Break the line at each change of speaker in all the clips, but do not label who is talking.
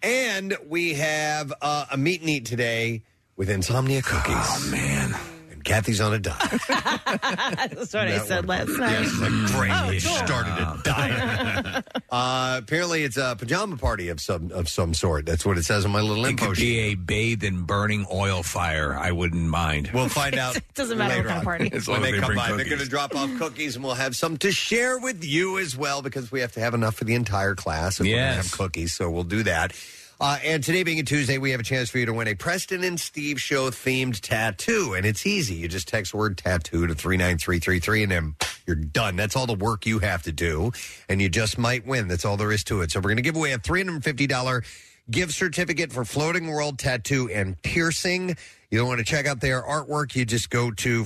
And we have uh, a meet and eat today with Insomnia Cookies. Oh, man. And Kathy's on a diet.
That's what I
That
said last night.
Yes, like great.
Oh,
he
cool.
started a diet. uh, apparently, it's a pajama party of some of some sort. That's what it says on my little
it
info
could
sheet.
be a bathe in burning oil fire. I wouldn't mind.
We'll find out.
Doesn't matter
later
what kind of
on.
party.
As long
when
as
they
they
come
bring
by, they're
cookies.
going to drop off cookies, and we'll have some to share with you as well because we have to have enough for the entire class. And we're going to have
Yes.
cookies, so we'll do that. Uh, and today being a Tuesday, we have a chance for you to win a Preston and Steve show themed tattoo, and it's easy. You just text word tattoo to three nine three three three, and then you're done. That's all the work you have to do, and you just might win. That's all there is to it. So we're going to give away a three hundred and fifty dollar gift certificate for Floating World Tattoo and Piercing. You don't want to check out their artwork, you just go to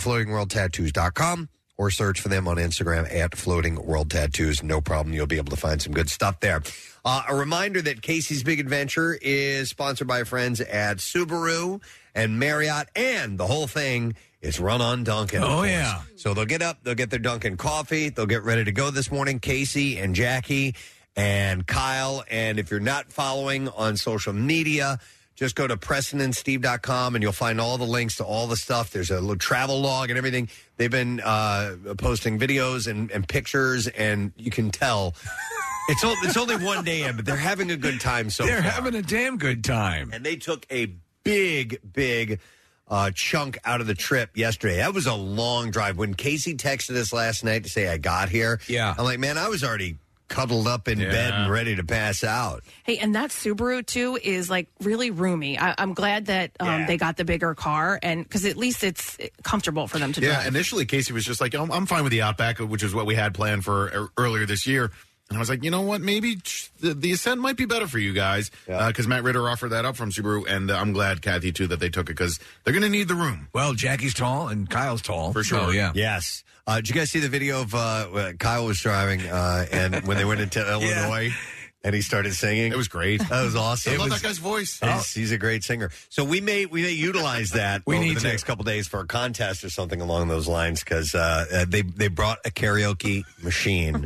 floatingworldtattoos.com or search for them on Instagram at Floating World Tattoos. No problem. You'll be able to find some good stuff there. Uh, a reminder that Casey's Big Adventure is sponsored by friends at Subaru and Marriott, and the whole thing is run on Dunkin'. of
Oh,
course.
yeah.
So they'll get up, they'll get their Dunkin' coffee, they'll get ready to go this morning. Casey and Jackie and Kyle. And if you're not following on social media, just go to PrestonandSteve.com and you'll find all the links to all the stuff. There's a little travel log and everything. They've been uh, posting videos and, and pictures, and you can tell it's, o- it's only one day in, but they're having a good time so
they're
far.
having a damn good time.
And they took a big, big uh, chunk out of the trip yesterday. That was a long drive. When Casey texted us last night to say I got here, yeah, I'm like, man, I was already cuddled up in bed and ready to pass out.
Hey, and that Subaru too is like really roomy. I, I'm glad that um, they got the bigger car, and because at least it's comfortable for them to
Yeah,
drive.
initially Casey was just like, I'm, I'm fine with the Outback, which is what we had planned for er- earlier this year. And I was like, you know what? Maybe ch- the, the Ascent might be better for you guys because Matt Ritter offered that up from Subaru, and uh, I'm glad Kathy too that they took it because they're going to need the room.
Well, Jackie's tall and Kyle's tall
for sure.
so, Oh, yeah.
Yes. Uh, did you guys see the video of uh, when Kyle was driving uh, and when they went into Illinois and he started singing? It was
great.
That was awesome.
I love
It was-
that guy's voice. Oh.
He's, he's a great singer. So we may we may utilize that
We
over
need
the
to.
next couple days for a contest or something along those lines because uh, uh, they they brought a karaoke machine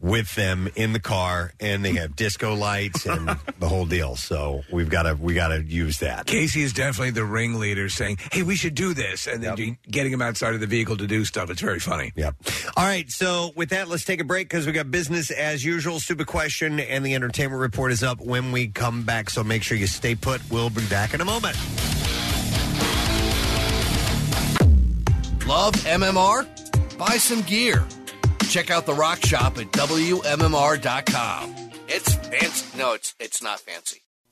with them in the car and they have disco lights and the whole deal. So we've got to we got to use that.
Casey is definitely the ringleader saying, hey, we should do this. And then do- getting him outside of the vehicle to do stuff. It's very funny.
Yep. All right. So with that, let's take a break because we got business as usual. Stupid question and the entertainment report is up when we come back. So make sure you stay put. We'll be back in a moment.
Love MMR? Buy some gear. Check out the rock shop at WMMR.com. It's fancy. No, it's it's not fancy.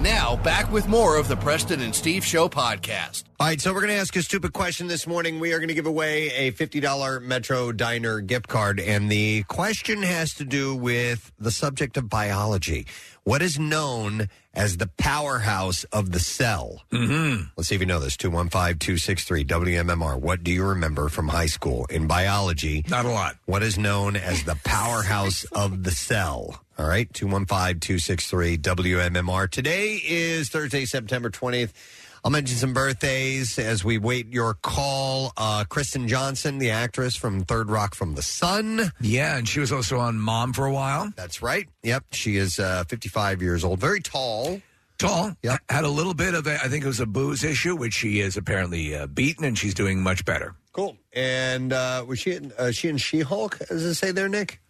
Now, back with more of the Preston and Steve Show podcast.
All right, so we're going to ask a stupid question this morning. We are going to give away a $50 Metro Diner gift card, and the question has to do with the subject of biology. What is known as the powerhouse of the cell? Mm-hmm. Let's see if you know this 215 263 WMMR. What do you remember from high school in biology?
Not a lot.
What is known as the powerhouse of the cell? All right, 215 263 WMMR. Today is Thursday, September 20th. I'll mention some birthdays as we wait your call. Uh, Kristen Johnson, the actress from Third Rock from the Sun.
Yeah, and she was also on Mom for a while.
That's right. Yep, she is uh, 55 years old. Very tall.
Tall. Yeah. Had a little bit of, a, I think it was a booze issue, which she is apparently uh, beaten, and she's doing much better.
Cool. And uh, was she in, uh, she in She Hulk? Does it say there, Nick?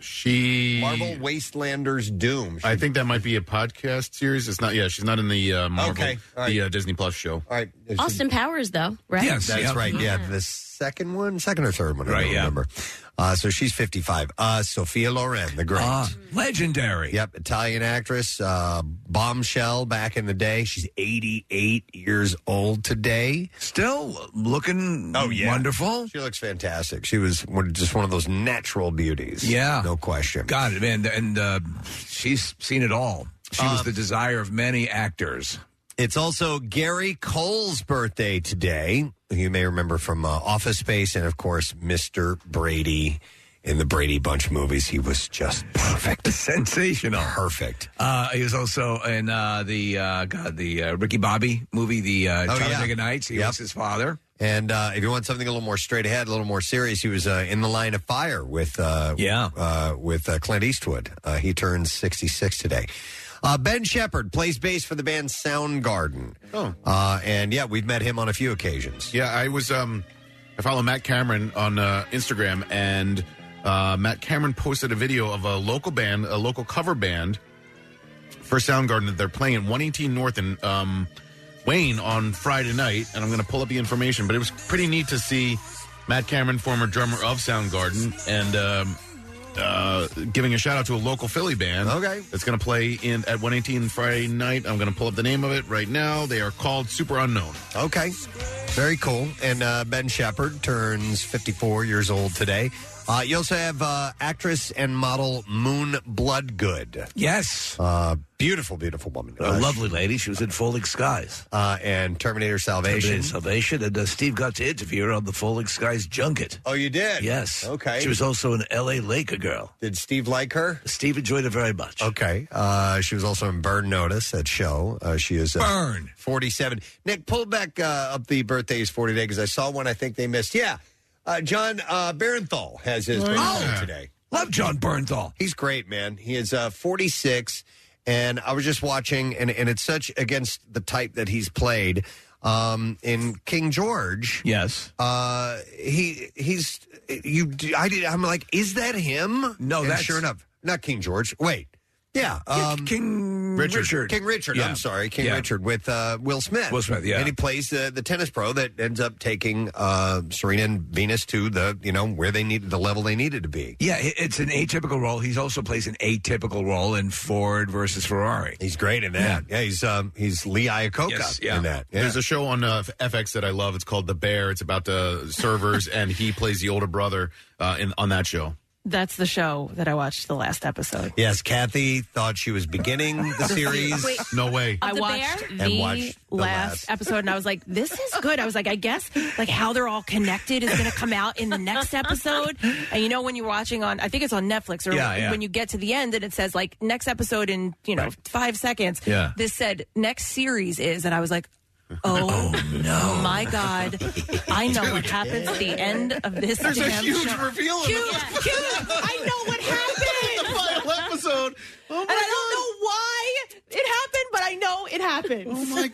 She
Marvel Wastelanders Doom.
I think that might be a podcast series. It's not. Yeah, she's not in the uh, Marvel,
Okay, all
the uh, Disney Plus show.
All right,
Austin Powers, though, right?
that's right. Yeah, the second one, second or third one, I
Right,
don't
yeah.
remember. Uh, so she's 55. Uh, Sophia Loren, the great.
Ah, legendary.
Yep, Italian actress, uh, bombshell back in the day. She's 88 years old today.
Still looking
Oh, yeah.
wonderful.
She looks fantastic. She was one- just one of those natural beauties.
Yeah.
No question.
Got it, man. And uh, she's seen it all. She was
Um,
the desire of many actors.
It's also Gary Cole's birthday today. who You may remember from uh, Office Space and, of course, Mr. Brady in the Brady Bunch movies. He was just perfect.
Sensational.
Perfect.
Uh, he was also in uh, the uh, God, the uh, Ricky Bobby movie, the uh,
Oh,
Talladega
yeah.
Nights. He
Yep.
was his father.
And uh, if you want something a little more straight ahead, a little more serious, he was uh, in the line of fire with uh,
Yeah.
uh, with uh, Clint Eastwood. Uh, he turns 66 today. Uh, ben Shepard plays bass for the band Soundgarden.
Oh.
Uh, and yeah, we've met him on a few occasions.
Yeah, I was. Um, I follow Matt Cameron on uh, Instagram, and uh, Matt Cameron posted a video of a local band, a local cover band for Soundgarden that they're playing at 118 North in um, Wayne on Friday night. And I'm going to pull up the information, but it was pretty neat to see Matt Cameron, former drummer of Soundgarden, and um, uh, giving a shout out to a local Philly band.
Okay.
that's going to play in at 118 Friday night. I'm going to pull up the name of it right now. They are called Super Unknown.
Okay. Very cool. And uh, Ben Shepard turns 54 years old today. Uh, you also have uh, actress and model Moon Bloodgood.
Yes.
Uh, beautiful, beautiful woman.
a lovely lady. She was in Falling Skies.
Uh, and Terminator Salvation.
Salvation. And uh, Steve got to interview her on the Falling Skies junket.
Oh, you did?
Yes.
Okay.
She was also an L.A. Laker girl.
Did Steve like her?
Steve enjoyed it very much.
Okay. Uh, she was also in Burn Notice, that show. Uh, she is uh,
Burn.
47. Nick, pull back uh, up the birthdays for today because I saw one I think they missed. Yeah. Uh, John uh, Barenthal has his birthday today.
Oh, Love John Bernthal.
He's great, man. He is uh, 46, and I was just watching, and, and it's such against the type that he's played. Um, in King George,
yes,
uh, he he's you. I did. I'm like, is that him?
No,
and
that's-
sure enough, not King George. Wait, yeah,
Yeah,
um,
King Richard.
King Richard.
Yeah.
I'm sorry, King
Yeah.
Richard with uh, Will Smith.
Will Smith, yeah.
and he plays the the tennis pro that ends up taking uh, Serena and Venus to the you know where they needed the level they needed to be.
Yeah, i- it's an atypical role. He's also plays an atypical role in Ford versus Ferrari.
He's great in that. Yeah, he's um, he's Lee Iacocca
Yes, yeah.
in that.
There's a show on uh, FX that I love. It's called The Bear. It's about the servers, and he plays the older brother uh, in on that show.
That's the show that I watched the last episode.
Yes, Kathy thought she was beginning the series.
Wait.
no way.
I
the
watched
bear?
the,
And watched the
last, episode and I was like, this is good. I was like, I guess like how they're all connected is going to come out in the next episode. And you know, when you're watching on, I think it's on Netflix or
Yeah,
when,
yeah.
you get to the end and it says like next episode in, you know, five seconds.
Yeah.
This said next series is, and I was like, Oh, my God! I know what happens at the end of this.
There's a
damn
huge
show.
reveal in
Huge, huge! I know what happened.
the final episode. Oh
And I
my
don't know why it happened, but I know it happened.
god! Oh my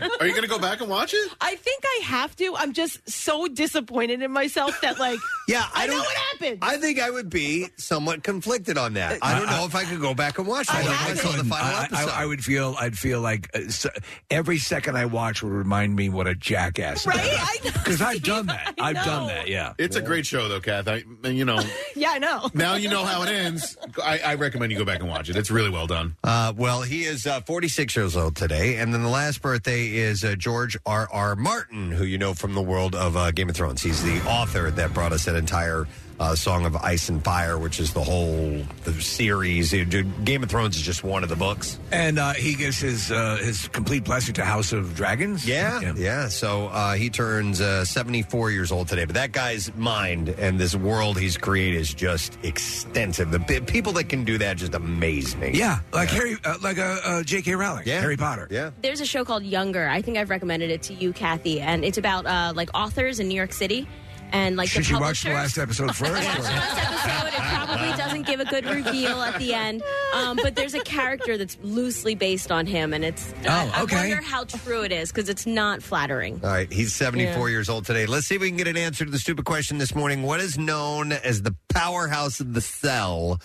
god! Are you going to go back and watch it?
I think I have to. I'm just so disappointed in myself that like
Yeah, I,
I know
don't-
what happened.
I think I would be somewhat conflicted on that. I don't know if I could go back and watch it.
I
Like,
haven't.
saw the
couldn't.
final
I, I-
episode.
I would feel. I'd feel like uh, so, every second I watch would remind me what a jackass.
right? I know.
Because I've done that.
I
I've done
know.
that. Yeah.
It's a great show, though, Kath. I, you know,
Yeah, I know.
now you know how it ends. I, I recommend you go back and watch it. It's really well done.
Uh, well, he is uh, 46 years old today, and then the last birthday is uh, George R. R. Martin, who you know from the world of uh, Game of Thrones. He's the author that brought us that entire uh, Song of Ice and Fire, which is the whole the series. It- dude, Game of Thrones is just one of the books.
And uh, he gives his uh, his complete blessing to House of Dragons.
Yeah, yeah. So uh, he turns uh, 74 years old today. But that guy's mind and this world he's created is just extensive. The pe- people that can do that just amaze me.
Yeah, like Harry, uh, like uh, uh, J.K. Rowling,
Yeah.
Harry Potter.
Yeah.
There's a show called Younger. I think I've recommended it to you, Kathy, and it's about uh, like authors in New York City and like
Should
the
you watch
publishers.
the last episode
I
first?
watched the
or-
last episode. It probably doesn't give a good reveal at the end, um, but there's a character that's loosely based on him, and it's. I-
Oh, okay.
I wonder how true it is because it's not flattering.
All right, he's 74 years old today. Let's see if we can get an answer to the stupid question this morning. What is known as the powerhouse of the cell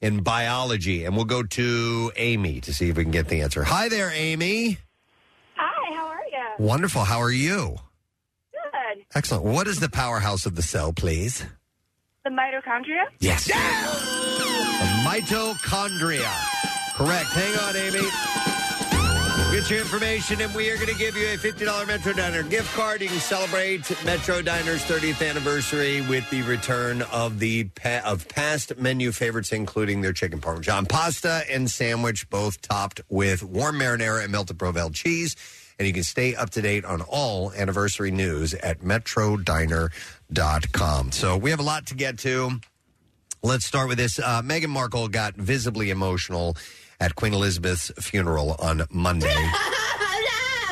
in biology? And we'll go to Amy to see if we can get the answer. Hi there, Amy.
Hi, how are you?
Wonderful. How are you?
Good.
Excellent. What is the powerhouse of the cell, please?
The mitochondria?
Yes. The mitochondria. Correct. Hang on, Amy. Get your information, and we are going to give you a $50 Metro Diner gift card. You can celebrate Metro Diner's 30th anniversary with the return of the pa- of past menu favorites, including their chicken parmesan pasta and sandwich, both topped with warm marinara and melted Provel cheese. And you can stay up to date on all anniversary news at metrodiner.com. So we have a lot to get to. Let's start with this. Uh, Meghan Markle got visibly emotional at Queen Elizabeth's funeral on Monday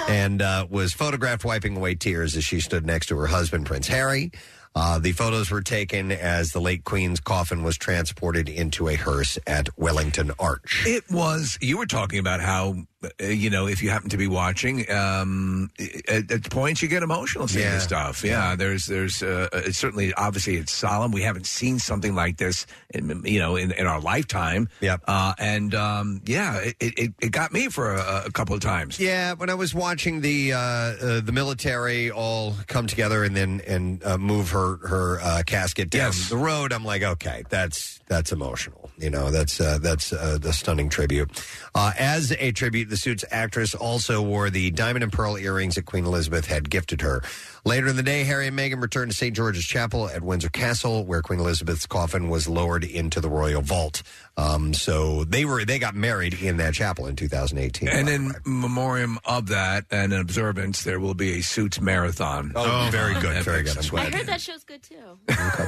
and uh, was photographed wiping away tears as she stood next to her husband, Prince Harry. Uh, the photos were taken as the late Queen's coffin was transported into a hearse at Wellington Arch.
It was. You were talking about how uh, you know if you happen to be watching, um, at, at points you get emotional seeing
Yeah.
this stuff. Yeah, there's there's uh, it's certainly obviously it's solemn. We haven't seen something like this, in, you know, in, in our lifetime.
Yep.
Uh, and um, yeah, it, it, it got me for a, a couple of times.
Yeah, when I was watching the uh, uh, the military all come together and then and uh, move her her uh, casket down
Yes.
the road, I'm like, okay, that's that's emotional. You know, that's uh, that's uh, the stunning tribute. Uh, as a tribute, the suit's actress also wore the diamond and pearl earrings that Queen Elizabeth had gifted her. Later in the day, Harry and Meghan returned to St George's Chapel at Windsor Castle, where Queen Elizabeth's coffin was lowered into the royal vault. Um, so they were they got married in that chapel in 2018.
And in memoriam of that and in observance, there will be a suits marathon.
Oh, very good,
on
very
FX
good. I'm
as
I
well.
heard that show's good too.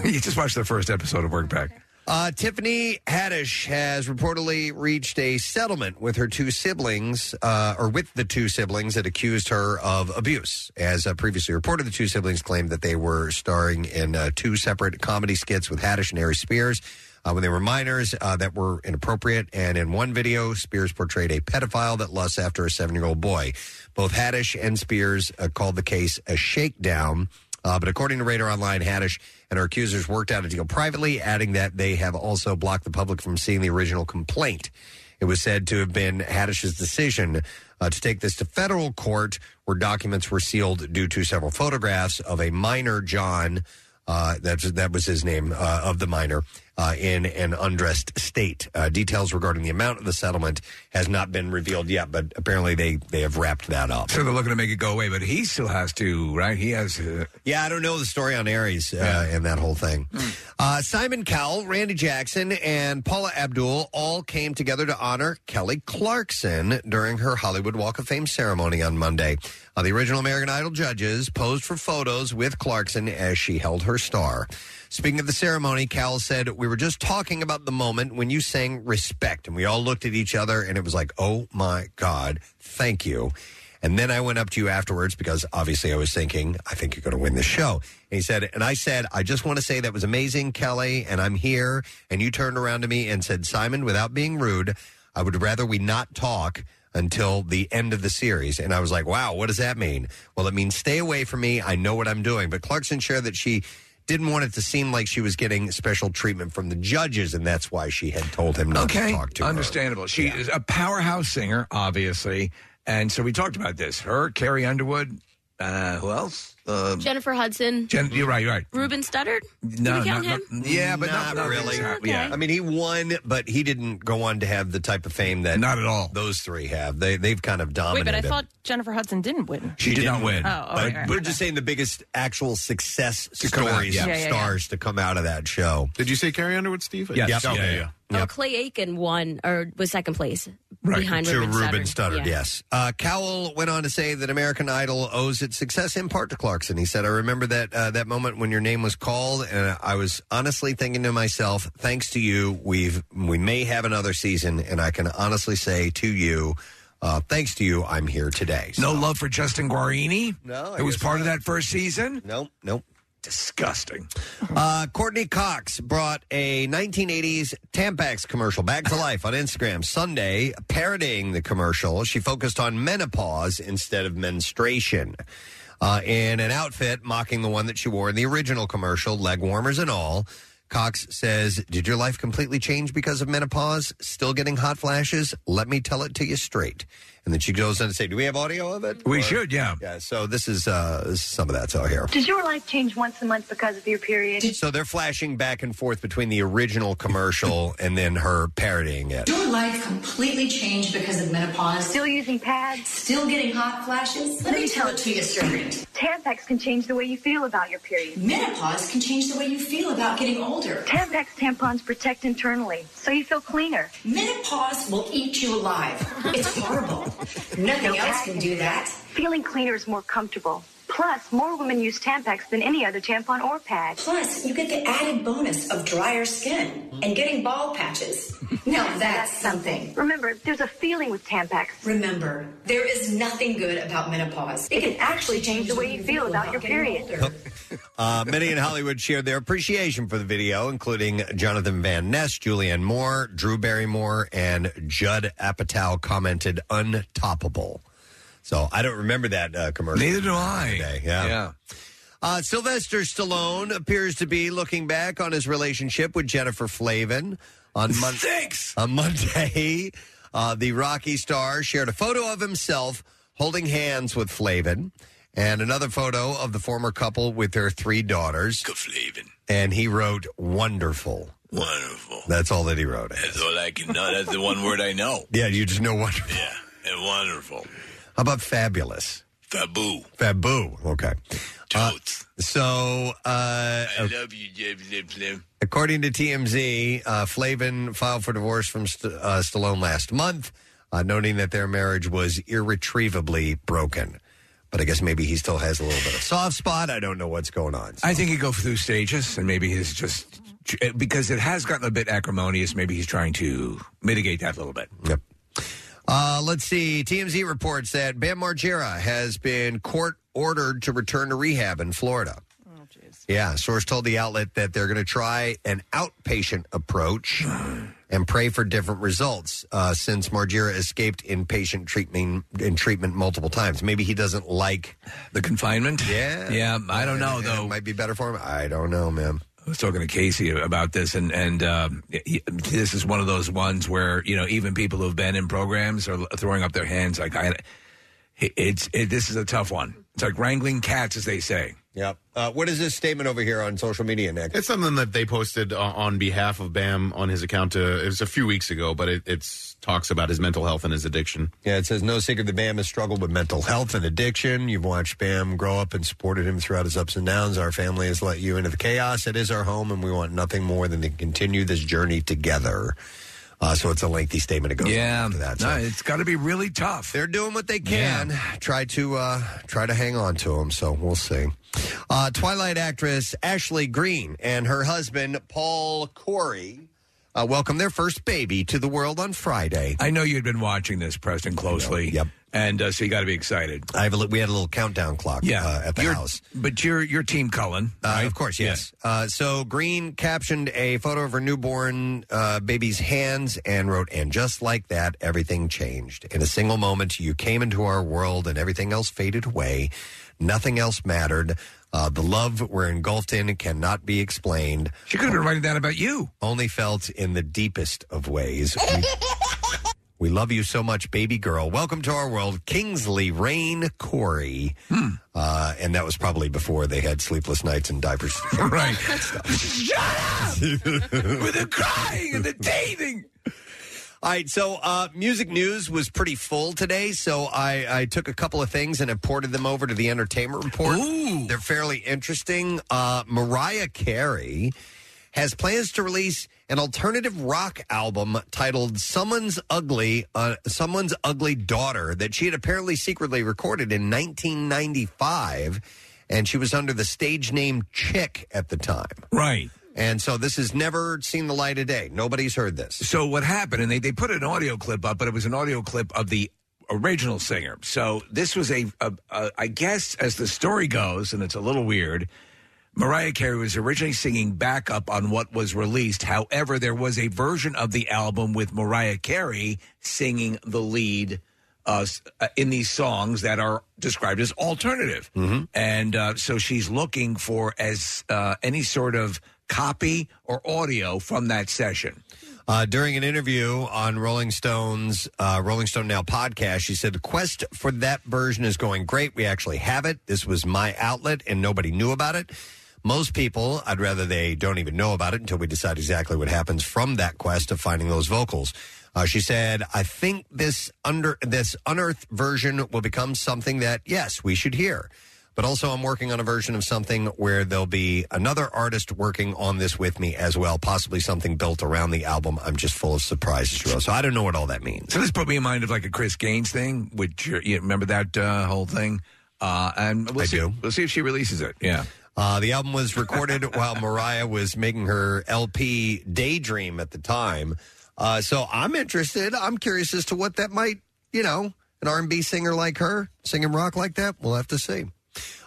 you just watched the first episode of Work Back.
Uh, Tiffany Haddish has reportedly reached a settlement with her two siblings, uh, or with the two siblings that accused her of abuse. As uh, previously reported, the two siblings claimed that they were starring in uh, two separate comedy skits with Haddish and Harry Spears. uh, when they were minors uh, that were inappropriate. And in one video, Spears portrayed a pedophile that lusts after a seven year old boy. Both Haddish and Spears uh, called the case a shakedown. Uh, but according to Radar Online, Haddish and her accusers worked out a deal privately, adding that they have also blocked the public from seeing the original complaint. It was said to have been Haddish's decision uh, to take this to federal court, where documents were sealed due to several photographs of a minor John. Uh, that that was his name uh, of the minor uh, in an undressed state. Uh, details regarding the amount of the settlement has not been revealed yet, but apparently they they have wrapped that up.
So they're looking to make it go away, but he still has to, right? He has. Uh, Hmm.
Yeah, I don't know the story on Aries uh, and that whole thing. Uh, Simon Cowell, Randy Jackson, and Paula Abdul all came together to honor Kelly Clarkson during her Hollywood Walk of Fame ceremony on Monday. Uh, the original American Idol judges posed for photos with Clarkson as she held her star. Speaking of the ceremony, Cowell said, We were just talking about the moment when you sang Respect, and we all looked at each other, and it was like, Oh my God, thank you. And then I went up to you afterwards because obviously I was thinking, I think you're going to win this show. And he said, and I said, I just want to say that was amazing, Kelly, and I'm here. And you turned around to me and said, Simon, without being rude, I would rather we not talk until the end of the series. And I was like, wow, what does that mean? Well, it means stay away from me. I know what I'm doing. But Clarkson shared that she didn't want it to seem like she was getting special treatment from the judges, and that's why she had told him not to
okay,
talk to her.
understandable. She is a powerhouse singer, obviously, and so we talked about this. Her, Carrie Underwood, uh, who else? Uh,
Jennifer Hudson.
Jen- you're right. You're right.
Ruben Studdard?
No,
Can we
not-
count him?
not- yeah, but not, not
really.
exactly. Yeah.
I mean, he won, but he didn't go on to have the type of fame that
not at all.
Those three have. They they've kind of
Wait,
dominated.
but I thought Jennifer Hudson didn't win.
she did not win.
Oh, all
but
right, all right,
we're
okay.
just saying the biggest actual success
come out,
stories,
yeah.
of
Yeah, yeah, yeah.
stars to come out of that show.
Did you say Carrie Underwood, Steve?
Yes.
Yep.
Yeah,
Okay,
yeah.
yeah.
Oh, Clay Aiken won or was second place behind
to
Ruben
Ruben
Studdard.
Studdard,
Yeah.
yes. Uh, Cowell went on to say that American Idol owes its success in part to Clarkson. He said, "I remember that uh, that moment when your name was called, and I was honestly thinking to myself, thanks to you, we've we may have another season, and I can honestly say to you." Uh, thanks to you, I'm here today.
No love for Justin Guarini.
No, I
it was
guess
part of that first season.
Nope, nope.
Disgusting.
Uh, Courtney Cox brought a 1980s Tampax commercial back to life on Instagram Sunday, parodying the commercial. She focused on menopause instead of menstruation. Uh, in an outfit mocking the one that she wore in the original commercial, leg warmers and all, Cox says, Did your life completely change because of menopause? Still getting hot flashes? Let me tell it to you straight. And then she goes on to say, Do we have audio of it?
We
Or-
should, yeah.
Yeah, so this is, uh, this is some of that's out here.
Does your life change once a month because of your period?
So they're flashing back and forth between the original commercial and then her parodying it.
Your life completely changed because of menopause. Still,
Still using pads?
still getting hot flashes? Let me tell it to you straight.
Tampax can change the way you feel about your period.
Menopause can change the way you feel about getting older.
Tampax tampons protect internally, so you feel cleaner.
Menopause will eat you alive. It's horrible. Nothing else can do that.
Feeling cleaner is more comfortable. Plus, more women use Tampax than any other tampon or pad.
Plus, you get the added bonus of drier skin and getting ball patches. Now that's something.
Remember, there's a feeling with Tampax.
Remember, there is nothing good about menopause. It can actually change the way you feel about your period.
Uh, many in Hollywood shared their appreciation for the video, including Jonathan Van Ness, Julianne Moore, Drew Barrymore, and Judd Apatow commented untoppable. So I don't remember that uh, commercial.
Neither do I.
Today, yeah. Uh, Sylvester Stallone appears to be looking back on his relationship with Jennifer Flavin on Monday.
Thanks.
On Monday, uh, the Rocky star shared a photo of himself holding hands with Flavin and another photo of the former couple with their three daughters.
Flavin.
And he wrote, wonderful.
Wonderful.
That's all that he wrote.
That's all I can know. That's the one word I know.
Yeah, you just know wonderful.
Yeah. And wonderful.
How about fabulous?
Faboo.
Faboo. Okay. Uh,
Totes.
So, uh,
love you, Jim.
According to TMZ, uh, Flavin filed for divorce from St- uh, Stallone last month, uh, noting that their marriage was irretrievably broken. But I guess maybe he still has a little bit of soft spot. I don't know what's going on.
I think he'd go through stages, and maybe he's just because it has gotten a bit acrimonious. Maybe he's trying to mitigate that a little bit.
Yep. Uh, let's see. TMZ reports that Bam Margera has been court ordered to return to rehab in Florida. Yeah, source told the outlet that they're going to try an outpatient approach and pray for different results. Uh, since Margera escaped inpatient treatment in treatment multiple times, maybe he doesn't like
the confinement.
Yeah,
Yeah, I don't know, though.
It might be better for him. I don't know, man.
I was talking to Casey about this, and and um, he- this is one of those ones where you know even people who've been in programs are throwing up their hands like I. It's it, this is a tough one. It's like wrangling cats, as they say.
Yep. Uh, what is this statement over here on social media, Nick?
It's something that they posted uh, on behalf of Bam on his account. uh it was a few weeks ago, but it it's, talks about his mental health and his addiction.
Yeah, it says no secret that Bam has struggled with mental health and addiction. You've watched Bam grow up and supported him throughout his ups and downs. Our family has let you into the chaos. It is our home, and we want nothing more than to continue this journey together. Uh, so it's a lengthy statement. It goes
Yeah.
on after that. So
No, it's got to be really tough.
They're doing what they can. Try to uh, try to hang on to him. So we'll see. Uh, Twilight actress Ashley Greene and her husband Paul Corey uh, welcomed their first baby to the world on Friday.
I know you'd been watching this, Preston, closely. Yep. And uh, so you got to be excited.
I have a, li- we had a little countdown clock
Yeah.
uh, at the
You're-
house.
But you're you're Team Cullen,
Uh, of course, yes. Uh, so Green captioned a photo of her newborn uh, baby's hands and wrote, "And just like that, everything changed. In a single moment, you came into our world, and everything else faded away. Nothing else mattered. Uh, the love we're engulfed in cannot be explained.
She could have been writing that about you.
Only felt in the deepest of ways." We- We love you so much, baby girl. Welcome to our world, Kingsley Rain Corey.
Hmm.
Uh, and that was probably before they had sleepless nights and diapers.
right. Shut up! With the crying and the teething.
All right, so uh, music news was pretty full today, so I, I took a couple of things and imported them over to the entertainment report. They're fairly interesting. Uh, Mariah Carey has plans to release an alternative rock album titled "Someone's Ugly," uh, "Someone's Ugly Daughter," that she had apparently secretly recorded in 1995, and she was under the stage name Chick at the time.
Right.
And so this has never seen the light of day. Nobody's heard this.
So what happened? And they, they put an audio clip up, but it was an audio clip of the original singer. So this was a, a, a I guess, as the story goes, and it's a little weird. Mariah Carey was originally singing backup on what was released. However, there was a version of the album with Mariah Carey singing the lead uh, s- uh, in these songs that are described as alternative.
Mm-hmm.
And uh, so she's looking for as uh, any sort of copy or audio from that session.
Uh, during an interview on Rolling Stone's uh, Rolling Stone Now podcast, she said, The quest for that version is going great. We actually have it. This was my outlet, and nobody knew about it. Most people, I'd rather they don't even know about it until we decide exactly what happens from that quest of finding those vocals. Uh, she said, "I think this under this unearthed version will become something that yes, we should hear." But also, I'm working on a version of something where there'll be another artist working on this with me as well, possibly something built around the album. I'm just full of surprises, Ro. So I don't know what all that means.
So this put me in mind of like a Chris Gaines thing, which uh, you remember that uh, whole thing. Uh, and we'll
I
see.
do.
We'll see if she releases it. Yeah.
Uh, the album was recorded while Mariah was making her LP Daydream at the time. Uh, so I'm interested. I'm curious as to what that might, you know, an R&B singer like her singing rock like that. We'll have to see.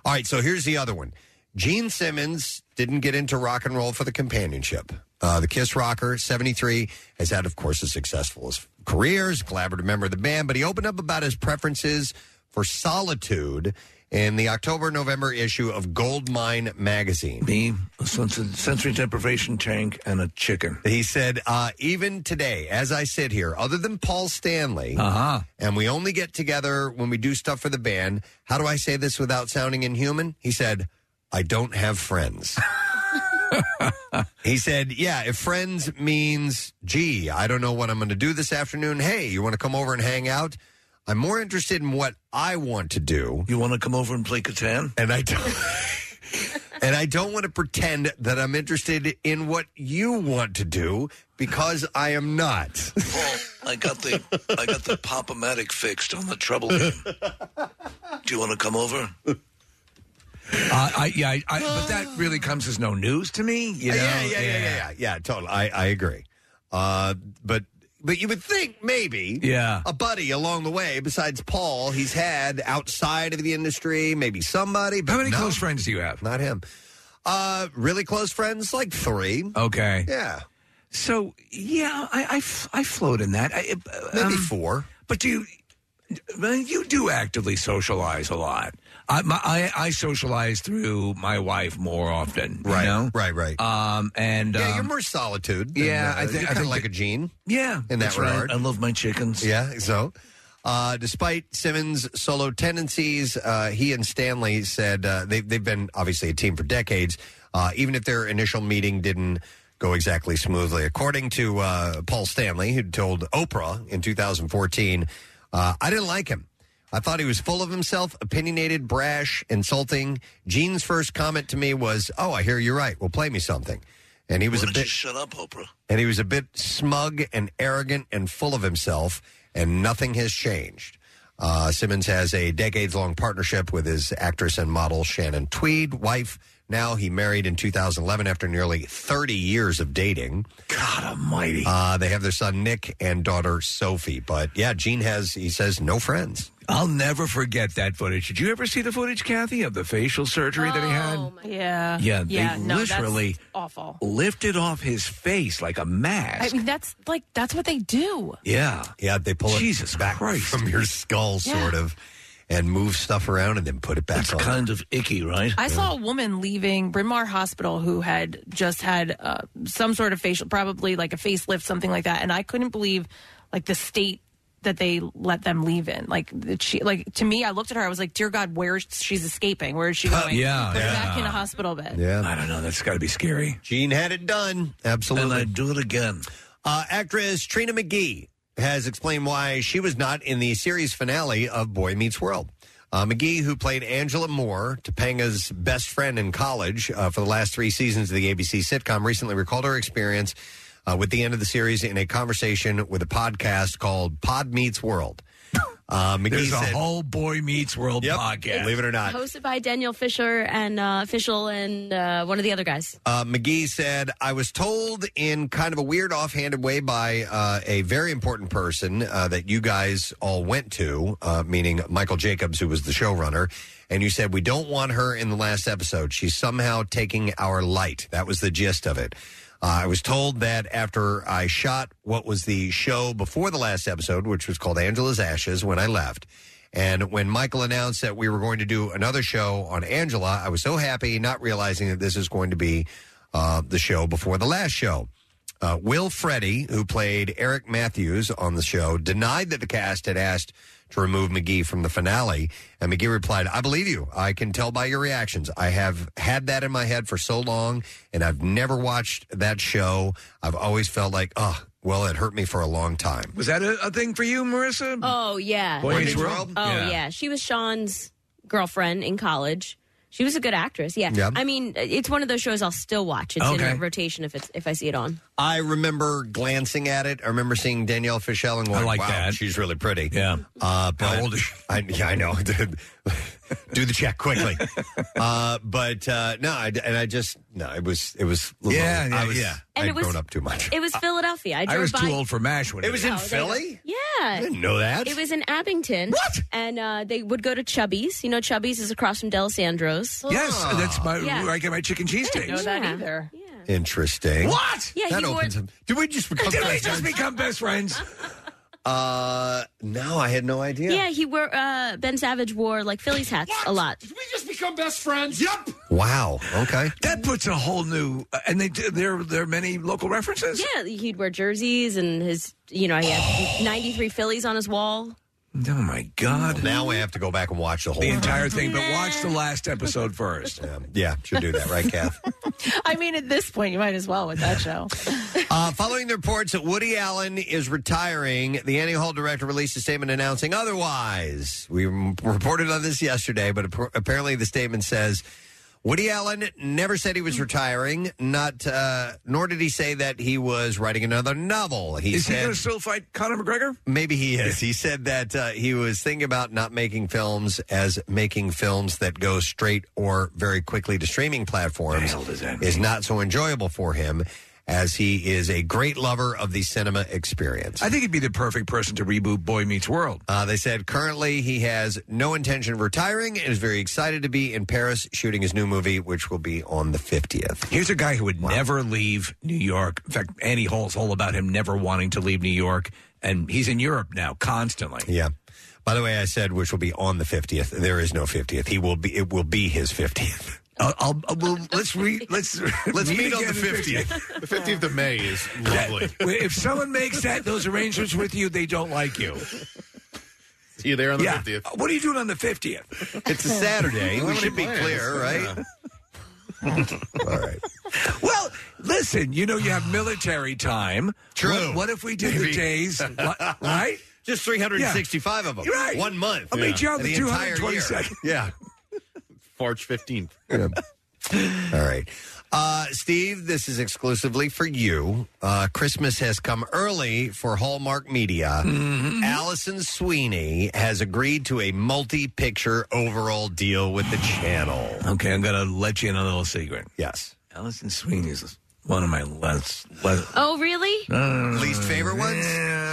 All right, so here's the other one. Gene Simmons didn't get into rock and roll for the companionship. Uh, the Kiss rocker, 73, has had, of course, a successful career as a collaborative member of the band, but he opened up about his preferences for solitude in the October November issue of Goldmine magazine.
Me, a sensory deprivation tank, and a chicken.
He said, uh, even today, as I sit here, other than Paul Stanley,
Uh-huh.
and we only get together when we do stuff for the band, how do I say this without sounding inhuman? He said, I don't have friends. he said, Yeah, if friends means, gee, I don't know what I'm going to do this afternoon. Hey, you want to come over and hang out? I'm more interested in what I want to do.
You want to come over and play Catan?
And I don't. And I don't want to pretend that I'm interested in what you want to do because I am not.
I got the I got the pop-o-matic fixed on the treble. Do you want to come over? Uh, I, yeah, I, I, but that really comes as no news to me. You know?
Uh, yeah, yeah, yeah, yeah, yeah, yeah, totally. I, I agree. Uh, but but you would think maybe
Yeah.
a buddy along the way besides Paul he's had outside of the industry, maybe somebody. But
How many
no,
close friends do you have?
Not him. Uh, really close friends, like three.
Okay.
Yeah.
So yeah, I I f- I float in that. I, Maybe
four.
But do you? well, You do actively socialize a lot. I, my, I I socialize through my wife more often.
Right,
You know?
Right. Right.
Um. And
yeah, you're
um,
more solitude.
yeah, I
I
thi- I
think kind of
think
like a gene.
Yeah,
in that
that's right.
regard.
I love my chickens.
Yeah, so. Uh, despite Simmons' solo tendencies, uh, he and Stanley said uh, they've, they've been obviously a team for decades, uh, even if their initial meeting didn't go exactly smoothly. According to uh, Paul Stanley, who told Oprah in 2014, uh, I didn't like him. I thought he was full of himself, opinionated, brash, insulting. Gene's first comment to me was, Oh, I hear you're right. Well, play me something. And he was a bit.
Shut up, Oprah.
And he was a bit smug and arrogant and full of himself, and nothing has changed. Uh, Simmons has a decades long partnership with his actress and model Shannon Tweed, wife. Now he married in 2011 after nearly 30 years of dating.
God almighty.
Uh, they have their son Nick and daughter Sophie. But yeah, Gene has, he says, no friends.
I'll never forget that footage. Did you ever see the footage, Kathy, of the facial surgery that he
Oh,
had?
Yeah.
Yeah, they
Yeah. no, that's
literally-
awful.
Lifted off his face like a mask.
I mean, that's like that's what they do.
Yeah.
Yeah, they pull it
Jesus
back
Christ.
from your skull,
Yeah.
sort of, and move stuff around and then put it back
That's
on.
kind of icky, right?
I saw a woman leaving Bryn Mawr Hospital who had just had uh, some sort of facial, probably like a facelift, something like that, and I couldn't believe like the state that they let them leave in. Like that she, like to me, I looked at her, I was like, "Dear God, where's she's escaping? Where is she going?
Yeah,
Put her
yeah.
back in a hospital bed."
Yeah.
I don't know. That's got to be scary.
Gene had it done. Absolutely.
And I'd do it again.
Uh, actress Trina McGee has explained why she was not in the series finale of Boy Meets World. Uh, McGee, who played Angela Moore, Topanga's best friend in college uh, for the last three seasons of the ABC sitcom, recently recalled her experience uh, with the end of the series in a conversation with a podcast called Pod Meets World. Uh, McGee
There's a
said,
whole Boy Meets World
Yep,
podcast.
believe it or not.
Hosted by Daniel Fisher and uh, Fischel and uh, one of the other guys.
Uh, McGee said, I was told in kind of a weird, offhanded way by uh, a very important person uh, that you guys all went to, uh, meaning Michael Jacobs, who was the showrunner. And you said, We don't want her in the last episode. She's somehow taking our light. That was the gist of it. Uh, I was told that after I shot what was the show before the last episode, which was called Angela's Ashes, when I left. And when Michael announced that we were going to do another show on Angela, I was so happy, not realizing that this is going to be uh, the show before the last show. Uh, Will Freddy, who played Eric Matthews on the show, denied that the cast had asked to remove McGee from the finale. And McGee replied, I believe you. I can tell by your reactions. I have had that in my head for so long, and I've never watched that show. I've always felt like, oh, well, it hurt me for a long time.
Was that a, a thing for you, Marissa?
Oh yeah,
Hmm. Boy Meets World?
Oh
Yeah.
yeah. she was Sean's girlfriend in college. She was a good actress. Yeah,
Yeah.
I mean, it's one of those shows I'll still watch. It's
Okay.
in a rotation if it's if I see it on.
I remember glancing at it. I remember seeing Danielle Fischel and going, wow, she's really pretty.
Yeah.
Uh, but
old is she?
I, yeah, I know. Do the check quickly. uh, but uh, no, I, and I just no, it was it was
Yeah, yeah,
I was,
yeah.
And
I'd
it was-
grown up too much.
It was Philadelphia. I,
I
drove
was
by.
too old for MASH when it,
Oh, they- Yeah. I
didn't know that.
It was in Abington. What? And uh, they would go to Chubby's. You know, Chubby's is across from Delisandro's.
Yes, that's my
Yeah.
where I get my chicken cheesesteaks.
Know that either?
Interesting.
What?
Yeah,
that
you
opens
were-
up. Did we just become
Did we
best
just
friends?
become best friends?
Uh, no, I had no idea.
Yeah, he wore uh, Ben Savage wore like Phillies hats a lot.
Did we just become best friends? Yep.
Wow. Okay.
That puts a whole new uh, and they do- there there are many local references.
Yeah, he'd wear jerseys and his you know he had 93 Phillies on his wall.
Oh my god.
Now we have to go back and watch the whole
The entire thing, but watch the last episode first.
Yeah, should do that, right, Kath?
I mean, at this point, you might as well with that show.
Uh, following the reports that Woody Allen is retiring, the Annie Hall director released a statement announcing otherwise. We m- reported on this yesterday, but ap- apparently the statement says Woody Allen never said he was retiring. Not, uh, nor did he say that he was writing another novel. He
Is he
said
going to still fight Conor McGregor?
maybe he is. He said that uh, he was thinking about not making films as making films that go straight or very quickly to streaming platforms
hell does that
is not so enjoyable for him. as he is a great lover of the cinema experience.
I think he'd be the perfect person to reboot Boy Meets World.
Uh, they said currently he has no intention of retiring and is very excited to be in Paris shooting his new movie, which will be on the 50th.
Here's a guy who would never leave New York. In fact, Annie Hall's whole about him never wanting to leave New York, and he's in Europe now constantly.
Yeah. By the way, I said which will be on the 50th. There is no 50th. He will be. It will be his 50th.
I'll, I'll, i will let's re, let's
Let's meet on
again
the
in
50th. The 50th of May is lovely.
if someone makes that those arrangements with you, they don't like you.
See you there on the
Yeah.
50th.
What are you doing on the 50th?
It's a Saturday.
What
we
are
should be
plans?
clear, right? All right.
Well, listen, you know you have military time. True. What, what if we did the days, li- right?
Just 365 of them.
You're right.
One month.
I'll meet you on
For
the,
the entire year.
222nd.
Yeah.
March 15th.
All right. Uh, Steve, this is exclusively for you. Uh, Christmas has come early for Hallmark Media.
Mm-hmm.
Allison Sweeney has agreed to a multi picture overall deal with the channel.
Okay, I'm going to let you in on a little secret.
Yes.
Allison Sweeney is one of my less. less
Oh, really?
Least favorite ones?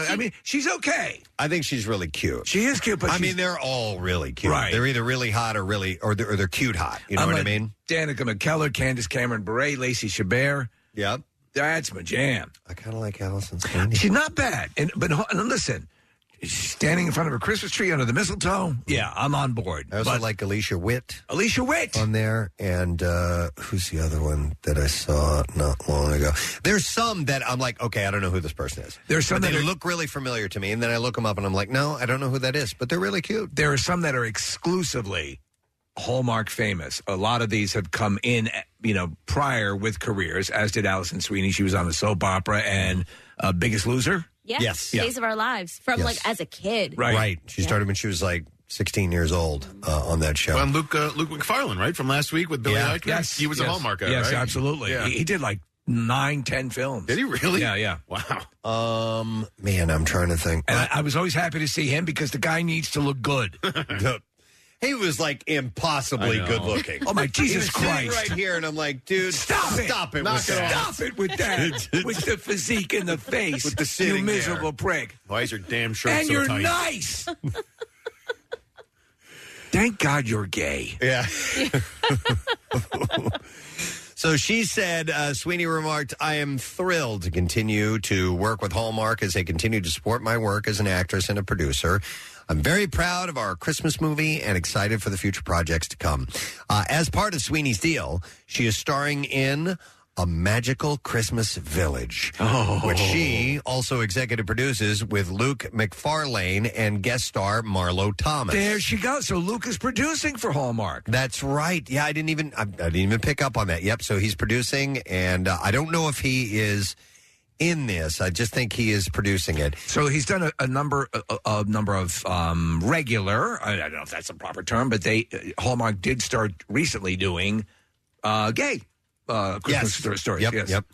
I mean, she's okay.
I think she's really cute.
She is cute, but
I
she's-
mean, they're all really cute.
Right.
They're either really hot or really, or they're, or they're cute hot. You know
I'm
what I
like
mean?
Danica McKellar, Candace Cameron Bure, Lacey Chabert.
Yep.
That's my jam.
I kind of like Allison Sweeney.
She's not bad. And But ho- and listen, she's standing in front of a Christmas tree under the mistletoe. Yeah, I'm on board.
I also
But
like Alicia Witt.
Alicia Witt.
on there. And uh, who's the other one that I saw not long ago? There's some that I'm like, okay, I don't know who this person is.
There's some
But
that
they
are-
look really familiar to me, and then I look them up and I'm like, no, I don't know who that is, but they're really cute.
there are some that are exclusively Hallmark famous. A lot of these have come in, you know, prior with careers, as did Allison Sweeney. She was on the soap opera and uh, Biggest Loser.
Yeah.
Yeah.
Days of our lives from
Yes.
like as a kid.
Right.
Right. She started when she was like 16 years old uh, on that show.
On Luke uh, Luke McFarlane, right from last week with Billy
Yeah.
Eichner. he was a Hallmark guy,
Yes,
right?
absolutely.
Yeah.
He, he did like nine, ten films.
Did he really?
Yeah, yeah.
Wow.
Um, man, I'm trying to think.
And I, I was always happy to see him because the guy needs to look good.
he was like impossibly
I know.
good looking.
Oh my
He
Jesus
was sitting
Christ!
Right here, and I'm like, dude,
Stop it!
Stop it!
Knock
with
it
that.
Stop it with that! with the physique in the face,
With the
you
sitting there.
miserable prick.
Why is your damn shirt
and
so
you're
tight?
nice.
Oh
Thank God you're gay.
Yeah. so she said, uh, Sweeney remarked, I am thrilled to continue to work with Hallmark as they continue to support my work as an actress and a producer. I'm very proud of our Christmas movie and excited for the future projects to come. Uh, as part of Sweeney's deal, she is starring in A Magical Christmas Village, which she
Oh.
also executive produces with Luke McFarlane and guest star Marlo Thomas.
There she goes. So Luke is producing for Hallmark.
That's right. Yeah, I didn't even I, I didn't even pick up on that. Yep. So he's producing, and uh, I don't know if he is in this. I just think he is producing it.
So he's done a, a number a- a, a number of um, regular. I, I don't know if that's the proper term, but they uh, Hallmark did start recently doing uh, gay uh, Christmas
Yes.
stories.
Yep.
yes.
Yep.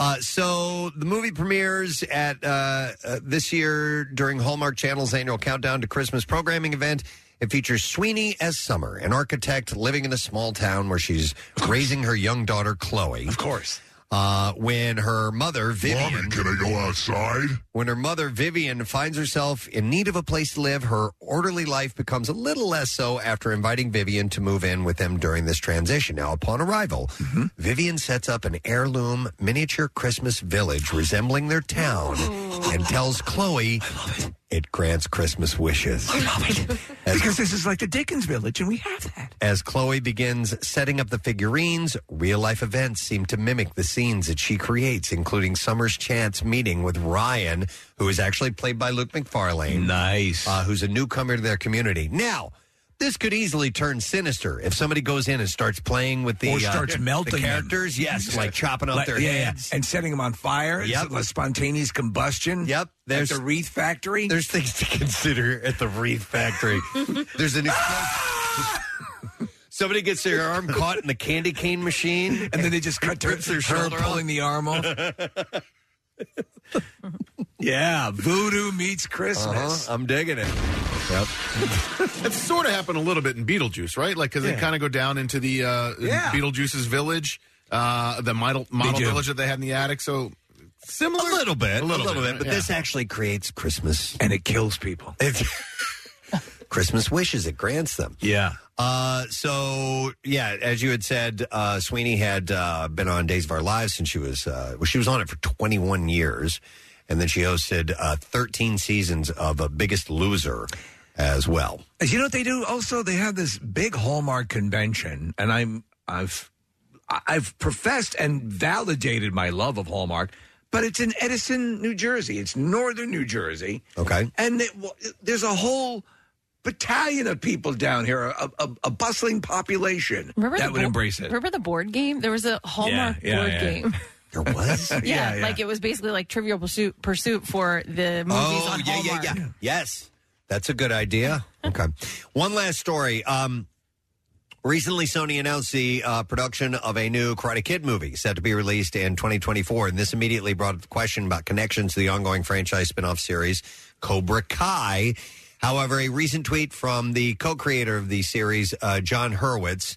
Uh, so the movie premieres at uh, uh, this year during Hallmark Channel's annual Countdown to Christmas programming event. It features Sweeney as Summer, an architect living in a small town where she's raising her young daughter Chloe.
Of course.
Uh, when her mother Vivian
Mommy, can I go outside?
When her mother, Vivian, finds herself in need of a place to live, her orderly life becomes a little less so after inviting Vivian to move in with them during this transition. Now, upon arrival, Vivian sets up an heirloom miniature Christmas village resembling their town and tells Chloe it. grants Christmas wishes.
Because this is like the Dickens Village, and we have that.
As Chloe begins setting up the figurines, real life events seem to mimic the scenes that she creates, including Summer's chance meeting with Ryan, who is actually played by Luke McFarlane,
Nice.
uh, who's a newcomer to their community. Now, this could easily turn sinister if somebody goes in and starts playing with the
or
uh,
starts
the
melting them.
characters. Yes, like chopping up
Like-
their
yeah, yeah.
heads.
and setting them on fire.
Yep.
It's like spontaneous combustion.
Yep,
there's
there's-
the wreath factory.
There's things to consider at the wreath factory. There's an explosion. Somebody gets their arm caught in the candy cane machine.
and then they just cut her,
rips their
her
shoulder off.
pulling the arm off. yeah, voodoo meets Christmas.
Uh-huh. I'm digging it. Yep.
That sort of happened a little bit in Beetlejuice, right? Like, because they
Yeah.
kind of go down into the uh,
Yeah.
Beetlejuice's village. uh, the model, model
do.
village that they had in the attic. So similar,
a little bit, a little, bit, but
yeah.
this actually creates Christmas,
and it kills people.
Christmas wishes it grants them.
Yeah.
Uh, so yeah, as you had said, uh, Sweeney had uh, been on Days of Our Lives since she was uh, well, she was on it for 21 years, and then she hosted uh, 13 seasons of uh, Biggest Loser as well.
You know what they do? Also, they have this big Hallmark convention, and I'm I've I've professed and validated my love of Hallmark, but it's in Edison, New Jersey. It's northern New Jersey.
Okay,
and it, well, there's a whole battalion of people down here, a, a, a bustling population
Remember
that
the
would
bo-
embrace it.
Remember the board game? There was a Hallmark
Yeah, yeah,
board
yeah.
game.
There was,
Yeah, like it was basically like Trivial Pursuit, Pursuit for the movies
Oh,
on
yeah, yeah,
Hallmark.
yeah. Yes, that's a good idea. Okay. One last story. Um, recently, Sony announced the uh, production of a new Karate Kid movie set to be released in 2024. And this immediately brought up the question about connections to the ongoing franchise spin off series Cobra Kai. However, a recent tweet from the co creator of the series, uh, John Hurwitz,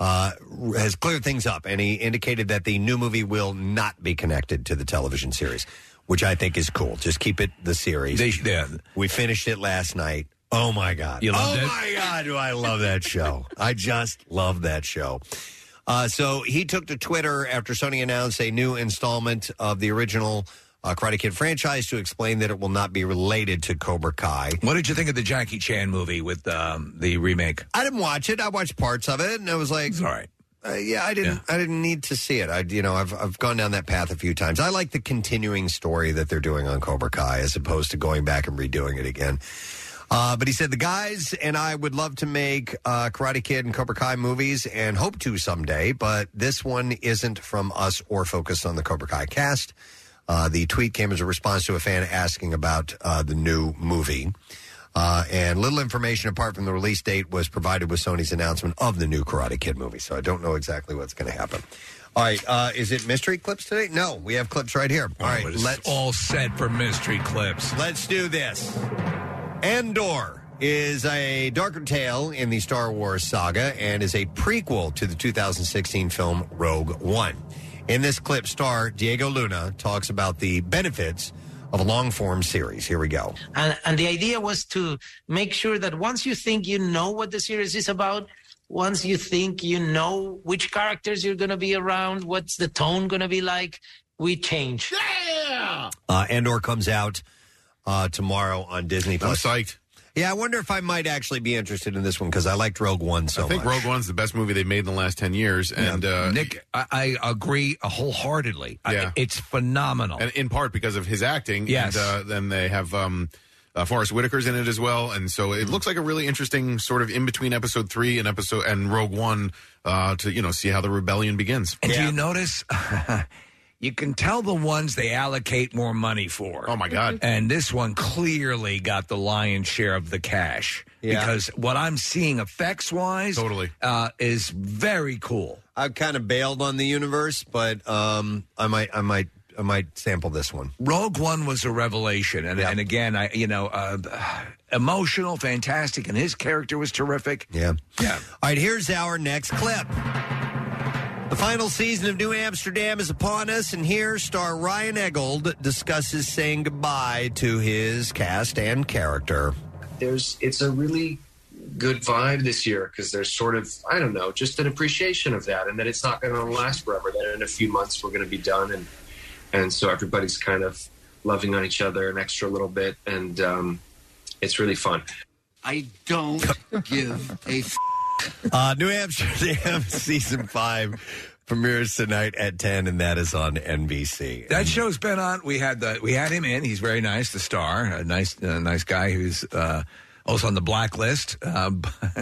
uh, has cleared things up, and he indicated that the new movie will not be connected to the television series, which I think is cool. Just keep it the series. We finished it last night. Oh my god!
You
oh
loved it?
my god! Do I love that show? I just love that show. Uh, so he took to Twitter after Sony announced a new installment of the original uh, Karate Kid franchise to explain that it will not be related to Cobra Kai.
What did you think of the Jackie Chan movie with um, the remake?
I didn't watch it. I watched parts of it, and I was like,
all right.
Uh, yeah, I didn't. I didn't need to see it. I, you know, I've I've gone down that path a few times. I like the continuing story that they're doing on Cobra Kai as opposed to going back and redoing it again. Uh, but he said the guys and I would love to make uh, Karate Kid and Cobra Kai movies and hope to someday, but this one isn't from us or focused on the Cobra Kai cast. Uh, the tweet came as a response to a fan asking about uh, the new movie. Uh, and little information apart from the release date was provided with Sony's announcement of the new Karate Kid movie. So I don't know exactly what's going to happen. All right, uh, is it mystery clips today? No, we have clips right here. All right,
Oh, It's
let's
all set for mystery clips.
Let's do this. Andor is a darker tale in the Star Wars saga and is a prequel to the 2016 film Rogue One. In this clip, star Diego Luna talks about the benefits of a long form series. Here we go.
And, and the idea was to make sure that once you think you know what the series is about, once you think you know which characters you're going to be around, what's the tone going to be like, we change. Yeah!
Uh, Andor comes out uh, tomorrow on Disney Plus.
I'm psyched.
Yeah, I wonder if I might actually be interested in this one because I liked Rogue One so
I think
much.
Rogue One's the best movie they've made in the last ten years, and uh,
Nick, I, I agree wholeheartedly.
Yeah.
it's phenomenal,
and in part because of his acting.
Yes.
and, uh, then they have um, uh, Forrest Whitaker's in it as well, and so
Mm.
it looks like a really interesting sort of in between episode three and episode and Rogue One uh, to you know see how the rebellion begins.
And do you notice? you can tell the ones they allocate more money for. Oh
my god!
And this one clearly got the lion's share of the cash
Yeah.
because what I'm seeing effects wise, totally, uh, is very cool.
I've kind of bailed on the universe, but um, I might, I might, I might sample this one.
Rogue One was a revelation, and, and again, I you know, uh, emotional, fantastic, and his character was terrific.
Yeah,
yeah.
All right, here's our next clip. The final season of New Amsterdam is upon us, and here star Ryan Eggold discusses saying goodbye to his cast and character.
there's it's a really good vibe this year because there's sort of I don't know just an appreciation of that and that it's not going to last forever that in a few months we're going to be done and and so everybody's kind of loving on each other an extra little bit and um, it's really fun.
I don't give a f-
Uh, New Amsterdam season five premieres tonight at ten, and that is on NBC.
That show's been on. We had the we had him in. He's very nice, the star, a nice a nice guy who's uh, also on the blacklist. Uh,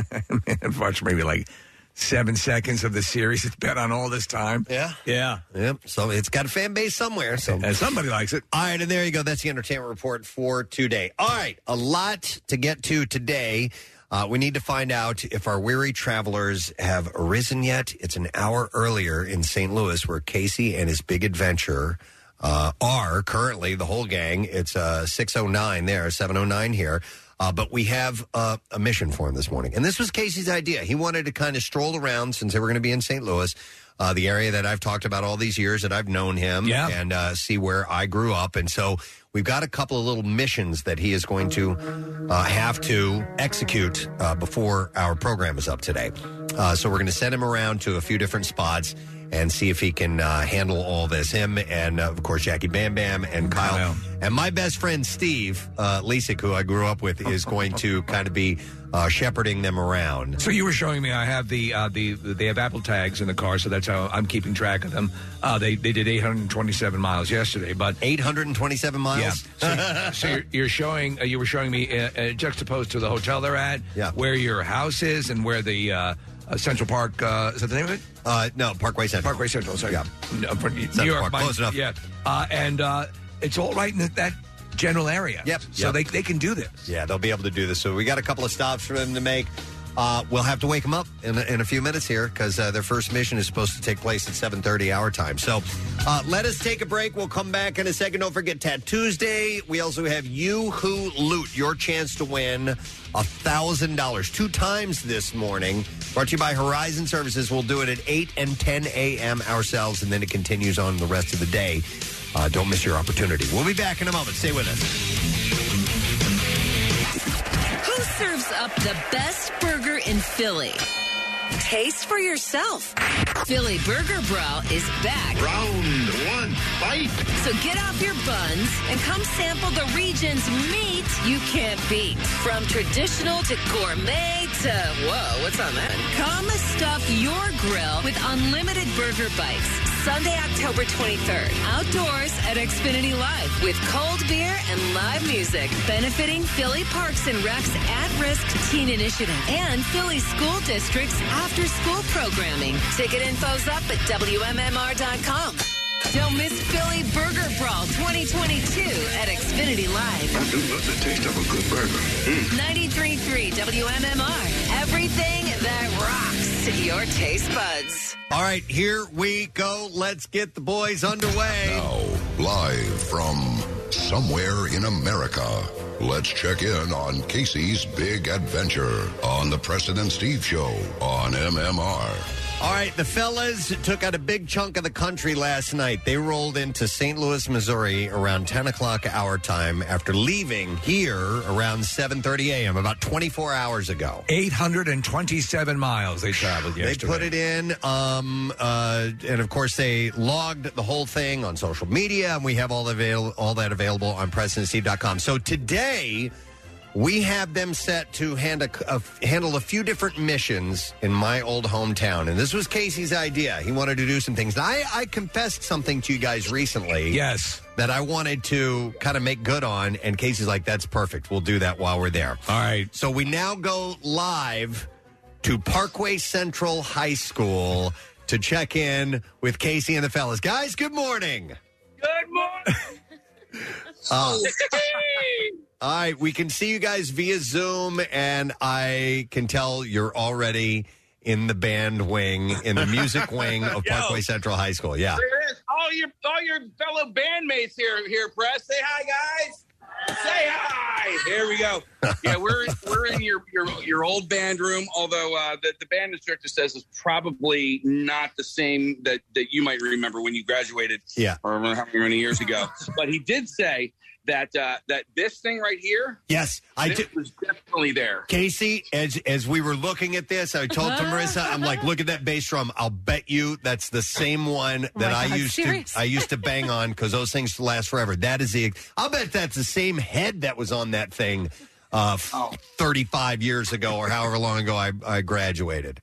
unfortunately, maybe like seven seconds of the series. It's been on all this time.
Yeah,
yeah,
yep. So it's got a fan base somewhere. So
and somebody likes it.
All right, and there you go. That's the entertainment report for today. All right, a lot to get to today. Uh, we need to find out if our weary travelers have arisen yet. It's an hour earlier in St. Louis where Casey and his big adventure oh uh, are currently the whole gang. It's uh, 609 there, 709 here. Uh, but we have uh, a mission for him this morning. And this was Casey's idea. He wanted to kind of stroll around since they were going to be in St. Louis, uh, the area that I've talked about all these years that I've known him yeah. and uh, see where I grew up. And so we've got a couple of little missions that he is going to uh, have to execute uh, before our program is up today. Uh, so we're going to send him around to a few different spots and see if he can uh, handle all this. Him and, uh, of course, Jackie Bam Bam and Kyle. And my best friend, Steve uh, Lisick, who I grew up with, is going to kind of be uh, shepherding them around.
So you were showing me I have the uh, the they have Apple tags in the car, so that's how I'm keeping track of them. Uh, they they did 827 miles yesterday, but
827 miles.
Yeah. So, so you're, you're showing uh, you were showing me uh, uh, juxtaposed to the hotel they're at, yeah. where your house is, and where the uh, uh, Central Park uh, is that the name of it?
Uh, no, Parkway Central.
Parkway Central. Sorry, yeah, no, for- New
Central
York,
Park,
mine-
close enough.
Yeah, uh, and uh, it's all right in that- that general area. Yep. So
Yep.
they they can do this.
Yeah, they'll be able to do this. So we got a couple of stops for them to make. Uh, we'll have to wake them up in a, in a few minutes here because uh, their first mission is supposed to take place at 7.30 our time. So uh, let us take a break. We'll come back in a second. Don't forget Tat Tuesday. We also have You Who Loot, your chance to win $1,000 two times this morning. Brought to you by Horizon Services. We'll do it at 8 and 10 a.m. ourselves, and then it continues on the rest of the day. Uh, don't miss your opportunity. We'll be back in a moment. Stay with us.
Who serves up the best burger in Philly? Taste for yourself. Philly Burger Bro is back.
Round one, fight.
So get off your buns and come sample the region's meat you can't beat. From traditional to gourmet to, whoa, what's on that? Come stuff your grill with unlimited burger bites. Sunday, October 23rd. Outdoors at Xfinity Live with cold beer and live music. Benefiting Philly Parks and Rec's at-risk teen initiative and Philly School District's after-school programming. Ticket info's up at WMMR.com. Don't miss Philly Burger Brawl 2022 at Xfinity Live.
I do love the taste of a good burger.
93.3 WMMR. Everything that rocks to your taste buds.
All right, here we go. Let's get the boys underway.
Live from somewhere in America. Let's check in on Casey's big adventure on the Preston and Steve Show on MMR.
All right, the fellas took out a big chunk of the country last night. They rolled into St. Louis, Missouri, around 10 o'clock our time after leaving here around 7:30 a.m. about 24 hours ago.
827 miles they traveled
They
yesterday.
put it in, um, uh, and of course they logged the whole thing on social media, and we have all avail- all that available on PresidentSteve.com. So today we have them set to hand a, a- handle a few different missions in my old hometown, and this was Casey's idea. He wanted to do some things. I, I confessed something to you guys recently.
Yes.
That I wanted to kind of make good on, and Casey's like, that's perfect. We'll do that while we're there.
All right.
So we now go live to Parkway Central High School to check in with Casey and the fellas. Guys, good morning.
Good morning.
Uh,
Oh.
all right, we can see you guys via Zoom, and I can tell you're already in the band wing, in the music wing of
Yo.
Parkway Central High School. Oh, Yeah.
There it is. All your all your fellow bandmates here here, press. Say hi, guys. Say hi. Here we go. Yeah, we're we're in your your, your old band room. Although uh, the the band instructor says it's probably not the same that that you might remember when you graduated.
Yeah.
I don't remember how many years ago, but he did say that uh, that this thing right here.
Yes, I
this
do.
was definitely there.
Casey, as as we were looking at this, I told to Marissa, I'm like, look at that bass drum. I'll bet you that's the same one
Oh
that
my
I
God,
used
serious?
to I used to bang on because those things last forever. That is the I'll bet that's the same head that was on that thing uh,
Oh.
35 years ago or however long ago I, I graduated.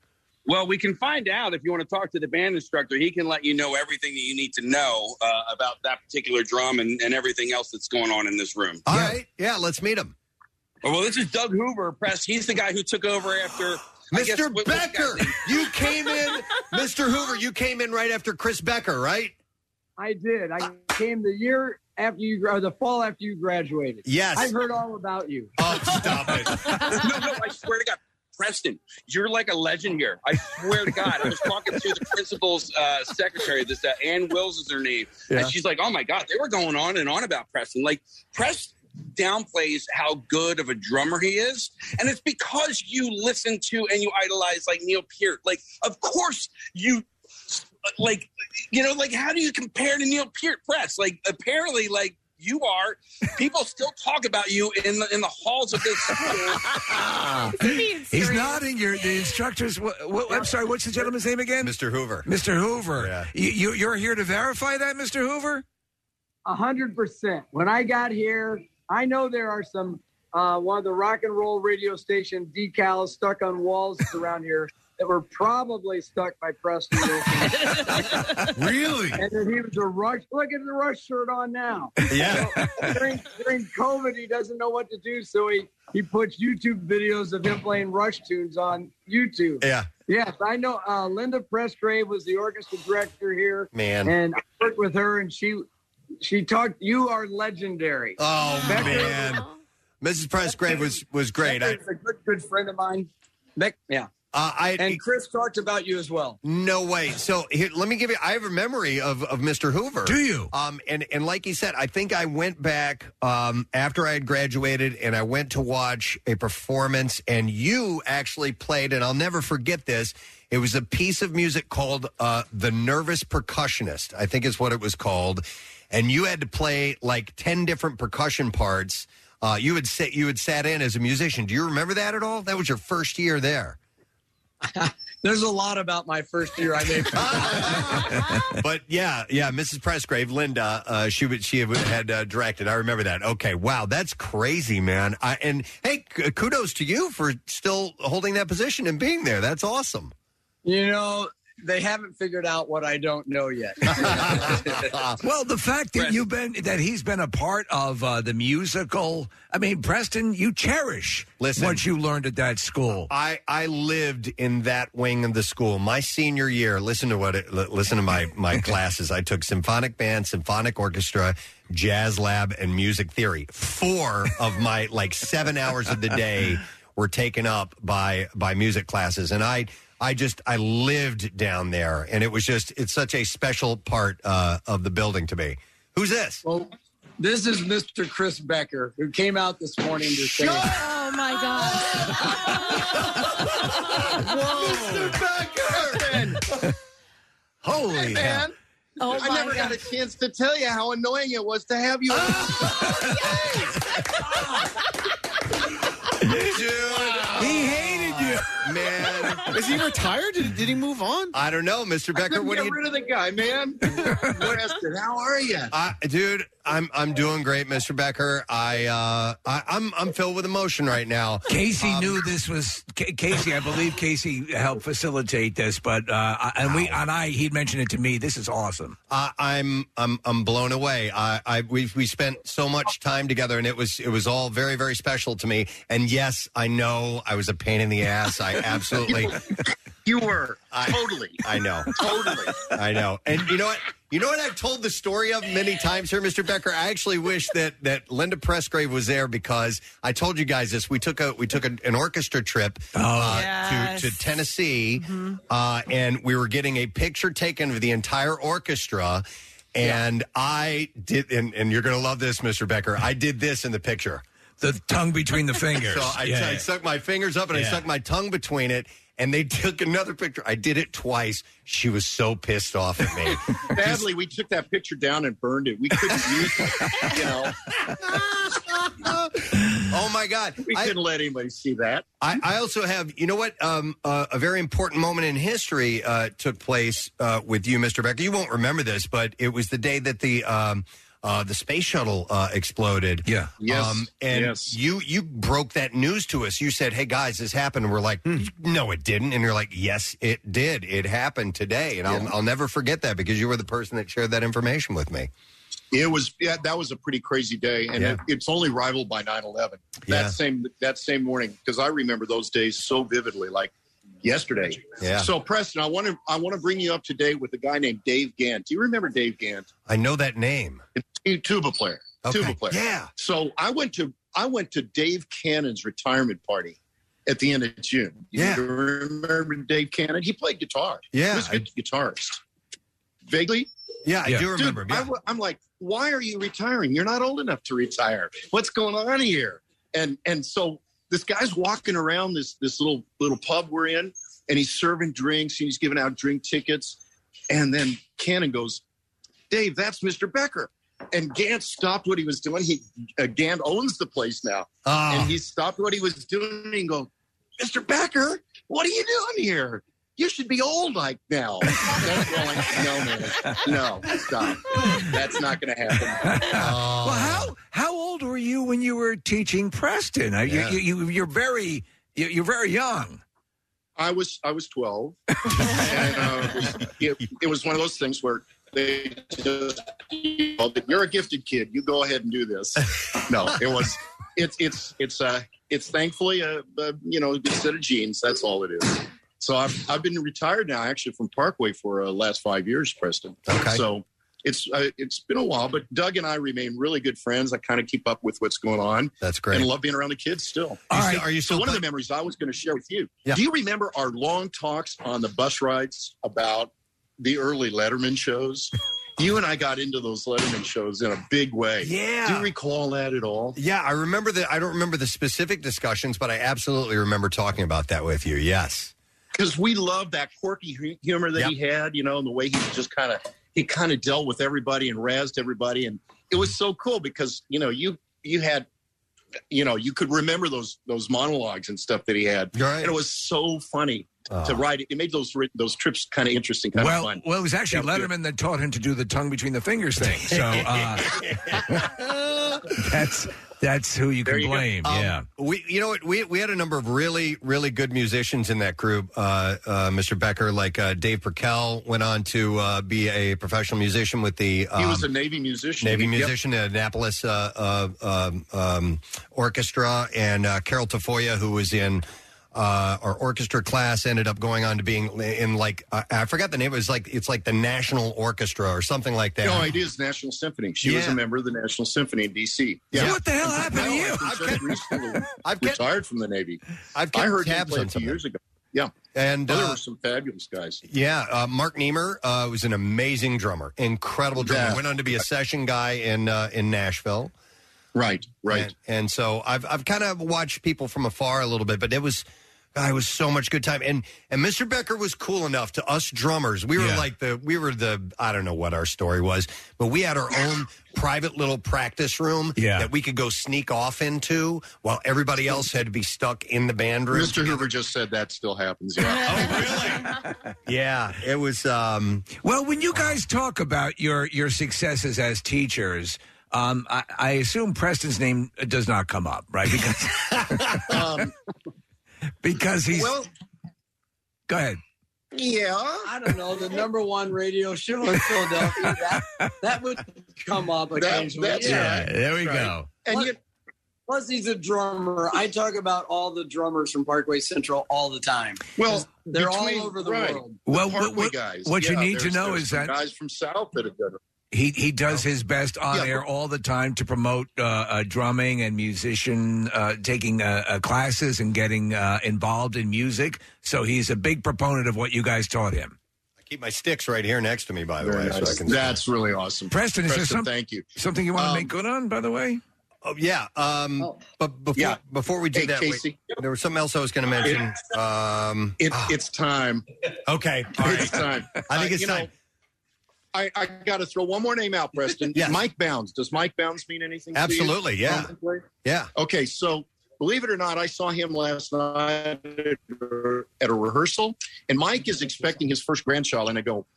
Well, we can find out if you want to talk to the band instructor. He can let you know everything that you need to know uh, about that particular drum and, and everything else that's going on in this room.
All right, yeah, let's meet him.
Oh, Well, this is Doug Hoover, press. He's the guy who took over after I guess,
Mr.
what- what's the
Becker,
guy's name?
you came in, Mr. Hoover, you came in right after Chris Becker, right?
I did. I came the year after you, or the fall after you graduated.
Yes.
I've heard all about you.
Oh, no, no, I swear to God, Preston, you're like a legend here. I swear to God, I was talking to the principal's uh, secretary. This uh, Ann Wills is her name,
Yeah.
and she's like, "Oh my God, they were going on and on about Preston. Like Press downplays how good of a drummer he is, and it's because you listen to and you idolize like Neil Peart. Like, of course you like you know like how do you compare to neil peart press like apparently like you are people still talk about you in the in the halls of this school
He's nodding. Your the instructors. What, what, I'm sorry. What's the gentleman's name again? Mr. Hoover. Mr. Hoover. You, you you're here to verify that, Mr. Hoover.
A hundred percent. When I got here, I know there are some uh, one of the rock and roll radio station decals stuck on walls around here that were probably stuck by Preston.
really?
And then he was a rush. Look at the rush shirt on now.
Yeah.
during, during COVID, he doesn't know what to do, so he he puts YouTube videos of him playing Rush tunes on YouTube.
Yeah.
Yes, I know. Uh, Linda Presgrave was the orchestra director here,
Man.
and I worked with her, and she she talked. You are legendary.
Oh
Becker-
man, Mrs. Presgrave was was great. I,
Becker's a good good friend of mine. Beck, yeah.
uh, I
and Chris talked about you as well.
No way. So here, let me give you. I have a memory of, of Mr. Hoover. Do you? Um, and and like he said, I think I went back um, after I had graduated, and I went to watch a performance, and you actually played, and I'll never forget this. It was a piece of music called uh, "The Nervous Percussionist," I think is what it was called, and you had to play like ten different percussion parts. Uh, you had sit, you had sat in as a musician. Do you remember that at all? That was your first year there.
There's a lot about my first year I made.
but yeah, yeah, Mrs. Presgrave, Linda, uh, she would she would- had uh, directed. I remember that. Okay, wow, that's crazy, man. I, and hey, k- kudos to you for still holding that position and being there. That's awesome.
You know, they haven't figured out what I don't know yet.
well, the fact that you've been that he's been a part of uh, the musical. I mean, Preston, you cherish
Listen.
what you learned at that school.
I I lived in that wing of the school. My senior year, listen to what it, li- listen to my my classes. I took symphonic band, symphonic orchestra, jazz lab, and music theory. Four of my like seven hours of the day were taken up by by music classes, and I. I just I lived down there, and it was just it's such a special part uh, of the building to me. Who's this?
Well, this is Mr. Chris Becker, who came out this morning to say,
Oh my god.
Holy
hey, man.
Oh,
I
my
never got a
gosh.
chance to tell you how annoying it was to have you.
Ah. Dude, he hated you, man.
Is he
retired? Did, he move on? I don't know, Mr. Becker.
Couldn't
What do
get
you
rid of the guy, man. Preston, how are you?
I, dude, I'm I'm doing great, Mr. Becker. I uh I, I'm I'm filled with emotion right now. Um,
Casey knew this was Ca Casey. I believe Casey helped facilitate this, but uh, I- and we and I he mentioned it to me. This is awesome.
I, I'm I'm I'm blown away. I, I we we spent so much time together, and it was it was all very very special to me. And yes, I know I was a pain in the ass. I absolutely
You were
I-
totally,
I know
totally.
I know. And you know what? You know what I've told the story of many times here, Mr. Becker. I actually wish that that Linda Presgrave was there because I told you guys this. We took a we took a, an orchestra trip
Oh,
uh,
Yes.
to to Tennessee,
Mm-hmm.
uh, and we were getting a picture taken of the entire orchestra. And I did, and, and you're going to love this, Mr. Becker. I did this in the picture.
The tongue between the fingers.
So I,
Yeah.
I stuck my fingers up and
Yeah.
I stuck my tongue between it, and they took another picture. I did it twice. She was so pissed off at me.
Sadly, we took that picture down and burned it. We couldn't use it. You know,
oh my God!
we couldn't let anybody see that.
I, I also have, you know what? Um, uh, a very important moment in history uh, took place uh, with you, Mr. Becker. You won't remember this, but it was the day that the um, uh, the space shuttle uh, exploded. Yeah.
Yes.
and you you broke that news to us. You said, "Hey guys, this happened." And we're like,
Hmm.
"No, it didn't." And you're like, "Yes, it did. It happened today." And I'll I'll never forget that because you were the person that shared that information with me.
It was yeah, that was a pretty crazy day, and
Yeah.
it, it's only rivaled by 9-11. That
Yeah.
same that same morning, because I remember those days so vividly, like yesterday.
Yeah.
So Preston, I want to I want to bring you up to date with a guy named Dave Gant. Do you remember Dave Gant?
I know that name.
He's a tuba player.
Okay,
Tuba player.
yeah.
So I went to I went to Dave Cannon's retirement party at the end of June. You
Yeah.
remember Dave Cannon? He played guitar.
Yeah,
He was a good guitarist. Vaguely?
Yeah, I do
Dude,
remember him, yeah.
I w- I'm like, why are you retiring? You're not old enough to retire. What's going on here? And and so this guy's walking around this this little little pub we're in, and he's serving drinks and he's giving out drink tickets. And then Cannon goes, Dave, that's Mr. Becker. And Gant stopped what he was doing. He uh, Gant owns the place now,
Ah.
and he stopped what he was doing and go, Mr. Becker, what are you doing here? You should be old like now. That's all I- no, man, no, stop. That's not going to happen.
Uh, Well, how how old were you when you were teaching Preston? Uh, you-
Yeah.
You, you, you're very you, you're very young.
I was I was twelve, and uh, it, was, it, it was one of those things where they just well, you're a gifted kid. You go ahead and do this. No, it was it's it's it's uh it's thankfully a, a you know a set of genes. That's all it is. So I've I've been retired now actually from Parkway for uh, last five years, Preston. Okay. So it's uh, it's been a while, but Doug and I remain really good friends. I kind of keep up with what's going on.
That's great.
And love being around the kids still.
All right. Are you still
so one of
playing-
the memories I was going to share with you.
Yeah.
Do you remember our long talks on the bus rides about the early Letterman shows? you and I got into those Letterman shows in a big way.
Yeah.
Do you recall that at all?
Yeah, I remember the. I don't remember the specific discussions, but I absolutely remember talking about that with you. Yes.
because we love that quirky hu- humor that he had, you know, and the way he just kind of he kind of dealt with everybody and razzed everybody, and it was so cool because you know you you had you know you could remember those those monologues and stuff that he had, and it was so funny to write. it. It made those ri- those trips kind of interesting, kind
Ah. well,
of fun.
well, it was actually
Yeah,
Letterman that taught him to do the tongue between the fingers thing. So uh, that's that's who you can blame.
Um,
yeah.
we you know what we we had a number of really really good musicians in that group. Uh, uh, Mr. Becker, like uh, Dave Perkel, went on to uh, be a professional musician with the
he
um,
was a Navy musician.
Navy
Yep.
musician, the Annapolis uh, uh, um, um, Orchestra, and uh, Carol Tafoya, who was in uh, our orchestra class, ended up going on to being in like uh, I forgot the name. It was like it's like the National Orchestra or something like that.
No, it is National Symphony. She was
Yeah.
a member of the National Symphony in D.C.
So
Yeah.
what the hell happened to you?
I've just recently retired from the Navy.
I've
I
kept
heard him
tabs
play
on
a few
some of
years ago. Yeah,
and
Oh, there
uh,
were some fabulous guys.
Yeah, uh, Mark Niemer uh, was an amazing drummer, incredible drummer.
Yeah.
Went on to be a session guy in uh, in Nashville.
Right, right.
And, and so I've I've kind of watched people from afar a little bit, but it was God, it was so much good time. And and Mr. Becker was cool enough to us drummers. We were like the we were the I don't know what our story was, but we had our own private little practice room
Yeah.
that we could go sneak off into while everybody else had to be stuck in the band room.
Mr. Hoover just said that still happens. Yeah.
Yeah, it was. Um,
well, when you guys talk about your your successes as teachers, um, I, I assume Preston's name does not come up, right? Because because he's
Well-
go ahead.
Yeah. I don't know. The number one radio show in Philadelphia. That, that would come up
That-
occasionally.
that's Yeah, right. there we That's right. go.
And plus, plus, he's a drummer. I talk about all the drummers from Parkway Central all the time.
Well,
they're
Oh, between-
all over the
right.
world.
The
Well, what-
Parkway
what-
guys.
what you
Yeah,
need to
there's-
know
there's
is
some
that-
guys from South that have done it.
He he does his best on
Yeah,
air
but-
all the time to promote uh, uh, drumming and musician uh, taking uh, uh, classes and getting uh, involved in music. So he's a big proponent of what you guys taught him.
I keep my sticks right here next to me, by the
Very
way, so I
nice.
can.
That's really awesome.
Preston, is there some-
thank you. Um,
Something you want to make good on, by the way?
Oh yeah. Um, But before
Yeah.
before we do
Hey,
that, wait,
Casey.
there was something else I was going to mention. Um,
It, It's time.
okay,
It's time.
I think
Uh,
it's
you know,
time.
I, I got to throw one more name out, Preston.
Yes.
Mike Bounds. Does Mike Bounds mean anything? to you?
Absolutely, yeah.
Probably.
Yeah.
Okay, so believe it or not, I saw him last night at a rehearsal, and Mike is expecting his first grandchild, and I go,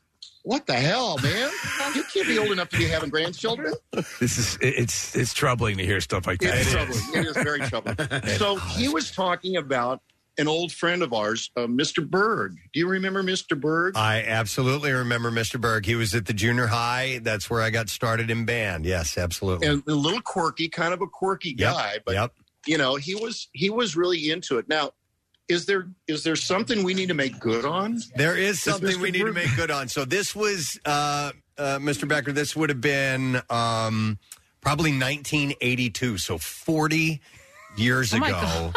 "What the hell, man? you can't be old enough to be having grandchildren."
This is it- it's it's troubling to hear stuff like that.
It's troubling. It is very troubling. so he was talking about an old friend of ours, uh, Mr. Berg. Do you remember Mr. Berg?
I absolutely remember Mr. Berg. He was at the junior high. That's where I got started in band. Yes, absolutely.
and a little quirky, kind of a quirky
Yep,
guy, but
yep.
you know, he was he was really into it. Now, is there is there something we need to make good on?
There is
Is
something we
Mr.
need to
Berg-
make good on. So this was, uh, uh, Mr. Becker, this would have been um, probably 1982, so 40 years
Oh, my
ago.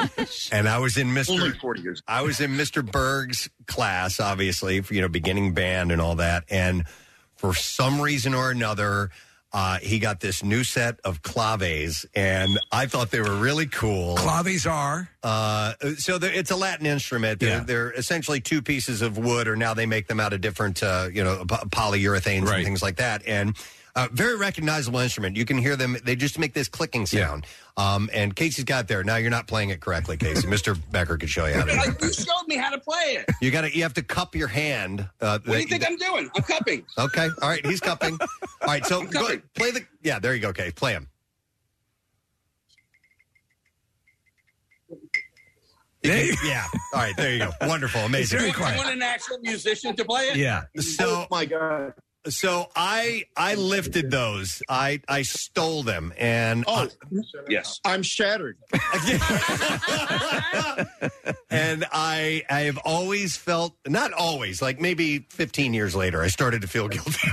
And I was in Mr.
Only 40 years.
I was in Mr. Berg's class, obviously, for, you know, beginning band and all that. And for some reason or another, Uh, he got this new set of claves, and I thought they were really cool.
Claves are
uh, so they're- it's a Latin instrument. They're, they're essentially two pieces of wood, or now they make them out of different, uh, you know, po- polyurethanes and things like that. And uh, very recognizable instrument. You can hear them. They just make this clicking sound. Um, and Casey's got there. Now you're not playing it correctly, Casey. Mister Becker could show you how to.
Like, you showed me how to play it.
You got to. You have to cup your hand. Uh,
What do you think I'm doing? I'm cupping.
Okay. All right. He's cupping. All right. So go, play the. Yeah. There you go. Okay. Play him. yeah. All right. There you go. Wonderful. Amazing.
You want- You want an actual musician to play it?
Yeah. So Oh my god. So I I lifted those. I I stole them and
Oh,
yes.
I'm shattered.
and I I have always felt not always like maybe 15 years later I started to feel guilty.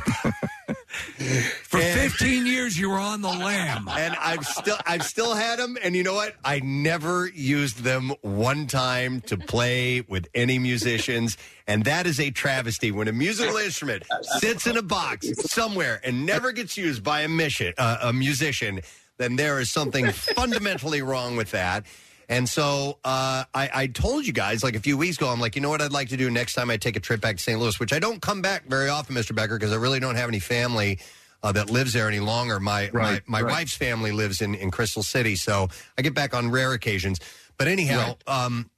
For
15 years you were on the lamb.
And I've still I've still had them and you know what? I never used them one time to play with any musicians and that is a travesty when a musical instrument sits in a box somewhere and never gets used by a mission uh, a musician then there is something fundamentally wrong with that. And so uh, I, I told you guys like a few weeks ago, I'm like, you know what I'd like to do next time I take a trip back to St. Louis, which I don't come back very often, Mr. Becker, because I really don't have any family uh, that lives there any longer. My
Right,
my, my
right.
wife's family lives in, in Crystal City, so I get back on rare occasions. But anyhow, um,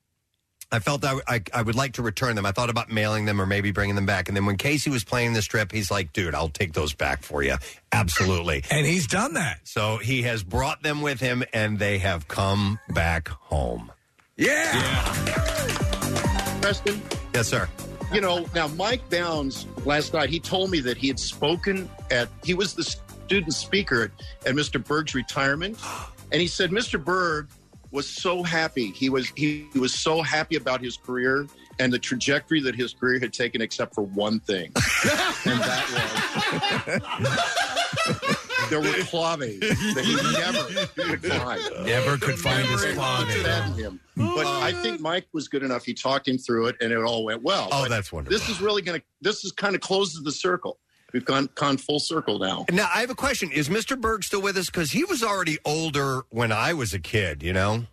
I felt I, I, I would like to return them. I thought about mailing them or maybe bringing them back. And then when Casey was playing this trip, he's like, dude, I'll take those back for you. Absolutely.
and he's done that.
So he has brought them with him and they have come back home.
Yeah.
Preston,
Yes, sir.
you know, now Mike Downs last night, he told me that he had spoken at, he was the student speaker at, at Mr. Berg's retirement. And he said Mr. Berg was so happy. He was, he was so happy about his career and the trajectory that his career had taken, except for one thing. and that was. There were claves that he never could find.
Never could find his
clave. Him. But I think Mike was good enough. He talked him through it, and it all went well.
Oh,
But
that's wonderful.
This is really going to. This is kind of closes the circle. We've gone gone full circle now.
Now, I have a question. Is Mr. Berg still with us? Because he was already older when I was a kid, you know?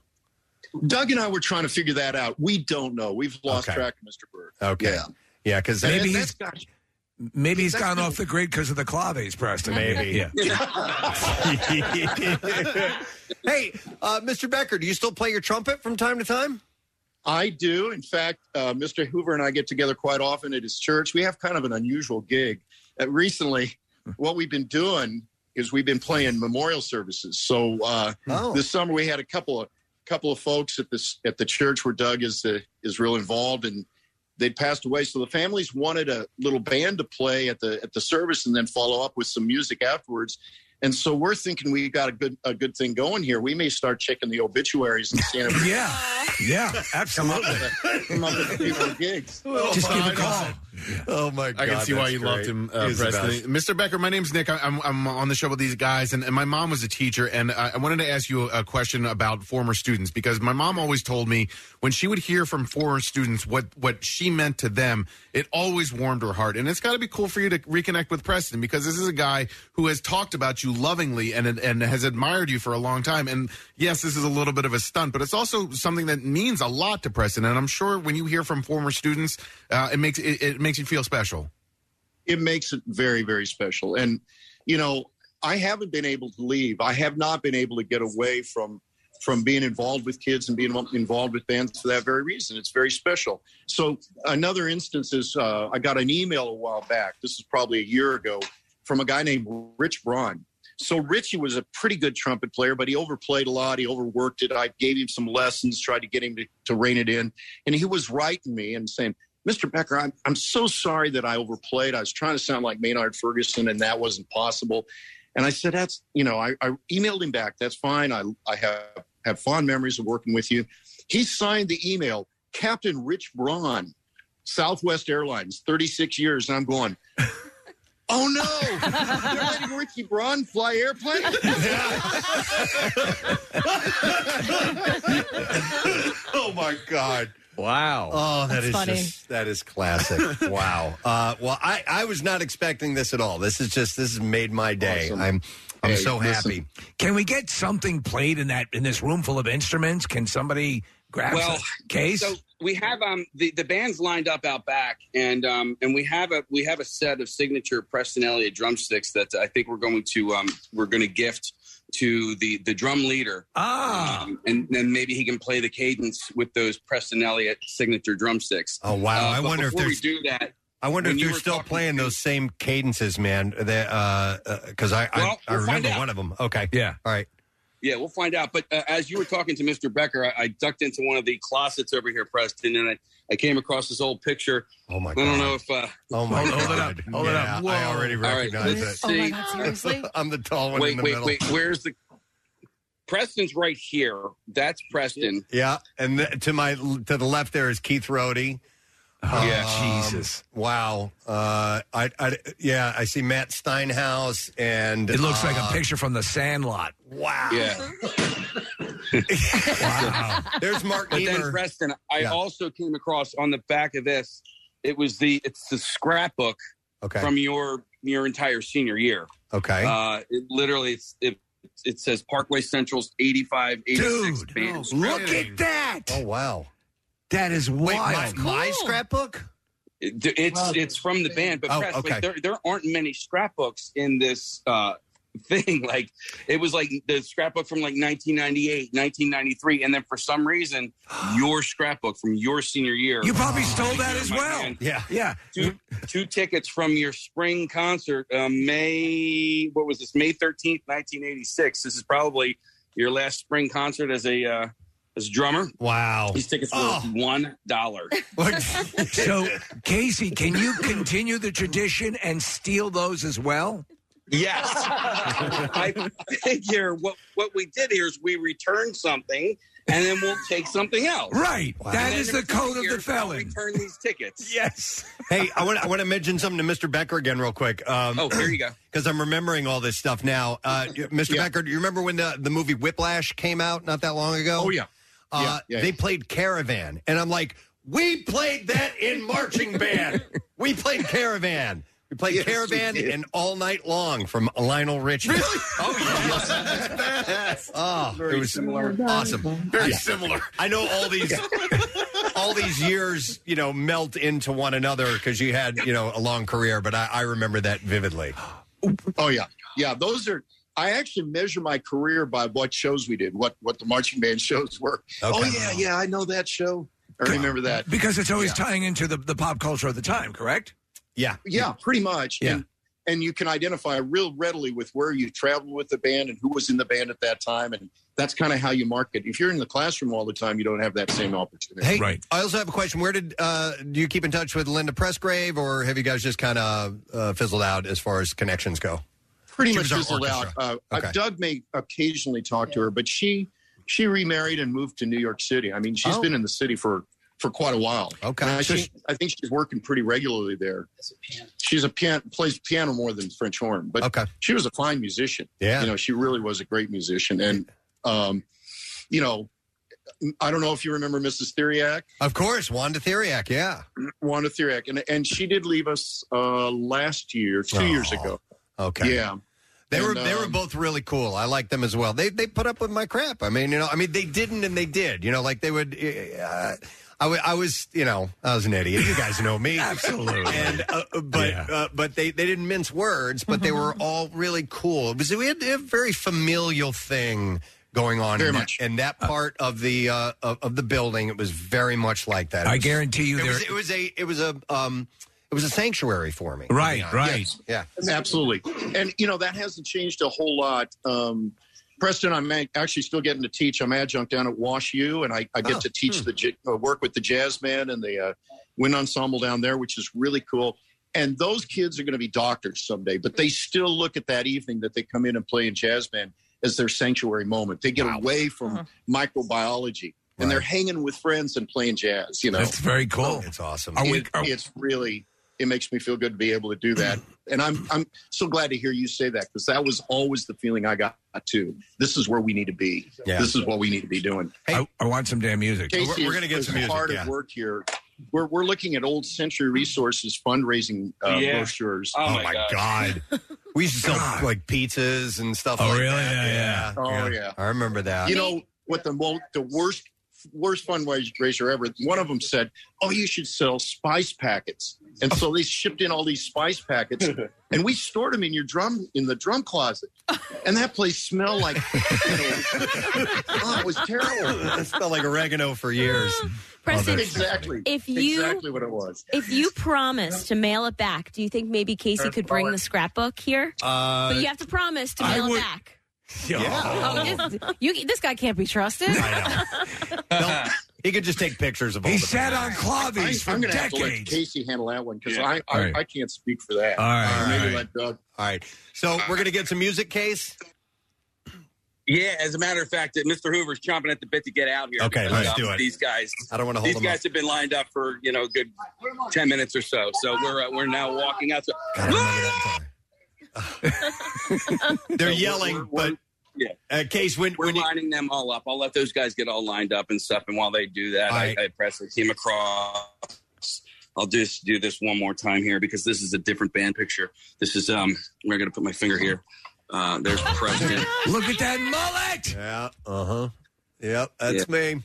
Doug and I were trying to figure that out. We don't know. We've lost
Okay.
track of Mr. Bird.
Okay. Yeah, because
And
Maybe
that's
he's
got-
maybe he's
That's
gone
been-
off the grid because of the claves, Preston.
Maybe.
Yeah.
hey, uh, Mr. Becker, do you still play your trumpet from time to time?
I do. In fact, uh, Mr. Hoover and I get together quite often at his church. We have kind of an unusual gig. Uh, recently,
Hmm.
what we've been doing is we've been playing memorial services. So uh,
Oh.
this summer we had a couple of couple of folks at this at the church where Doug is uh, is real involved, and they'd passed away. So the families wanted a little band to play at the at the service, and then follow up with some music afterwards. And so we're thinking we got a good a good thing going here. We may start checking the obituaries and seeing if
yeah. Yeah, absolutely.
come up with a few more gigs.
Just give a call.
Oh my god!
I can see why you loved him, uh, Preston. Mr. Becker, my name's Nick. I- I'm, I'm on the show with these guys, and, and my mom was a teacher, and I, I wanted to ask you a, a question about former students because my mom always told me when she would hear from former students what what she meant to them, it always warmed her heart. And it's got to be cool for you to reconnect with Preston because this is a guy who has talked about you lovingly and and has admired you for a long time. And yes, this is a little bit of a stunt, but it's also something that means a lot to Preston. And I'm sure when you hear from former students, uh, it makes it, it makes you feel special.
it makes it very very special and you know i haven't been able to leave i have not been able to get away from from being involved with kids and being involved with bands for that very reason it's very special so another instance is uh, i got an email a while back this is probably a year ago from a guy named rich braun so richie was a pretty good trumpet player but he overplayed a lot he overworked it i gave him some lessons tried to get him to, to rein it in and he was writing me and saying Mr. Becker, I'm, I'm so sorry that I overplayed. I was trying to sound like Maynard Ferguson, and that wasn't possible. And I said, That's, you know, I, I emailed him back. That's fine. I, I have, have fond memories of working with you. He signed the email, Captain Rich Braun, Southwest Airlines, 36 years. And I'm going, Oh no! They're letting Richie Braun fly airplanes.
oh my god! Wow. Oh, that That's is funny. just- that is classic. wow. Uh, well, I, I was not expecting this at all. This is just this has made my day. I'm I'm
Hey,
so
listen.
happy.
Can we get something played in that in this room full of instruments? Can somebody grab
well,
some case?
So we have um the, the band's lined up out back, and um and we have a we have a set of signature Preston Elliott drumsticks that I think we're going to um we're going to gift to the the drum leader.
Ah,
um, and then maybe he can play the cadence with those Preston Elliott signature drumsticks. Uh,
Oh, wow. I
but
wonder if
before
there's-
we do that.
I wonder
when
if
you
you're
were
still playing those same cadences, man. That because I I,
Well,
I
we'll find
remember
out.
one of them. Okay.
Yeah.
All right.
Yeah, we'll find out. But uh, as you were talking to Mr. Becker, I, I ducked into one of the closets over here, Preston, and I, I came across this old picture.
Oh my!
I don't
God.
know if. Uh,
Oh my
Hold-
god!
hold it up. Hold it
yeah,
up. Whoa.
I already
All right,
recognize it.
let's Oh my see. God, seriously?
I'm the tall one
wait,
in the
wait,
middle.
wait. Where's the? Preston's right here. That's Preston.
Yeah, and th- to my to the left there is Keith Rohde. Um,
Yeah.
Oh, Jesus!
Wow. Uh, I, I yeah, I see Matt Steinhaus, and
It looks like
uh,
a picture from The Sandlot.
Wow.
Yeah.
There's Mark
But
Niebuhr.
then Preston, I
Yeah.
also came across on the back of this. It was the it's the scrapbook
Okay.
from your your entire senior year.
Okay.
Uh, it literally it's, it it says Parkway Central's 85, 86 band.
Look at that!
Oh wow,
that is wild.
my scrapbook.
It- It's it's from the band, but
Oh,
Press,
okay.
like, there there aren't many scrapbooks in this uh, thing. Like it was like the scrapbook from like 1998, 1993, and then for some reason, your scrapbook from your senior year.
You probably stole that as
My
well.
band.
Yeah,
yeah.
Two, two tickets from your spring concert, uh, May what was this? May thirteenth, nineteen eighty six. This is probably your last spring concert as a uh, as a drummer.
Wow,
these tickets were
Oh.
one dollar.
so, Casey, can you continue the tradition and steal those as well?
Yes. I figure what what we did here is we returned something and then we'll take something else.
Right.
Wow. That
And then
is
in
the
a few
code of the
years, I'll
felon.
Return these tickets.
Yes.
hey, I want I want to mention something to Mr. Becker again, real quick. Um,
Oh, here you go.
Because I'm remembering all this stuff now. Uh, Mr. Becker, do you remember when the, the movie Whiplash came out not that long ago? Oh yeah. Uh,
Yeah, yeah,
they
yeah.
played Caravan, and I'm like, we played that in marching band. we played Caravan. We played
Yes, we
Caravan
did.
and All Night Long from Lionel Richie. Really?
Yes.
Oh,
Very
it was
similar.
Awesome.
Very
I-
similar.
I know all these all these years, you know, melt into one another because you had, you know, a long career, but I, I remember that vividly.
Oh yeah, yeah. Those are. I actually measure my career by what shows we did, what what the marching band shows were. Oh
Okay.
yeah, yeah. I know that show. I remember that
Because it's always
Yeah.
tying into the, the pop culture of the time, correct?
Yeah.
Yeah, pretty much.
Yeah.
And, and you can identify real readily with where you traveled with the band and who was in the band at that time. And that's kind of how you market. If you're in the classroom all the time, you don't have that same opportunity.
Hey, I also have a question. Where did uh, do you keep in touch with Linda Pressgrave, or have you guys just kind of uh, fizzled out as far as connections go?
pretty
She
much
was our
fizzled out.
orchestra.
Uh, uh,
Okay.
Doug may occasionally talk to her, but she she remarried and moved to New York City. I mean, she's
Oh.
been in the city for for quite a while.
Okay.
And I,
So
think- I think she's working pretty regularly there. She's a pian- plays piano more than French horn, but
Okay.
she was a fine musician.
Yeah.
you know, she really was a great musician, and um, you know, I don't know if you remember Mrs. Theriak.
Of course, Uh, Wanda Theriak. Yeah.
Wanda Theriak, and and she did leave us uh, last year, two years
Oh,
ago.
Okay.
Yeah.
They were
And,
they were
um,
both really cool. I like them as well. They they put up with my crap. I mean, you know, I mean they didn't and they did. You know, like they would. Uh, I wa- I was, you know, I was an idiot. You guys know me,
absolutely.
And uh, uh, but uh, but they, they didn't mince words. But they were all really cool. It was we had a very familial thing going on
Very
in,
much.
That, in that part of the uh, of, of the building. It was very much like that. It
I
was-
guarantee you
It
there-
was, it was a it was a um it was a sanctuary for me. to be
Right,
honest.
right.
Yeah.
Absolutely. And, you know, that hasn't changed a whole lot. Um, Preston, I'm ac- actually still getting to teach. I'm adjunct down at Wash U, and I, I get
Oh,
to teach the j- uh, work with the jazz band and the uh, wind ensemble down there, which is really cool. And those kids are going to be doctors someday, but they still look at that evening that they come in and play in jazz band as their sanctuary moment. They get away from microbiology and they're hanging with friends and playing jazz. You know,
That's very cool.
It's awesome.
Are we-
It-
are-
it's really it makes me feel good to be able to do that And I'm I'm so glad to hear you say that because that was always the feeling I got too. This is where we need to be.
Yeah.
This is what we need to be doing.
I, I want some damn music.
Casey is- is hard at work here. We're, we're looking at old Century Resources fundraising uh,
Yeah.
brochures.
Oh, my god. we used to sell like pizzas and stuff.
Oh,
like
really?
That.
Yeah, yeah. Oh, yeah.
I remember that.
You know what the mo- the worst worst fundraiser ever. One of them said, "Oh, you should sell spice packets," and so they shipped in all these spice packets, and we stored them in your drum in the drum closet, and that place smelled like you know, oh, it was terrible.
it smelled like oregano for years.
Preston,
exactly.
if you-
exactly what it was.
If you promise to mail it back, do you think maybe Casey could bring the scrapbook here?
Uh,
but you have to promise to
I
mail
would-
it back.
Oh, this, you, this guy can't be trusted.
He could just take pictures of all He the sat on
clavies
for
I'm gonna Have to let
decades.
Casey handle that one because
Yeah.
I, I,
All right.
I can't speak for that.
All right,
Or maybe
all right.
let Doug.
All right. So we're gonna get some music, Case.
Yeah, as a matter of fact, that Mr. Hoover's chomping at the bit to get out here.
Okay,
because,
let's
um,
do it.
These guys.
I don't wanna hold
These
them
guys
up.
have been lined up for you know a good ten minutes or so. So we're uh, we're now walking out. So,
They're
So we're-
yelling,
we're- we're-
but
yeah.
uh, Case, when
we're lining them all up, I'll let those guys get all lined up and stuff. And while they do that,
All right.
I, I press the team across. I'll just do this one more time here because this is a different band picture. This is um, where I got to put my finger here. Uh, there's Preston.
Look at that mullet. Yeah. Uh huh. Yep. That's me.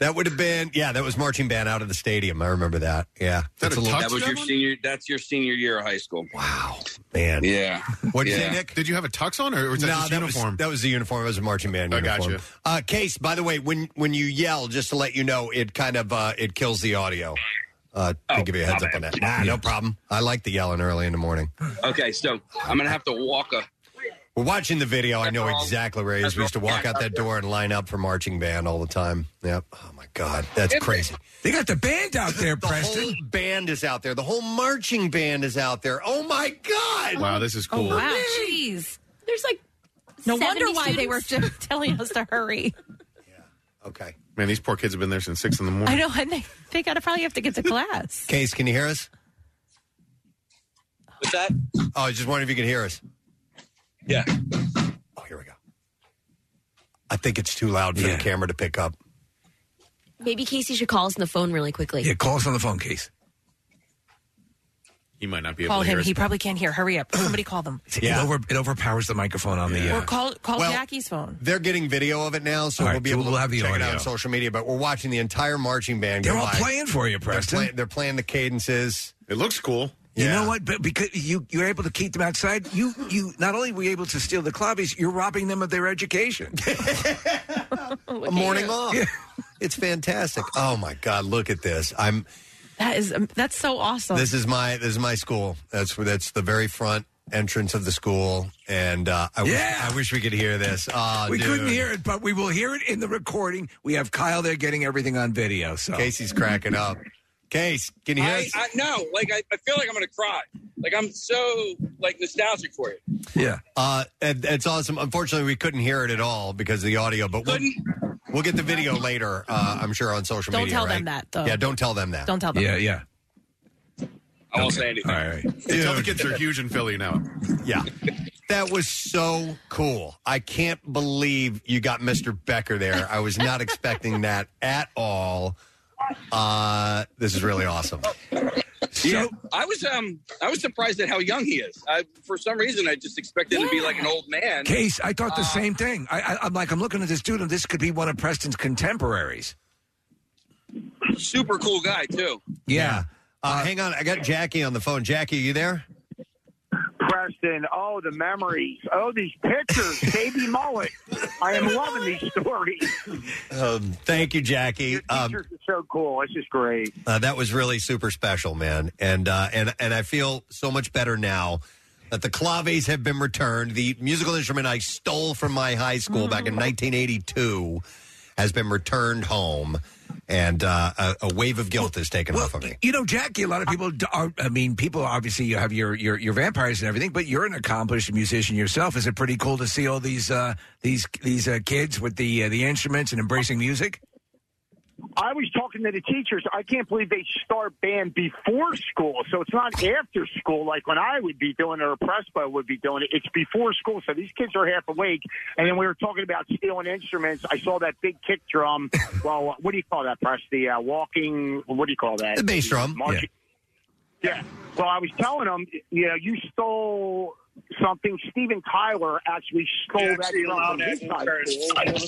That would have been yeah. That was marching band out of the stadium. I remember that. Yeah. That's
that was your senior. That's your senior year of high school.
Wow, man.
Yeah.
What did you say,
Yeah.
Nick? Did you have a tux on, or
was that just
that
uniform?
Was, that was the uniform. It was a marching band
I
uniform.
gotcha.
Uh, Case, by the way, when when you yell, just to let you know, it kind of uh, it kills the audio. Uh, to give you a heads
Oh, my
up on
bad.
that. Nah, no problem. I like the yelling early in the morning.
Okay, so I'm gonna have to walk a.
We're watching the video. I know exactly where he is. We used to walk out that door and line up for marching band all the time. Yep. Oh my God, that's crazy.
They got the band out there,
The
Preston.
whole band is out there. The whole marching band is out there. Oh my God!
Wow, this is cool.
Oh, wow, jeez.
There's like
no
70
wonder why they were just telling us to hurry.
Okay.
Man, these poor kids have been there since six in the morning.
I know, and they, they got to probably have to get to class.
Case, can you hear us?
What's that?
Oh, I was just wondering if you could hear us.
Yeah.
Oh, here we go. I think it's too loud for the camera to pick up.
Maybe Casey should call us on the phone really quickly.
Yeah, call us on the phone, Case.
He might not be
Call him. He probably can't hear. Hurry up. Somebody call them.
It, over, it overpowers the microphone on the.
Or
Uh,
call call
Well,
Jackie's phone.
They're getting video of it now, so
All right,
we'll be
so
able
we'll
to
have the
check it out
audio.
on social media. But we're watching the entire marching band.
They're
go
all
by.
playing for you,
They're
Preston.
play- They're, playing the cadences.
It looks cool.
you know what? But because you you're able to keep them outside, you you not only were you able to steal the clavies, you're robbing them of their education.
A morning off. It's fantastic. Oh my God! Look at this. I'm.
That is um, that's so awesome.
This is my this is my school. That's where that's the very front entrance of the school, and uh, I
Yeah.
wish I wish we could hear this. Oh,
we
dude.
couldn't hear it, but we will hear it in the recording. We have Kyle there getting everything on video. So
Casey's cracking up. Case, can you hear
I,
us?
I no, like I, I feel like I'm gonna cry. Like I'm so like nostalgic for it.
Yeah.
Uh, and, it's awesome. Unfortunately, we couldn't hear it at all because of the audio, but we'll, we'll get the video later, uh, I'm sure, on social
Don't
media.
tell
right?
them that, though.
Yeah, don't tell them that.
Don't tell them. Yeah,
yeah.
I won't say anything.
All right.
The Tell the kids they're huge in Philly now.
Yeah. That was so cool. I can't believe you got Mr. Becker there. I was not expecting that at all. Uh, this is really awesome.
yeah, I was um I was surprised at how young he is. I for some reason I just expected him to be like an old man.
Case, I thought the
Ah.
Uh,
same thing. I, I, I'm like, I'm looking at this dude, and this could be one of Preston's contemporaries.
Super cool guy too.
Yeah.
Uh, hang on. I got Jackie on the phone. Jackie, are you there?
Preston, oh, the memories. Oh, these pictures. Baby mullet. I am loving these stories.
Um, thank you, Jackie. Um,
Pictures are so cool. It's just great.
Uh, that was really super special, man, and uh, and and I feel so much better now that the claves have been returned. The musical instrument I stole from my high school back
Mm.
in 1982 has been returned home, and uh, a, a wave of guilt is taken off of me.
You know, Jackie, a lot of people d- are, I mean, people obviously you have your, your, your vampires and everything, but you're an accomplished musician yourself. Is it pretty cool to see all these, uh, these, these, uh, kids with the, uh, the instruments and embracing music?
I was talking to the teachers. I can't believe they start band before school. So it's not after school like when I would be doing it or Prespa would be doing it. It's before school. So these kids are half awake. And then we were talking about stealing instruments. I saw that big kick drum. Well, what do you call that, Press? The uh, walking, what do you call that?
The bass drum.
Marching- yeah. Well, I was telling them, you know, you stole something. Steven Tyler actually stole that drum
uh,
from his side.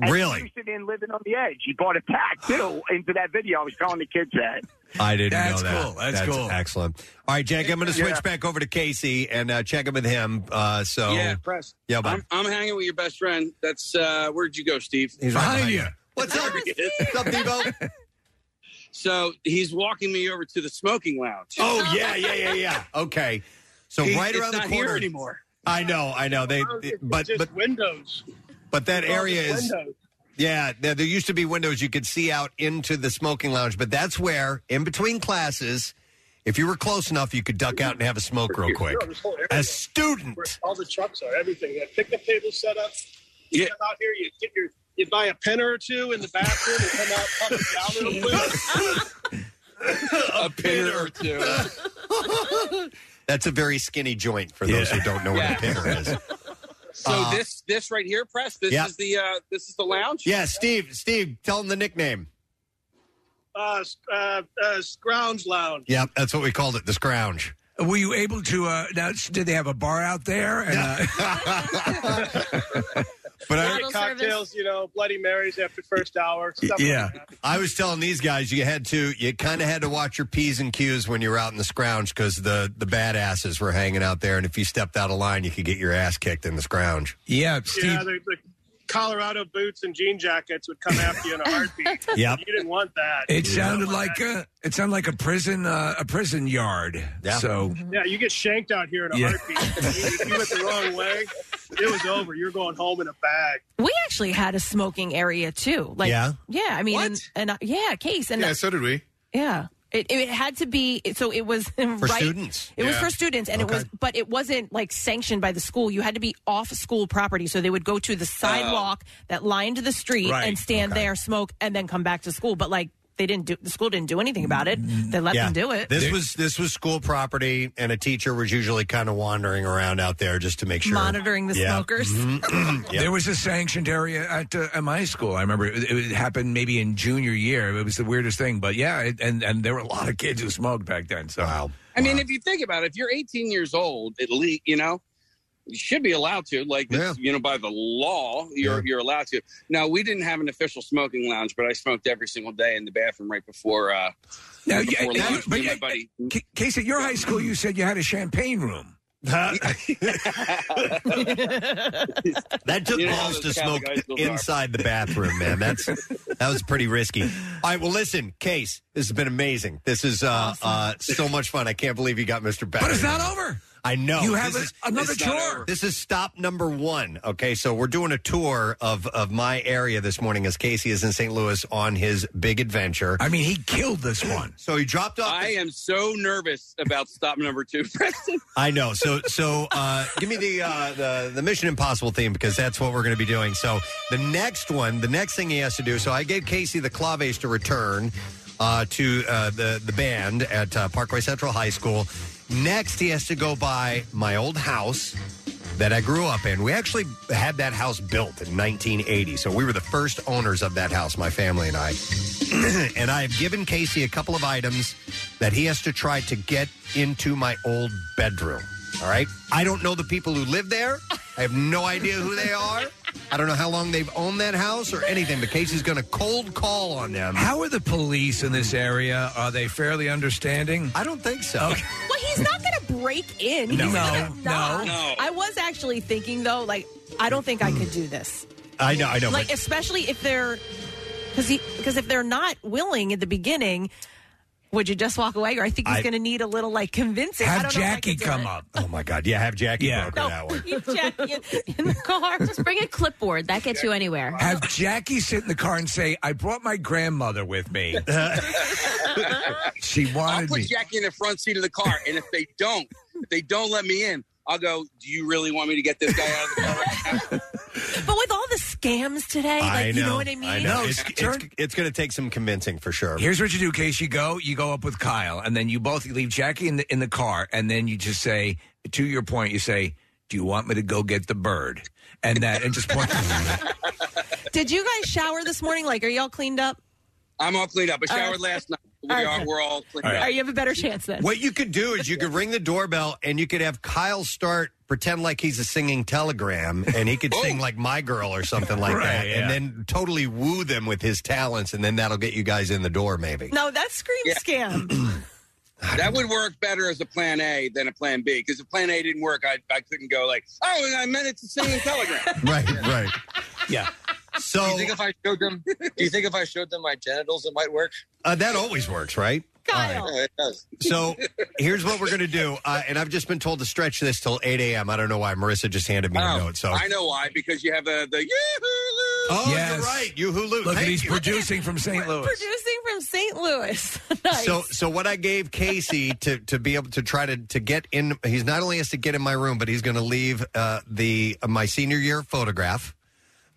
And
Really?
He used it in Living on the Edge. He bought a pack, too, into that video. I was telling the kids that.
I didn't
That's
know that.
cool. That's cool.
Excellent. All right, Jack. I'm going to switch
Yeah.
back over to Casey and uh, check in with him. Uh, so
yeah, press.
Yeah, bud.
I'm, I'm hanging with your best friend. That's uh, where'd you go, Steve?
He's right behind you.
What's up? What's
up, Devo?
so he's walking me over to the smoking lounge.
Oh yeah, yeah, yeah, yeah. Okay. So
He-
right
it's
around
not
the corner
here anymore.
I know, I know. They, they- but but
windows.
But that area is yeah. There, there used to be windows you could see out into the smoking lounge, but that's where in between classes, if you were close enough, you could duck out and have a smoke real quick. A student.
all the trucks are, everything. You have picnic tables set up. You
Yeah.
come out here, you get your, you buy a pen or two in the bathroom, and come out, pump it down real quick.
a pin or two.
That's a very skinny joint for those who don't know what a pinner is.
So
Uh,
this this right here, press. This
yeah.
is the uh, this is the lounge.
Yeah, Steve. Steve, tell them the nickname.
Uh, s- uh, uh, Scrounge Lounge.
Yeah, that's what we called it, the scrounge.
Were you able to? Uh, now, s- did they have a bar out there? And, uh,
But I-
Great cocktails, you know, Bloody Marys after first hour. Stuff
Yeah.
Like that.
I was telling these guys you had to you kind of had to watch your p's and q's when you were out in the scrounge because the the badasses were hanging out there, and if you stepped out of line, you could get your ass kicked in the scrounge.
yeah,
Yeah, the, the Colorado boots and jean jackets would come after you in a heartbeat.
Yep.
You didn't want that.
it
You
sounded
didn't want
like a it sounded like a prison uh, a prison yard.
that.
So
yeah, you get shanked out here in a
uh, Yeah.
heartbeat. if you went the wrong way, it was over. You're going home in a bag.
We actually had a smoking area too. Like,
Yeah?
I mean, and, and uh, yeah, case and
yeah, so did we.
yeah. It, it had to be so it was for right,
students.
It was
Yeah.
for students, and
Okay.
it was, but it wasn't like sanctioned by the school. You had to be off school property, so they would go to the sidewalk that lined the street
Right.
and stand there, smoke, and then come back to school. But like they didn't do, the school didn't do anything about it. They let them do it.
Mm-hmm. This was this was school property, and a teacher was usually kind of wandering around out there just to make sure
Monitoring the smokers.
Mhm. Yeah.
There was a sanctioned area at, uh, at my school. I remember it, it happened maybe in junior year. It was the weirdest thing, but yeah, it, and and there were a lot of kids who smoked back then. So
I mean, if you think about it, if you're 18 years old, at least you know you should be allowed to. Like, that's you know, by the law, you're you're allowed to. Now, we didn't have an official smoking lounge, but I smoked every single day in the bathroom right before. uh
Now,
before
yeah,
lunch.
but
Me and
yeah,
my buddy.
Ca- Case, at your high school, you said you had a champagne room.
That took
You know how
balls to
those Catholic
smoke
high schools are.
inside the bathroom, man. That's that was pretty risky. All right, well, listen, Case, this has been amazing. This is uh, uh, so much fun. I can't believe you got Mr. Beck.
But it's not over.
I know.
You have
This
a- another
this is not
chore.
over. This is stop number one. Okay, so we're doing a tour of of my area this morning as Casey is in St. Louis on his big adventure.
I mean, he killed this one.
So he dropped off.
I am so nervous about stop number two, Preston.
I know. So so uh, give me the, uh, the the Mission Impossible theme because that's what we're going to be doing. So the next one, the next thing he has to do. So I gave Casey the claves to return uh, to uh, the the band at uh, Parkway Central High School. Next, he has to go by my old house that I grew up in. We actually had that house built in 1980, so we were the first owners of that house, my family and I. and I have given Casey a couple of items that he has to try to get into my old bedroom. All right? I don't know the people who live there. I have no idea who they are. I don't know how long they've owned that house or anything, but Casey's going to cold call on them.
How are the police in this area? Are they fairly understanding?
I don't think so.
Well, he's not going to break in.
No,
He's
no,
gonna
no.
knock.
No.
I was actually thinking though, like I don't think I could do this.
I know, I know.
like
but-
especially if they're because because if they're not willing at the beginning, would you just walk away? Or I think he's
I-
going to need a little like convincing. I
Have
don't know if I
Jackie
could do
come
it.
up. oh my God. Yeah, have Jackie broker
No,
that one.
you Jackie in, in the car.
Just bring a clipboard. That gets you anywhere.
Have Jackie sit in the car and say, "I brought my grandmother with me. she
I'll
wanted
put
me."
Jackie in the front seat of the car, and if they don't, if they don't let me in, I'll go. Do you really want me to get this guy out of the car?
But with all the scams today? Like, you know what I mean?
know. It's, it's, it's going to take some convincing for sure.
Here's what you do, Case. You go, you go up with Kyle, and then you both leave Jackie in the in the car, and then you just say, to your point, you say, "Do you want me to go get the bird?" And that, and just point.
Did you guys shower this morning? Like, are y'all cleaned up?
I'm all cleaned up. I showered
Uh,
last night. We are,
okay.
we're all cleaned
All
up.
right, you have a better chance then.
What you could do is you could ring the doorbell and you could have Kyle start pretend like he's a singing telegram and he could
Oh.
sing like My Girl or something like that and then totally woo them with his talents and then that'll get you guys in the door maybe.
No, that's scream scam.
That would work better as a plan A than a plan B because if plan A didn't work, I, I couldn't go like, oh, I meant it to sing in Telegram.
right, right. Yeah. So
do you think if I showed them, do you think if I showed them my genitals, it might work?
Uh, that always works, right? All right.
Yeah, it does.
So here's what we're going to do. Uh, and I've just been told to stretch this till 8 a.m. I don't know why. Marissa just handed me a note. So
Oh, I know why because you have the the.
Oh,
Yes.
you're right. You Hulu.
Look,
Thank
he's
you.
producing from St.
Producing from St. Louis. nice.
So, so what I gave Casey to to be able to try to to get in, he's not only has to get in my room, but he's going to leave uh, the uh, my senior year photograph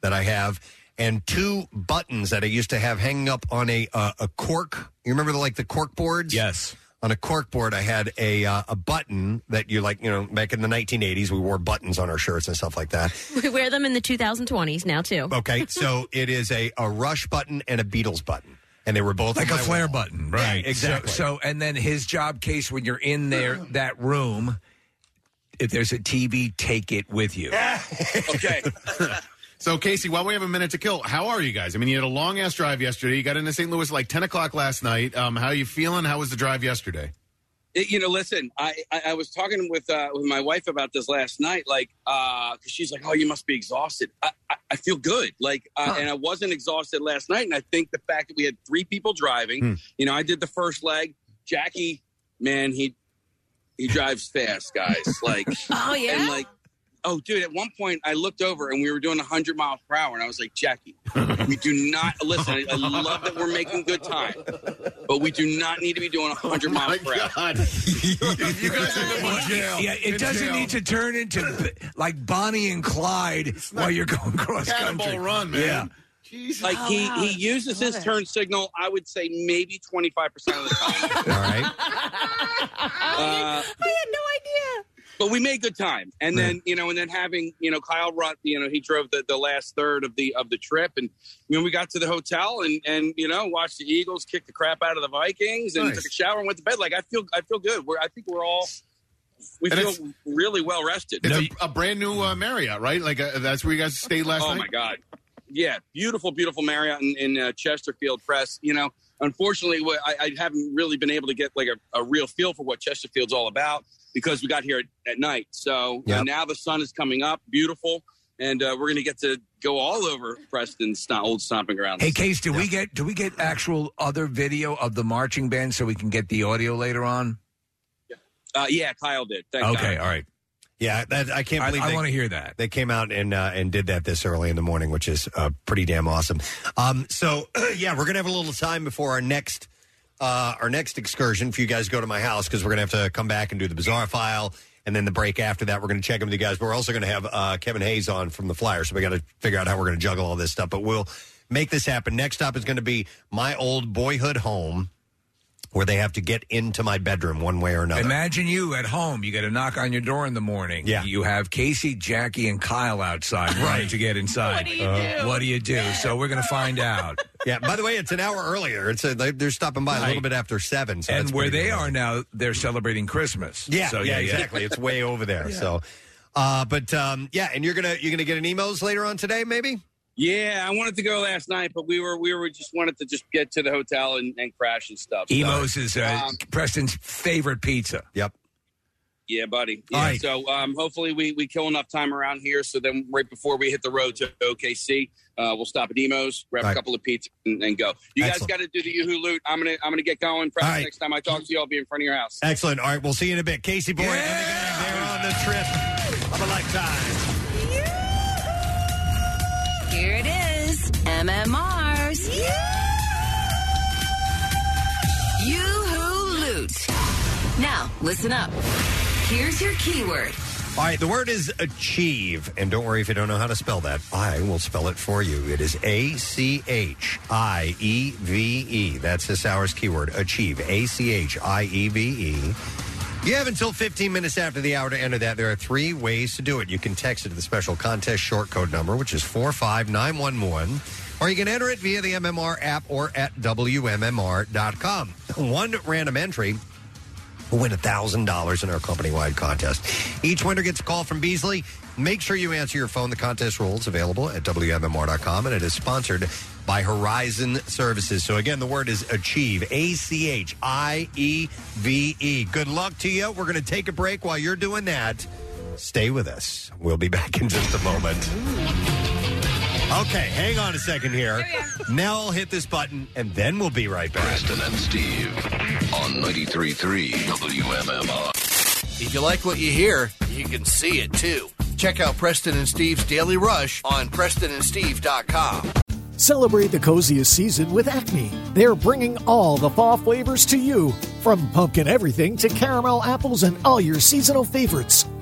that I have and two buttons that I used to have hanging up on a uh, a cork. You remember the, like the cork boards? Yes. On a cork board, I had a uh, a button that you like. You know, back in the 1980s, we wore buttons on our shirts and stuff like that.
We wear them in the 2020s now too.
Oh.
Okay, so it is a a rush button and a Beatles button, and they were both
like
on
a
my
flare
wall.
button, right?
Yeah, exactly.
So, so- and then his job case when you're in there that room, if there's a TV, take it with you.
okay.
so, Casey, while we have a minute to kill, how are you guys? I mean, you had a long ass drive yesterday. You got into St. Louis at like 10 o'clock last night. Um, how you feeling? How was the drive yesterday?
It- you know, listen, I, I, I was talking with uh, with my wife about this last night. Like, uh 'cause she's like, "Oh, you must be exhausted." I, I, I feel good. Like, uh, and I wasn't exhausted last night. And I think the fact that we had three people driving.
Hmm.
You know, I did the first leg. Jackie, man, he he drives fast, guys. Like,
Oh, yeah?
and like, oh, dude. At one point, I looked over and we were doing hundred miles per hour, and I was like, Jackie, we do not listen. I, I love that we're making good time, but we do not need to be doing
Oh
hundred miles per hour.
Yeah, it doesn't need to turn into b- like Bonnie and Clyde while you're going cross country.
Cannonball Run, man.
Yeah.
Like
Oh,
he,
wow.
he uses
Love
his
it.
turn signal, I would say maybe twenty five percent of the time.
All right.
Uh,
I had no idea.
but we made good time, and then you know, and then having you know Kyle Rutt, you know, he drove the, the last third of the of the trip, and when we got to the hotel, and and you know, watched the Eagles kick the crap out of the Vikings, and
Nice.
took a shower and went to bed. Like I feel I feel good. We're I think we're all we
And
feel really well rested.
It's a, a brand new uh, Marriott, right? Like uh, that's where you guys stayed last
oh
night.
my god yeah beautiful beautiful marriott in, in uh, chesterfield press you know unfortunately what I, I haven't really been able to get like a, a real feel for what chesterfield's all about because we got here at, at night so uh,
Yep.
now the sun is coming up beautiful and uh, we're going to get to go all over preston's sto- old stomping grounds
Hey, Case, do we get do we get actual other video of the marching band so we can get the audio later on?
uh, yeah kyle did Thank
okay,
God.
all right.
Yeah, that, I can't
I-
believe
I
they-
wanna hear that.
They came out and uh, and did that this early in the morning, which is uh, pretty damn awesome. Um, so yeah, we're gonna have a little time before our next uh, our next excursion for you guys to go to my house because we're gonna have to come back and do the bizarre file. And then the break after that, we're going to check in with you guys. But we're also going to have uh, Kevin Hayes on from the Flyers, so we got to figure out how we're going to juggle all this stuff. But we'll make this happen. Next stop is going to be my old boyhood home, where they have to get into my bedroom one way or another.
Uh, Imagine you at home. You got a knock on your door in the morning. Yeah. You have Casey, Jackie, and Kyle outside right. to get inside. What do you do? What do you do? So we're going to find out.
yeah. By the way, it's an hour earlier. It's a, they- they're stopping by a little
Right.
bit after seven. So
and
that's
where
pretty
they
good.
are now, they're celebrating Christmas.
Yeah,
So,
yeah, exactly. It's way over there. So, uh, but um, yeah, and you're gonna you're gonna get an emails later on today, maybe.
yeah i wanted to go last night but we were we were just wanted to just get to the hotel and, and crash and stuff So,
Emos is uh,
um,
Preston's favorite pizza.
Yep.
Yeah, buddy. Yeah.
right.
So um, hopefully we, we kill enough time around here. So then right before we hit the road to OKC, uh, we'll stop at Emo's, grab
All
a
right.
couple of pizzas, and, and go. You guys got to do the Yoohoo loot. I'm gonna I'm gonna get going. Perhaps Next time I talk to you, I'll be in front of your house.
Excellent. All right, we'll see you in a bit, Casey Boy. They're on the trip of a lifetime.
Here it is MMR's Yoo-hoo Loot. Now, listen up. Here's your keyword
All right, the word is achieve. And don't worry if you don't know how to spell that. I will spell it for you. It is A C H I E V E. That's this hour's keyword achieve. A C H I E V E. You have until 15 minutes after the hour to enter that. There are three ways to do it. You can text it to the special contest short code number, which is 45911, or you can enter it via the MMR app or at WMMR.com. One random entry will win $1,000 in our company wide contest. Each winner gets a call from Beasley. Make sure you answer your phone. The contest rules available at WMMR.com, and it is sponsored by Horizon Services. So, again, the word is achieve A C H I E V E. Good luck to you. We're going to take a break while you're doing that. Stay with us. We'll be back in just a moment. Okay, hang on a second here. Now I'll hit this button, and then we'll be right back.
Preston and Steve on 93.3 WMMR.
If you like what you hear, you can see it too. Check out Preston and Steve's Daily Rush on PrestonandSteve.com.
Celebrate the coziest season with Acme. They're bringing all the fall flavors to you, from pumpkin everything to caramel apples and all your seasonal favorites.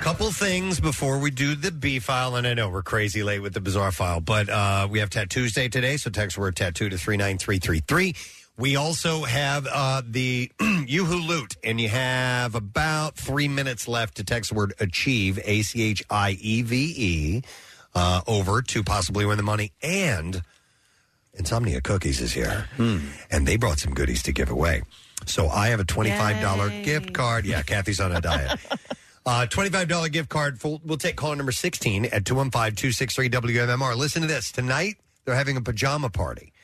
Couple things before we do the B file, and I know we're crazy late with the bizarre file, but uh, we have Tattoos Day today, so text word tattoo to three nine three three three. We also have uh, the Yoo-Hoo Loot, and you have about three minutes left to text the word achieve A C H I E V E uh, over to possibly win the money. And Insomnia Cookies is here, Mm-hmm. and they brought some goodies to give away. So I have a twenty-five dollar gift card. Yeah, Kathy's on a diet. Uh, $25 gift card. For, we'll take caller number 16 at 215 263 WMMR. Listen to this. Tonight, they're having a pajama party.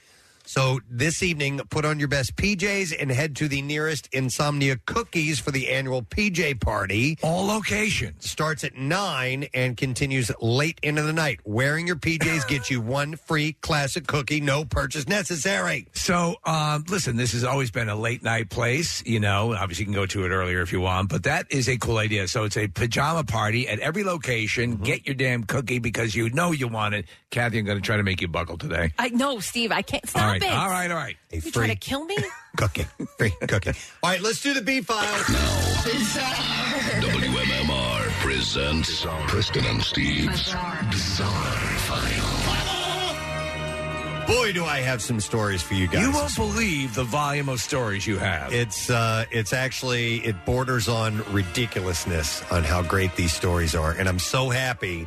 So this evening, put on your best PJs and head to the nearest Insomnia Cookies for the annual PJ party.
All locations.
Starts at 9 and continues late into the night. Wearing your PJs gets you one free classic cookie, no purchase necessary.
So, um, listen, this has always been a late night place. You know, obviously you can go to it earlier if you want, but that is a cool idea. So it's a pajama party at every location. Get your damn cookie because you know you want it. Kathy, I'm going to try to make you buckle today.
I no, Steve. I can't stop
all right,
it.
all right, all right.
You trying to kill me?
Cookie. Free cookie. All right, let's do the B file.
WMMR presents Preston and Steve's Bizarre File.
Boy, do I have some stories for you guys.
You won't believe the volume of stories you have.
It's uh, it's actually it borders on ridiculousness on how great these stories are, and I'm so happy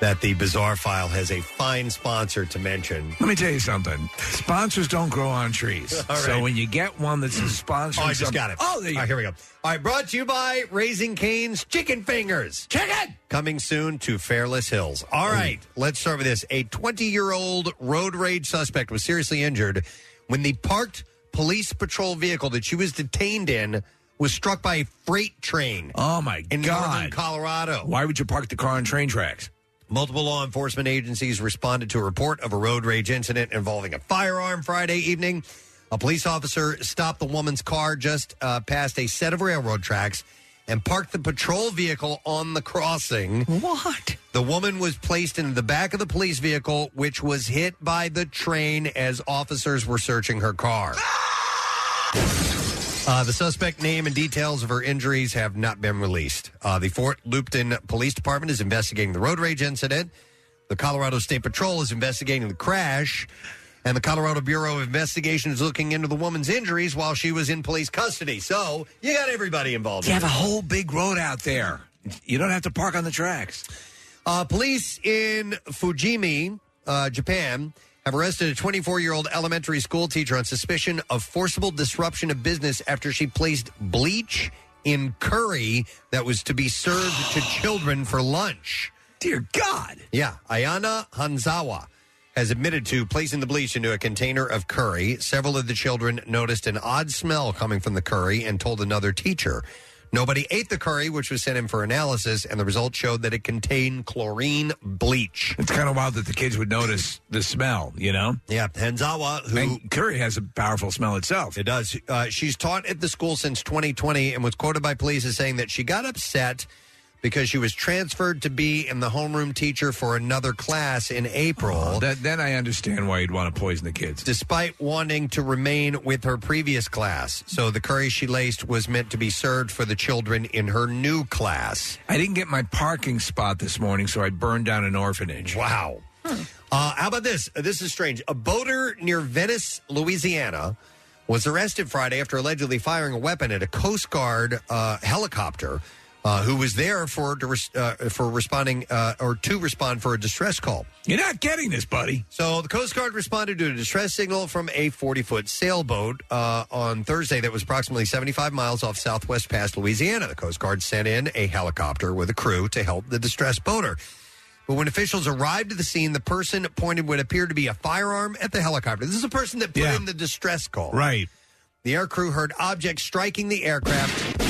that the Bizarre File has a fine sponsor to mention.
Let me tell you something. Sponsors don't grow on trees.
All
So
right.
when you get one that's a sponsor,
Oh, I just got it.
Oh, there you
All right, here we go. All right, brought to you by Raising Cane's Chicken Fingers.
Chicken!
Coming soon to Fairless Hills. All right, let's start with this. A 20 year old road rage suspect was seriously injured when the parked police patrol vehicle that she was detained in was struck by a freight train.
Oh, my
in
God.
Northern Colorado.
Why would you park the car on train tracks?
Multiple law enforcement agencies responded to a report of a road rage incident involving a firearm Friday evening. A police officer stopped the woman's car just uh, past a set of railroad tracks and parked the patrol vehicle on the crossing.
What?
The woman was placed into the back of the police vehicle, which was hit by the train as officers were searching her car. Uh, the suspect name and details of her injuries have not been released. Uh, the Fort Lupton Police Department is investigating the road rage incident. The Colorado State Patrol is investigating the crash. And the Colorado Bureau of Investigation is looking into the woman's injuries while she was in police custody. So you got everybody involved.
You have a whole big road out there. You don't have to park on the tracks.
Uh, police in Fujimi, uh, Japan, have arrested a 24 year old elementary school teacher on suspicion of forcible disruption of business after she placed bleach in curry that was to be served to children for lunch.
Dear God.
Yeah. Ayana Hanzawa has admitted to placing the bleach into a container of curry. Several of the children noticed an odd smell coming from the curry and told another teacher. Nobody ate the curry, which was sent in for analysis, and the results showed that it contained chlorine bleach.
It's kind of wild that the kids would notice the smell, you know?
Yeah, Henzawa, who.
And curry has a powerful smell itself.
It does. Uh, she's taught at the school since 2020 and was quoted by police as saying that she got upset because she was transferred to be in the homeroom teacher for another class in April.
That, then I understand why you'd want to poison the kids.
despite wanting to remain with her previous class. So the curry she laced was meant to be served for the children in her new class.
I didn't get my parking spot this morning, so I burned down an orphanage.
Wow. Uh, how about this? Uh, This is strange. A boater near Venice, Louisiana, was arrested Friday after allegedly firing a weapon at a Coast Guard uh, helicopter. Uh, who was there for to res- uh, for responding uh, or to respond for a distress call?
You're not getting this, buddy.
So the Coast Guard responded to a distress signal from a 40 foot sailboat uh, on Thursday that was approximately 75 miles off Southwest Pass, Louisiana. The Coast Guard sent in a helicopter with a crew to help the distressed boater. But when officials arrived at the scene, the person pointed what appeared to be a firearm at the helicopter. This is a person that put in the distress call.
Right.
The air crew heard objects striking the aircraft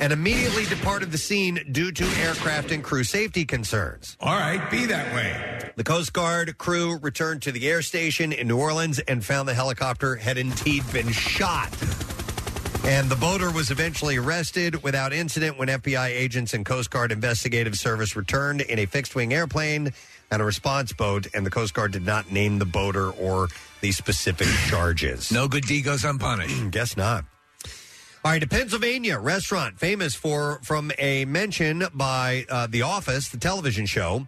and immediately departed the scene due to aircraft and crew safety concerns.
All right, be that way.
The Coast Guard crew returned to the air station in New Orleans and found the helicopter had indeed been shot. And the boater was eventually arrested without incident when FBI agents and Coast Guard investigative service returned in a fixed wing airplane and a response boat, and the Coast Guard did not name the boater or the specific charges.
No good deed goes unpunished.
Guess not. All right, a Pennsylvania restaurant famous for from a mention by uh, The Office, the television show,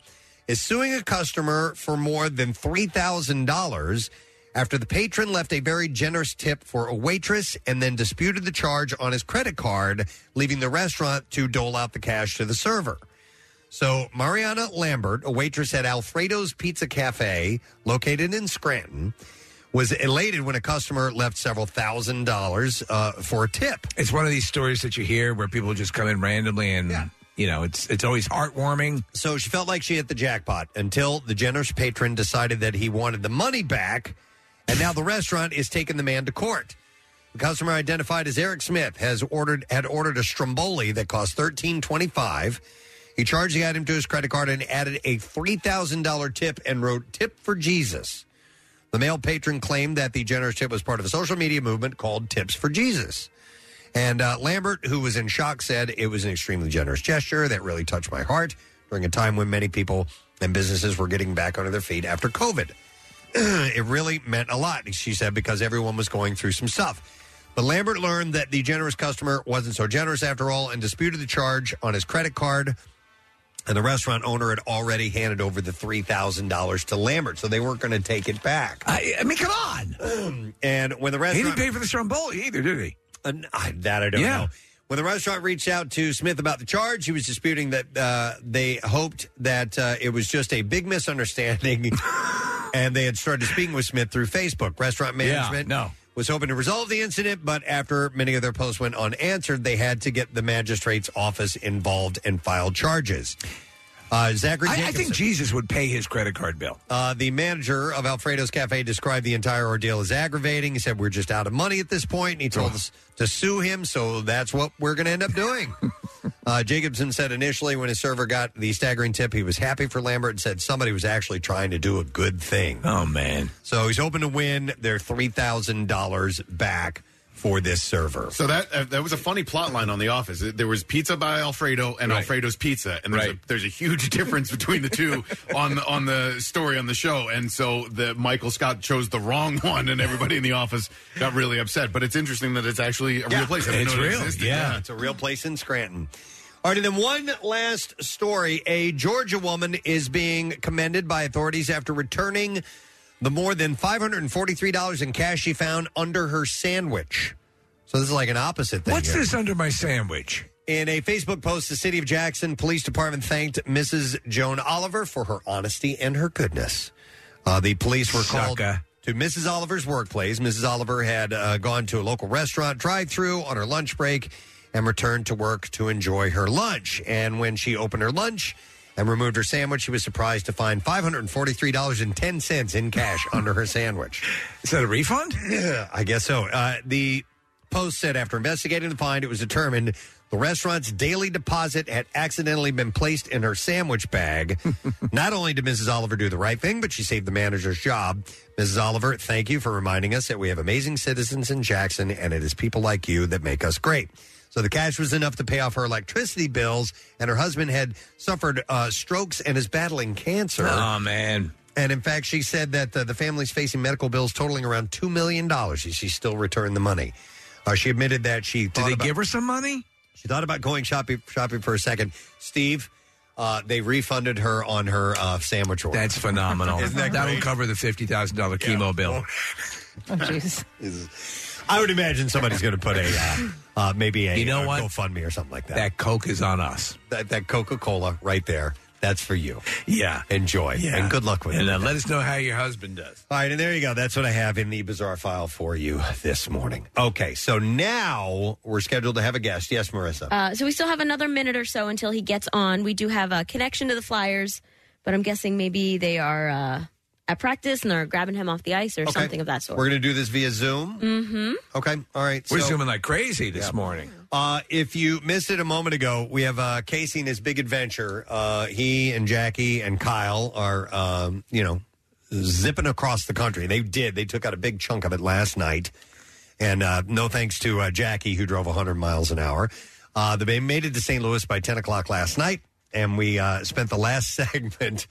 is suing a customer for more than three thousand dollars after the patron left a very generous tip for a waitress and then disputed the charge on his credit card, leaving the restaurant to dole out the cash to the server. So, Mariana Lambert, a waitress at Alfredo's Pizza Cafe, located in Scranton, was elated when a customer left several thousand dollars uh, for a tip.
It's one of these stories that you hear where people just come in randomly and, you know, it's it's always heartwarming.
So she felt like she hit the jackpot until the generous patron decided that he wanted the money back, and now the restaurant is taking the man to court. The customer identified as Eric Smith has ordered had ordered a Stromboli that cost thirteen twenty five. He charged the item to his credit card and added a three thousand dollar tip and wrote "Tip for Jesus." The male patron claimed that the generous tip was part of a social media movement called Tips for Jesus. And uh, Lambert, who was in shock, said it was an extremely generous gesture that really touched my heart during a time when many people and businesses were getting back onto their feet after COVID. it really meant a lot, she said, because everyone was going through some stuff. But Lambert learned that the generous customer wasn't so generous after all and disputed the charge on his credit card. And the restaurant owner had already handed over the $3,000 to Lambert, so they weren't going to take it back.
I, I mean, come on.
And when the
He
restaurant
didn't pay for the Stromboli either, did he?
Uh, n- I- that I don't
Yeah.
know. When the restaurant reached out to Smith about the charge, he was disputing that uh, they hoped that uh, it was just a big misunderstanding, and they had started speaking with Smith through Facebook. Restaurant
Yeah,
management
no.
was hoping to resolve the incident, but after many of their posts went unanswered, they had to get the magistrate's office involved and filed charges. Uh, Zachary,
I- I think Jesus would pay his credit card bill.
Uh, the manager of Alfredo's Cafe described the entire ordeal as aggravating. He said, "We're just out of money at this point," and he told us to sue him. So that's what we're going to end up doing. uh, Jacobson said initially, when his server got the staggering tip, he was happy for Lambert and said somebody was actually trying to do a good thing.
Oh man!
So he's hoping to win their three thousand dollars back for this server.
So that uh, that was a funny plot line on The Office. There was pizza by Alfredo and
Right.
Alfredo's pizza, and there's, a, there's a huge difference between the two on the, on the story on the show. And so the Michael Scott chose the wrong one, and everybody in the office got really upset. But it's interesting that it's actually a real place. I didn't know it existed.
it's a real place in Scranton. All right, and then one last story. A Georgia woman is being commended by authorities after returning the more than $543 in cash she found under her sandwich. So this is like an opposite thing.
What's
here.
this under my sandwich?
In a Facebook post, the City of Jackson Police Department thanked Mrs. Joan Oliver for her honesty and her goodness. Uh, the police were called to Mrs. Oliver's workplace. Mrs. Oliver had uh, gone to a local restaurant drive-through on her lunch break and returned to work to enjoy her lunch. And when she opened her lunch and removed her sandwich, she was surprised to find five hundred and forty-three dollars and ten cents in cash under her sandwich.
Is that a refund?
Yeah, I guess so. Uh, the Post said after investigating the find, it was determined The restaurant's daily deposit had accidentally been placed in her sandwich bag. Not only did Mrs. Oliver do the right thing, but she saved the manager's job. Mrs. Oliver, thank you for reminding us that we have amazing citizens in Jackson, and it is people like you that make us great. So the cash was enough to pay off her electricity bills, and her husband had suffered uh, strokes and is battling cancer.
Oh, man.
And in fact, she said that uh, the family's facing medical bills totaling around $2 million. She, she still returned the money. Uh, she admitted that she. Did
they give her some money?
She thought about going shopping, shopping for a second. Steve, uh, they refunded her on her uh, sandwich order.
That's phenomenal.
Isn't that
will
great?
cover the fifty thousand dollar chemo bill.
Oh, jeez.
I would imagine somebody's going to put a uh, uh, maybe a
You know
uh,
what?
GoFundMe or something like that.
That Coke is on us.
That that Coca Cola right there. That's for you.
Yeah.
Enjoy.
Yeah.
And good luck with
And
it.
uh, let us know how your husband does.
All right, and there you go. That's what I have in the bizarre file for you this morning. Okay, so now we're scheduled to have a guest. Yes, Marissa.
Uh, so we still have another minute or so until he gets on. We do have a connection to the Flyers, but I'm guessing maybe they are uh, at practice and they're grabbing him off the ice or something of that sort.
We're going to do this via Zoom.
mm-hmm.
Okay. All right.
We're
so-
zooming like crazy this morning.
Uh, if you missed it a moment ago, we have uh, Casey and his big adventure. Uh, he and Jackie and Kyle are, um, you know, zipping across the country. They did. They took out a big chunk of it last night. And uh, no thanks to uh, Jackie, who drove 100 miles an hour. Uh, they made it to St. Louis by 10 o'clock last night. And we uh, spent the last segment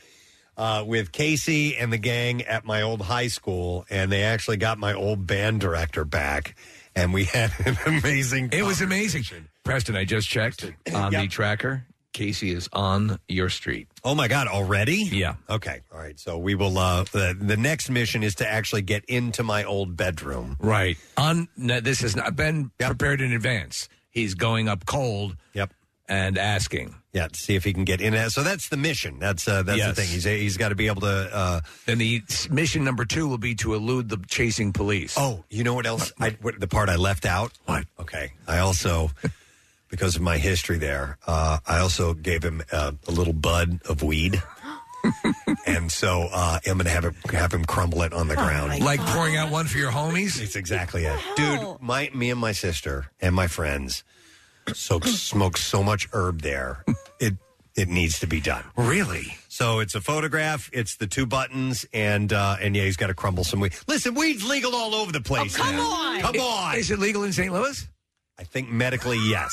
uh, with Casey and the gang at my old high school. And they actually got my old band director back. And we had an amazing.
It was amazing. Preston, I just checked on the tracker. Casey is on your street.
Oh my God! Already?
Yeah.
Okay. All right. So we will. Uh, the, the next mission is to actually get into my old bedroom.
Right. On no, this has not been prepared in advance. He's going up cold.
Yep.
And asking.
Yeah. To see if he can get in. So that's the mission. That's uh, that's
Yes.
the thing. He's he's got to be able to. Uh,
then the s- mission number two will be to elude the chasing police.
Oh, you know what else? I, what, the part I left out. What? Okay. I also, because of my history there, uh, I also gave him uh, a little bud of weed. and so uh, I'm going to have him have him crumble it on the
Oh,
ground,
like pouring out one for your homies.
It's exactly it, dude. My me and my sister and my friends so smoke so much herb there. It it needs to be done.
Really?
So it's a photograph. It's the two buttons, and uh, and yeah, he's got to crumble some weed. Listen, weed's legal all over the place.
Oh, come
now.
on.
come on.
Is it legal in St. Louis?
I think medically, yes.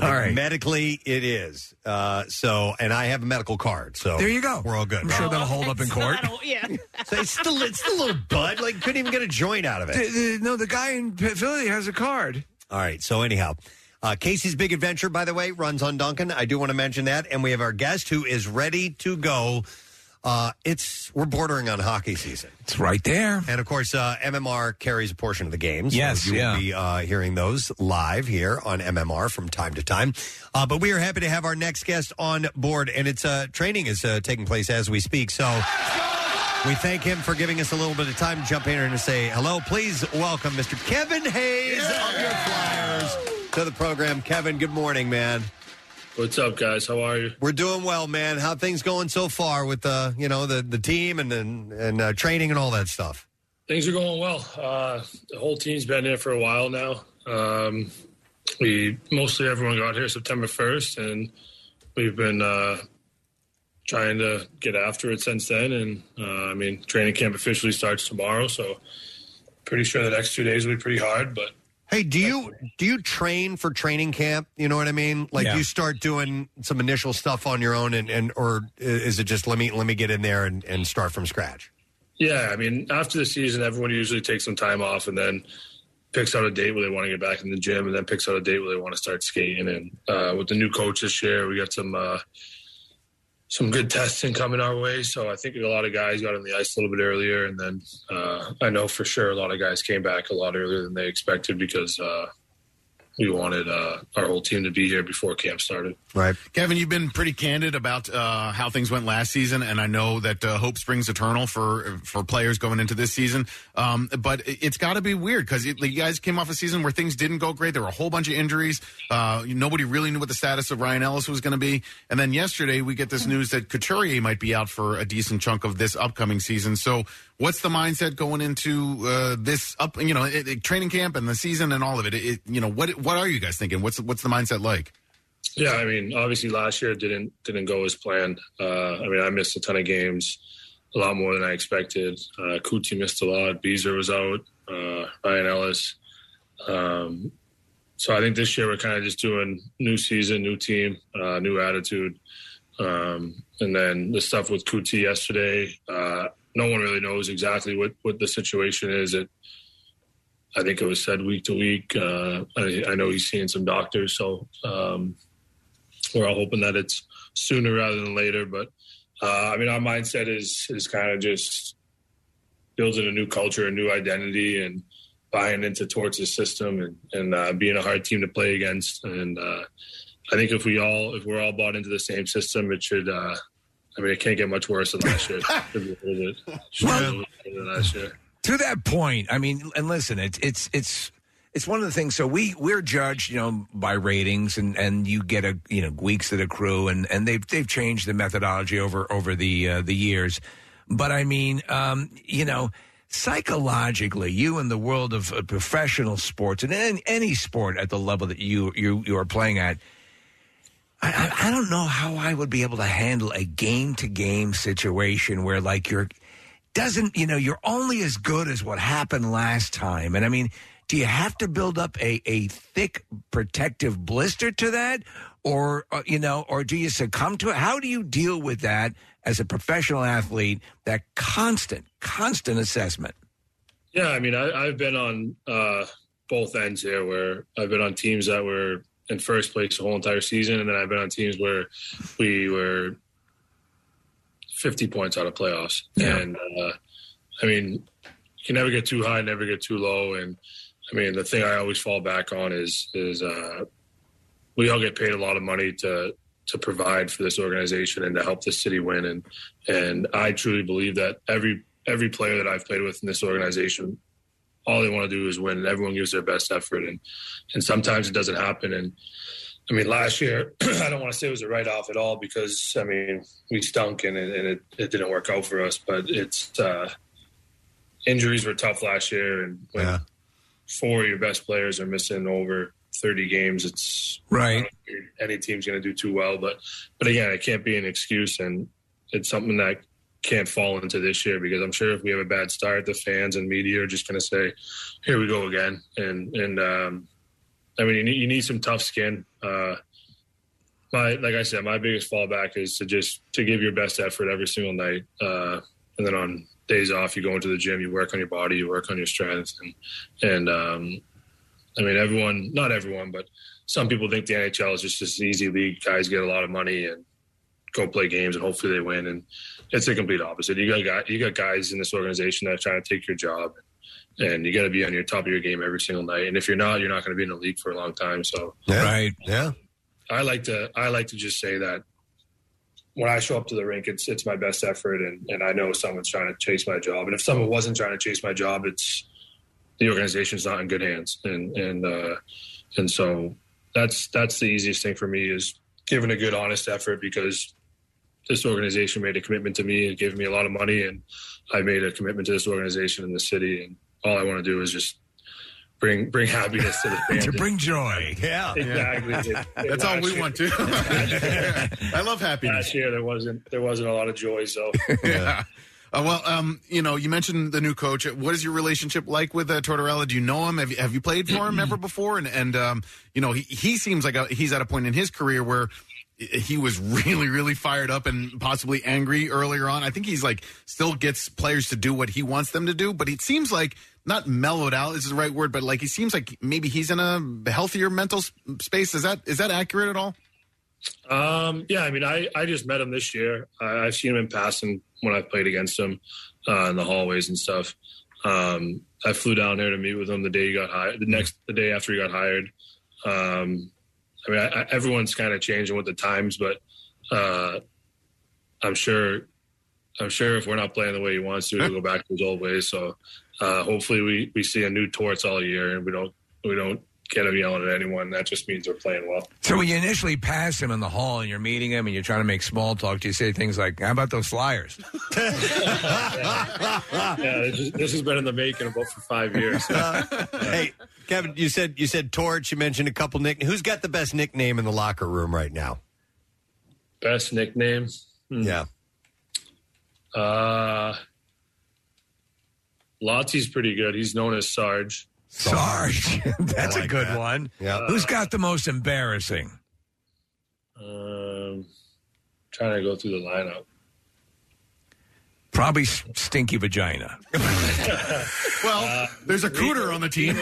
All right, medically it is. Uh, so, and I have a medical card. So
There you go.
We're all good.
I'm sure that'll hold up in court.
yeah.
So it's still it's still a little bud. Like couldn't even get a joint out of it.
The- the- no, the guy in P- Philly has a card.
All right. So anyhow, uh, Casey's Big Adventure, by the way, runs on Duncan. I do want to mention that, and we have our guest who is ready to go. Uh, it's we're bordering on hockey season.
It's right there,
and of course, uh, MMR carries a portion of the games.
Yes,
you
yeah.
will be uh, hearing those live here on MMR from time to time. Uh, but we are happy to have our next guest on board, and it's uh, training is uh, taking place as we speak. So. We thank him for giving us a little bit of time to jump in here and say hello. Please welcome Mr. Kevin Hayes of your Flyers to the program. Kevin, good morning, man.
What's up, guys? How are you?
We're doing well, man. How things going so far with uh, you know the the team and and, and uh, training and all that stuff?
Things are going well. Uh, the whole team's been here for a while now. Um, we mostly everyone got here September first, and we've been uh, trying to get after it since then. And uh, I mean, training camp officially starts tomorrow, so pretty sure the next two days will be pretty hard. But
Hey, do you do you train for training camp? You know what I mean? Like
Yeah.
you start doing some initial stuff on your own, and, and or is it just let me let me get in there and, and start from scratch?
Yeah, I mean, after the season, everyone usually takes some time off and then picks out a date where they want to get back in the gym, and then picks out a date where they want to start skating. And uh, with the new coach this year, we got some uh, some good testing coming our way. So I think a lot of guys got on the ice a little bit earlier, and then uh, I know for sure a lot of guys came back a lot earlier than they expected because uh, we wanted uh, our whole team to be here before camp started.
Right.
Kevin, you've been pretty candid about uh, how things went last season, and I know that uh, hope springs eternal for for players going into this season. Um, but it's got to be weird because you guys came off a season where things didn't go great. There were a whole bunch of injuries. Uh, nobody really knew what the status of Ryan Ellis was going to be. And then yesterday, we get this news that Couturier might be out for a decent chunk of this upcoming season. So, what's the mindset going into uh, this up? You know, it, it- training camp and the season and all of it. It- you know, what what are you guys thinking? What's what's the mindset like?
Yeah, I mean, obviously last year it didn't didn't go as planned. Uh, I mean, I missed a ton of games, a lot more than I expected. Uh, Kuti missed a lot. Beezer was out. Uh, Ryan Ellis. Um, so I think this year we're kind of just doing new season, new team, uh, new attitude, um, and then the stuff with Kuti yesterday. Uh, no one really knows exactly what what the situation is. It I think it was said week to week. Uh, I, I know he's seeing some doctors, so um, we're all hoping that it's sooner rather than later. But uh, I mean, our mindset is is kind of just building a new culture, a new identity, and buying into Torts' system and, and uh, being a hard team to play against. And uh, I think if we all if we're all bought into the same system, it should. Uh, I mean, it can't get much worse than last year. It should be a little bit, should be a little bit better than last year.
to that point, I mean, and listen, it's it's it's it's one of the things. So we we're judged, you know, by ratings, and and you get a you know weeks that accrue, and and they've they've changed the methodology over over the uh, the years. But I mean, um, you know, psychologically, you in the world of uh, professional sports and in any sport at the level that you you you are playing at. I, I I don't know how I would be able to handle a game to game situation where like you're doesn't you know you're only as good as what happened last time and i mean do you have to build up a, a thick protective blister to that or uh, you know or do you succumb to it how do you deal with that as a professional athlete that constant constant assessment
Yeah, I mean, I, I've been on uh, both ends here, where I've been on teams that were in first place the whole entire season, and then I've been on teams where we were 50 points out of playoffs. And uh, I mean, you can never get too high, never get too low. And I mean, the thing I always fall back on is is uh, we all get paid a lot of money to to provide for this organization and to help the city win. And and I truly believe that every every player that I've played with in this organization, all they want to do is win, and everyone gives their best effort. And and sometimes it doesn't happen. And I mean, last year I don't want to say it was a write off at all because I mean we stunk and, it- and it, it didn't work out for us. But it's uh, injuries were tough last year, and when four of your best players are missing over 30 games, it's
right
any team's going to do too well. But but again, it can't be an excuse, and it's something that can't fall into this year because I'm sure if we have a bad start, the fans and media are just going to say, "Here we go again." And and um, I mean, you need you need some tough skin. Uh, my like I said, my biggest fallback is to just to give your best effort every single night, uh, and then on days off, you go into the gym, you work on your body, you work on your strength, and and um, I mean, everyone, not everyone, but some people think the NHL is just this easy league. Guys get a lot of money and go play games, and hopefully they win. And it's the complete opposite. You got guy- you got guys in this organization that are trying to take your job, and you got to be on your top of your game every single night. And if you're not, you're not going to be in the league for a long time. So
right yeah
I like to I like to just say that when I show up to the rink, it's it's my best effort, and, and I know someone's trying to chase my job. And if someone wasn't trying to chase my job, it's the organization's not in good hands. And and uh, and so that's that's the easiest thing for me is giving a good, honest effort because this organization made a commitment to me and gave me a lot of money, and I made a commitment to this organization and the city. And all I want to do is just bring bring happiness to the fans.
to bring joy yeah
Exactly.
That's all we want to. I love happiness.
Last year there wasn't there wasn't a lot of joy, so
yeah. Uh, well, um, you know, you mentioned the new coach. What is your relationship like with uh, Tortorella? Do you know him? Have you, have you played for him ever before? And and um, you know, he he seems like a, he's at a point in his career where i- he was really really fired up and possibly angry earlier on. I think he's like still gets players to do what he wants them to do, but it seems like not mellowed out is the right word, but like he seems like maybe he's in a healthier mental s- space. Is that is that accurate at all?
Um, yeah, I mean, I, I just met him this year. I, I've seen him in person when I've played against him uh, in the hallways and stuff. Um, I flew down there to meet with him the day he got hired. The next, the day after he got hired. Um, I mean, I, I, everyone's kind of changing with the times, but uh, I'm sure, I'm sure if we're not playing the way he wants to, he'll go back to his old ways. So uh, hopefully, we we see a new Torts all year, and we don't we don't get him yelling at anyone. That just means they're playing well.
So when you initially pass him in the hall and you're meeting him and you're trying to make small talk, do you say things like, "How about those flyers?"
yeah, this, is- this has been in the making about for five years.
hey, Kevin, you said you said Torch. You mentioned a couple nick. Who's got the best nickname in the locker room right now?
Best nickname?
Hmm.
Yeah,
Uh, Lottie's pretty good. He's known as Sarge.
Sarge, that's a good one.
Yeah.
Who's got the most embarrassing?
Um, trying to go through the lineup.
Probably s- stinky vagina.
Well, there's a cooter on the team.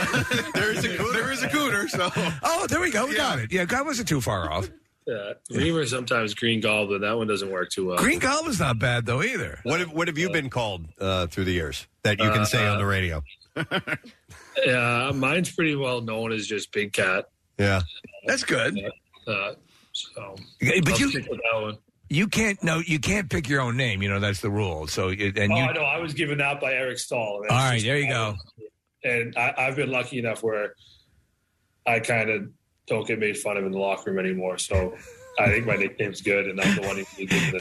there is a cooter. There is a cooter. So
oh, there we go. We got it. Yeah, God wasn't too far off.
Yeah, Reamer sometimes Green Goblin. That one doesn't work too well.
Green Goblin's not bad though either.
What have, what have you been called uh, through the years that you
Uh,
can say on the radio?
Yeah, mine's pretty well known as just Big Cat.
Yeah,
that's good.
Uh, so,
Yeah, but
I'll
you-
stick with that one.
You can't. No, you can't pick your own name. You know that's the rule. So it- and
oh,
you.
I know. I was given that by Eric Stahl.
All right, there you go.
And I, I've been lucky enough where I kind of don't get made fun of in the locker room anymore. So I think my nickname's good, and I'm the one who's given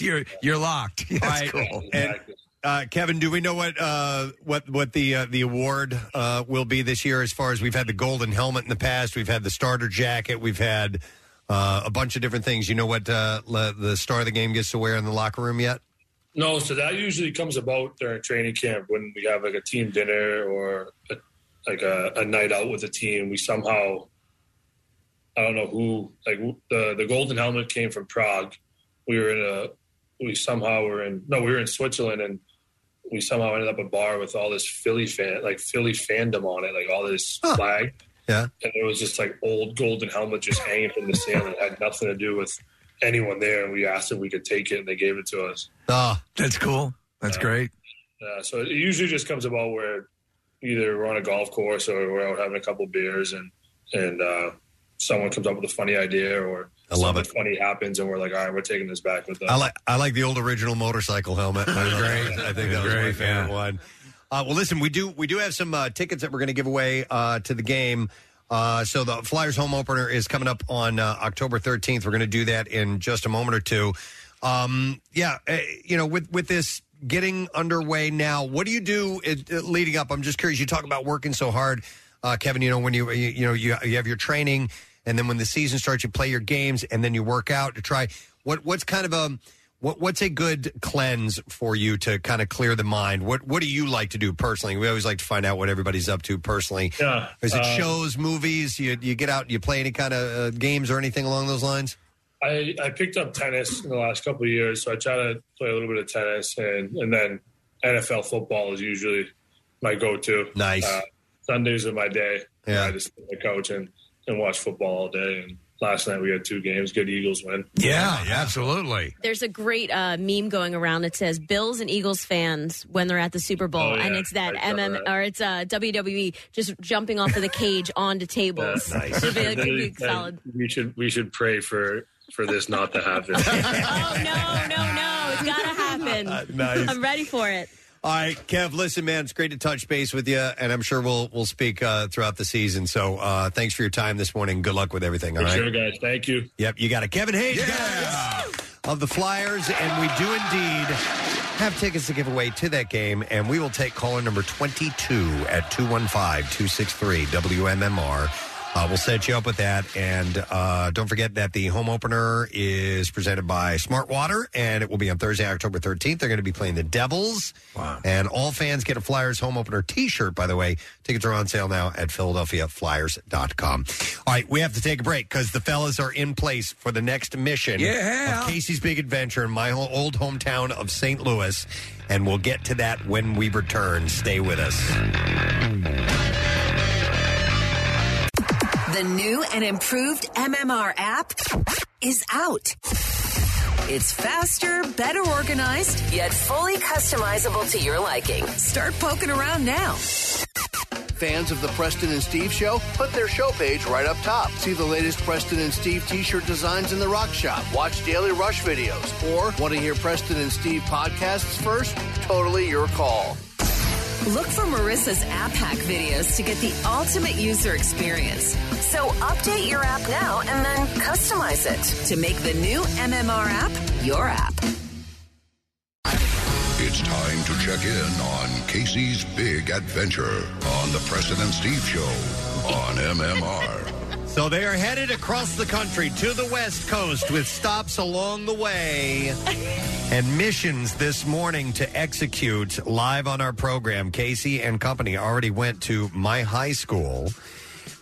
you're you're locked. That's
cool. And, uh, Kevin, do we know what uh, what what the uh, the award uh, will be this year? As far as we've had the golden helmet in the past, we've had the starter jacket, we've had uh, a bunch of different things. You know what uh, le- the star of the game gets to wear in the locker room yet?
No, so that usually comes about during training camp when we have like a team dinner or a, like a, a night out with the team. We somehow, I don't know who, like w- the the golden helmet came from Prague. We were in a, we somehow were in no, we were in Switzerland and we somehow ended up a bar with all this Philly fan, like Philly fandom on it, like all this flag.
Yeah.
And it was just like old golden helmet just hanging from the ceiling. It had nothing to do with anyone there. And we asked if we could take it and they gave it to us.
Oh,
that's cool. That's great.
Yeah, Uh, so it usually just comes about where either we're on a golf course or we're out having a couple beers and and uh, someone comes up with a funny idea or
I love
something
it.
funny happens and we're like, all right, we're taking this back with us.
I like I like the old original motorcycle helmet. That was great. I think that was my
Great,
favorite one. Uh, well, listen, we do we do have some uh, tickets that we're going to give away uh, to the game. Uh, so the Flyers home opener is coming up on uh, October 13th. We're going to do that in just a moment or two. Um, yeah, eh, you know, with with this getting underway now, what do you do it, it- leading up? I'm just curious. You talk about working so hard, uh, Kevin. You know, when you you, you know you, you have your training, and then when the season starts, you play your games, and then you work out to try. What what's kind of a what, what's a good cleanse for you to kind of clear the mind? What What do you like to do personally? We always like to find out what everybody's up to personally.
Yeah,
Is it
um,
shows, movies? You you get out, and you play any kind of uh, games or anything along those lines?
I, I picked up tennis in the last couple of years, so I try to play a little bit of tennis, and and then NFL football is usually my go-to.
Nice.
Uh, Sundays are my day.
Yeah.
I just sit on the couch and, and watch football all day. And last night we had two games. Good Eagles win.
Yeah, absolutely.
There's a great uh, meme going around that says Bills and Eagles fans when they're at the Super Bowl,
Oh, yeah.
and it's that
I saw
MM
that.
or it's uh, WWE just jumping off of the cage onto tables. It'd be like, it'd be solid.
We should we should pray for for this not to happen.
No, Oh, it's gotta
Uh,
happen.
Nice.
I'm ready for it.
All right, Kev. Listen, man, it's great to touch base with you, and I'm sure we'll we'll speak uh, throughout the season. So, uh, thanks for your time this morning. Good luck with everything. All
for
right.
sure, guys. Thank you.
Yep, you got it. Kevin Hayes guys, of the Flyers, and we do indeed have tickets to give away to that game, and we will take caller number 22 at 215-263-WMMR. Uh, we'll set you up with that, and uh, don't forget that the home opener is presented by Smart Water, and it will be on Thursday, October 13th. They're going to be playing the Devils, and all fans get a Flyers home opener T-shirt, by the way. Tickets are on sale now at PhiladelphiaFlyers.com. All right, we have to take a break because the fellas are in place for the next mission
Yeah.
of Casey's Big Adventure in my ho- old hometown of St. Louis, and we'll get to that when we return. Stay with us.
The new and improved MMR app is out. It's faster, better organized, yet fully customizable to your liking. Start poking around now.
Fans of the Preston and Steve Show put their show page right up top. See the latest Preston and Steve T-shirt designs in the Rock Shop. Watch daily Rush videos, or want to hear Preston and Steve podcasts first? Totally your call.
Look for Marissa's app hack videos to get the ultimate user experience. So update your app now and then customize it to make the new MMR app your app.
It's time to check in on Casey's big adventure on the Preston and Steve Show on MMR.
So they are headed across the country to the West Coast with stops along the way and missions this morning to execute live on our program. Casey and company already went to my high school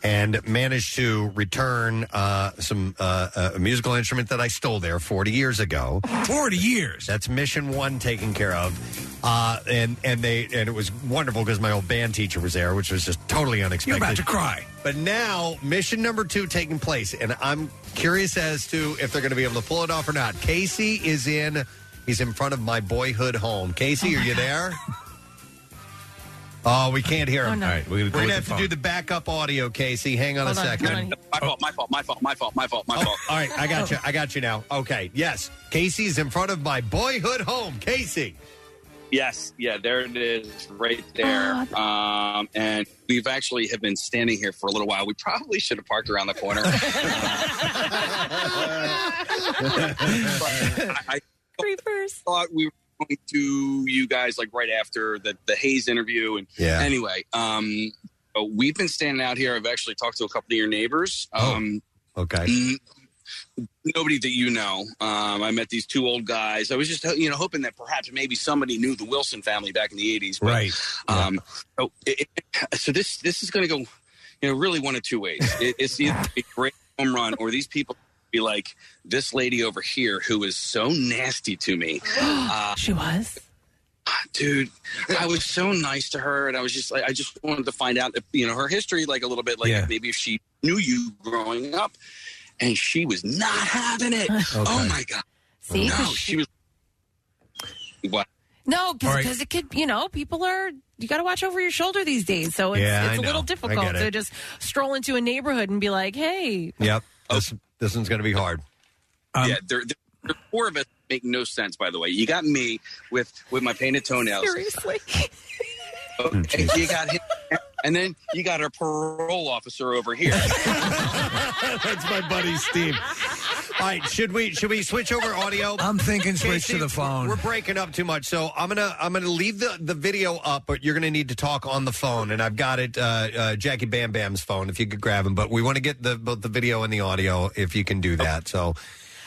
and managed to return uh, some uh, a musical instrument that I stole there 40 years ago.
40 years.
That's mission one taken care of. Uh, and and they and it was wonderful because my old band teacher was there, which was just totally unexpected.
You're about to cry.
But now, mission number two taking place, and I'm curious as to if they're going to be able to pull it off or not. Casey is in, he's in front of my boyhood home. Casey, are you there? Oh, we can't hear him.
Oh, no. All right,
we're going
we're gonna go
to
with
have
the
to
phone.
do the backup audio, Casey. Hang on a second.
My fault, my fault, my fault, my fault, my fault, my fault.
Oh, All right, I got you. I got you now. Okay, yes. Casey's in front of my boyhood home. Casey.
Yes, yeah, there it is, right there. Um, and we've actually have been standing here for a little while. We probably should have parked around the corner. but I, I thought we were going to you guys like right after the the Hayes interview, and
Yeah.
anyway, um, uh, we've been standing out here. I've actually talked to a couple of your neighbors. Um,
okay.
nobody that you know. Um, I met these two old guys. I was just you know hoping that perhaps maybe somebody knew the Wilson family back in the eighties,
right?
Um, so, it, it- so this this is going to go, you know, really one of two ways. It, it's either a great home run or these people be like this lady over here who is so nasty to me. Uh,
she was.
Dude, I was so nice to her, and I was just like, I just wanted to find out, if, you know, her history, like a little bit, like
Yeah.
maybe if she knew you growing up, and she was not having it. Oh my god!
See,
no,
'cause
she was. What?
No,
All
because
right.
it could, you know, people are, you got to watch over your shoulder these days. So it's,
Yeah, I
it's a
know.
little
I
difficult
get it.
to just stroll into a neighborhood and be like, hey,
Yep. This, this one's going to be hard.
yeah, there, there, there are four of us make no sense. By the way, you got me with with my painted toenails.
seriously.
Okay, you got him, and then you got our parole officer over here.
That's my buddy Steve. All right, should we should we switch over audio? I'm
thinking switch to the phone.
We're breaking up too much, so I'm gonna I'm gonna leave the, the video up, but you're gonna need to talk on the phone, and I've got it, uh, uh, Jackie Bam Bam's phone, if you could grab him. But we want to get the both the video and the audio, if you can do that. So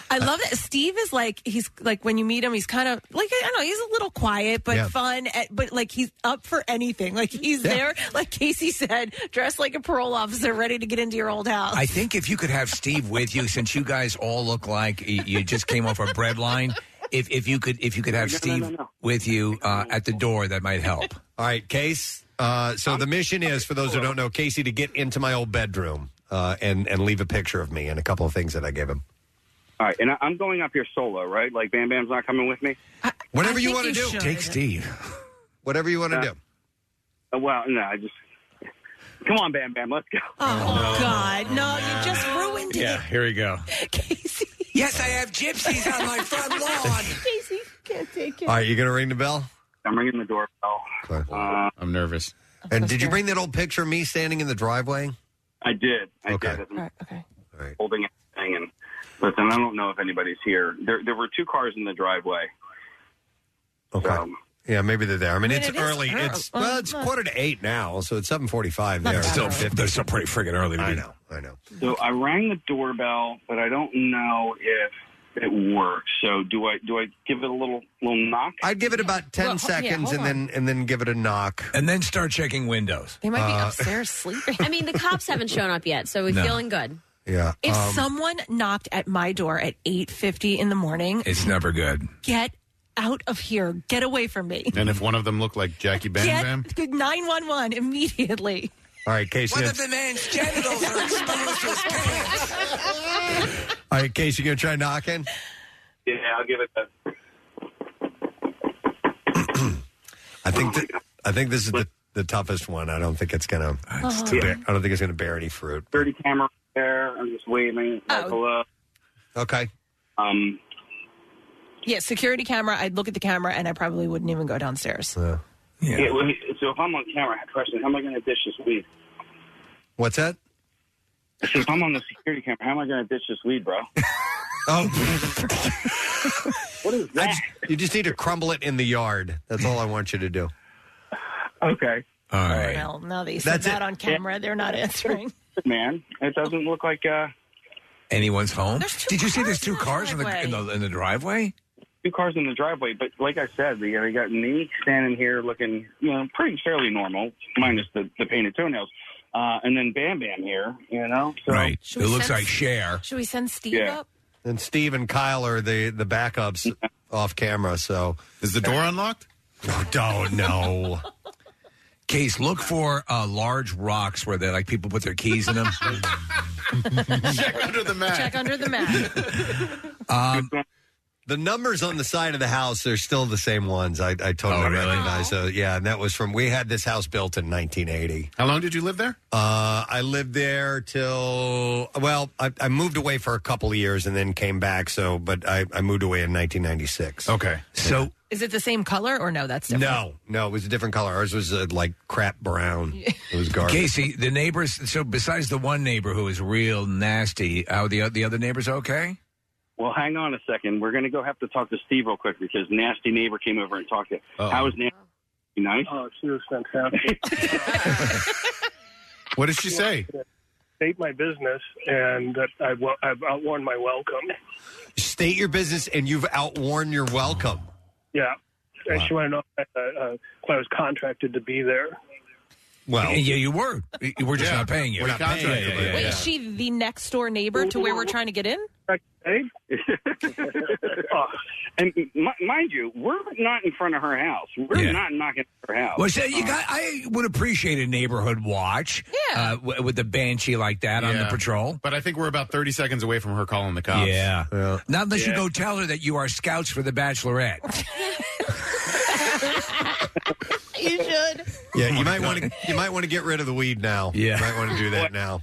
I love that Steve is like he's like when you meet him, he's kind of like I don't know, he's a little quiet but
Yeah.
fun, eh, but like he's up for anything. Like he's there, like Casey said, dressed like a parole officer, ready to get into your old house.
I think if you could have Steve with you, since you guys all look like y- you just came off a bread line, if, if you could if you could have
No, no,
Steve
no, no.
with you uh, at the door, that might help.
All right, Case. Uh, so the mission is for those who don't know, Casey to get into my old bedroom uh, and and leave a picture of me and a couple of things that I gave him.
All right, and I, I'm going up here solo, right? Like Bam Bam's not coming with me.
Whatever you
think
want to
you
do,
should. Take
Steve.
Whatever you want to do.
Uh, Well, no, I just come on, Bam Bam, let's go.
Oh, God, no, you just ruined it.
Yeah, here we go.
Yes, I have gypsies on my front lawn. Casey, you can't take it.
All right, you gonna ring the bell?
I'm ringing the doorbell. Uh,
I'm nervous.
And did you bring that old picture of me standing in the driveway?
I did. I
Okay.
did.
All right, okay.
Holding everything and listen, I don't know if anybody's here. There, there were two cars in the driveway.
Okay. yeah, maybe they're there. I mean,
I mean,
it's
it is
early.
early.
It's well, it's quarter to eight now, so it's seven forty-five
Not
there.
that Still- early.
they're still
pretty friggin' early.
I know. I know.
So I rang the doorbell, but I don't know if it works. So do I? Do I give it a little little knock?
I'd give it about ten seconds, and then and then give it a knock,
and then start checking windows.
They might be
Uh,
upstairs sleeping.
I mean, the cops haven't shown up yet, so we're
No.
feeling good.
Yeah.
If
um,
someone knocked at my door at eight fifty in the morning,
It's never good.
get out of here, get away from me.
And if one of them looked like Jackie Bam Bam,
Get nine one one immediately.
All right, Casey.
One of
that's-
the
man's genitals are exposed to his pants.
All right, Casey, you gonna try knocking?
Yeah, I'll give it a
I think that I think this is the, the toughest one. I don't think it's gonna.
It's too big.
I don't think it's gonna bear any fruit.
dirty camera there. I'm just waving. Like,
Oh.
hello.
Okay.
Um,
Yeah, security camera. I'd look at the camera and I probably wouldn't even go downstairs.
yeah. well,
so if I'm on camera, question, how am I going to ditch this weed?
What's that?
So if I'm on the security camera, how am I going to ditch this weed, bro?
Oh,
What is
I just- you just need to crumble it in the yard. That's all I want you to do.
Okay.
All right.
Well, now they said
That's it.
that on camera. They're not answering.
man? It doesn't look like uh,
anyone's home.
There's two
Did you see
cars
there's two
in the
cars in the, in the in the driveway?
two cars in the driveway. But like I said, they, they got me standing here looking, you know, pretty fairly normal, minus the, the painted toenails. Uh, and then Bam Bam here, you know. So
Right.
Should we send-
Cher.
Should we send Steve
Yeah.
up?
And Steve and Kyle are the the backups off camera. So
is the door unlocked?
Don't know.
Case, look for uh, large rocks where they like people put their keys in them.
Check under the mat.
Check under the mat.
Um, the numbers on the side of the house are still the same ones. I, I totally
Oh,
recognize those. Yeah, and that was from we had this house built in 1980.
How long did you live there?
Uh, I lived there till well, I, I moved away for a couple of years and then came back. So, but I, I moved away in 1996.
Okay,
so
Is it the same color or no? That's different.
no, no, it was a different color. Ours was uh, like crap brown. It was garbage.
Casey, the neighbors. So besides the one neighbor who is real nasty, how the the other neighbors okay?
Well, hang on a second. We're going to go have to talk to Steve real quick because nasty neighbor came over and talked to.
Uh-oh.
How was nasty? You Nice.
Uh,
Oh, she was fantastic.
What did she say?
State my business, and that I've, wel- I've outworn my welcome.
State your business, and you've outworn your welcome.
Yeah. And she wanted to know if I, uh, if I was contracted to be there.
Well,
yeah, you were. We're just not paying you.
We're not paying you,
Yeah, yeah, yeah,
Wait,
yeah.
is she the next door neighbor to where we're trying to get in?
Oh, and m- mind you, we're not in front of her house. We're
Yeah.
not knocking on her house.
Well, so you
Uh,
got. I would appreciate a neighborhood watch. Yeah. Uh, w- with the banshee like that on the
Yeah.
patrol.
But I think we're about 30 seconds away from her calling the cops.
Yeah. Not unless you
Yeah.
go tell her that you are scouts for the Bachelorette.
you should.
Yeah,
Oh
you might want to you might want to get rid of the weed now. Yeah, you might want to do that now.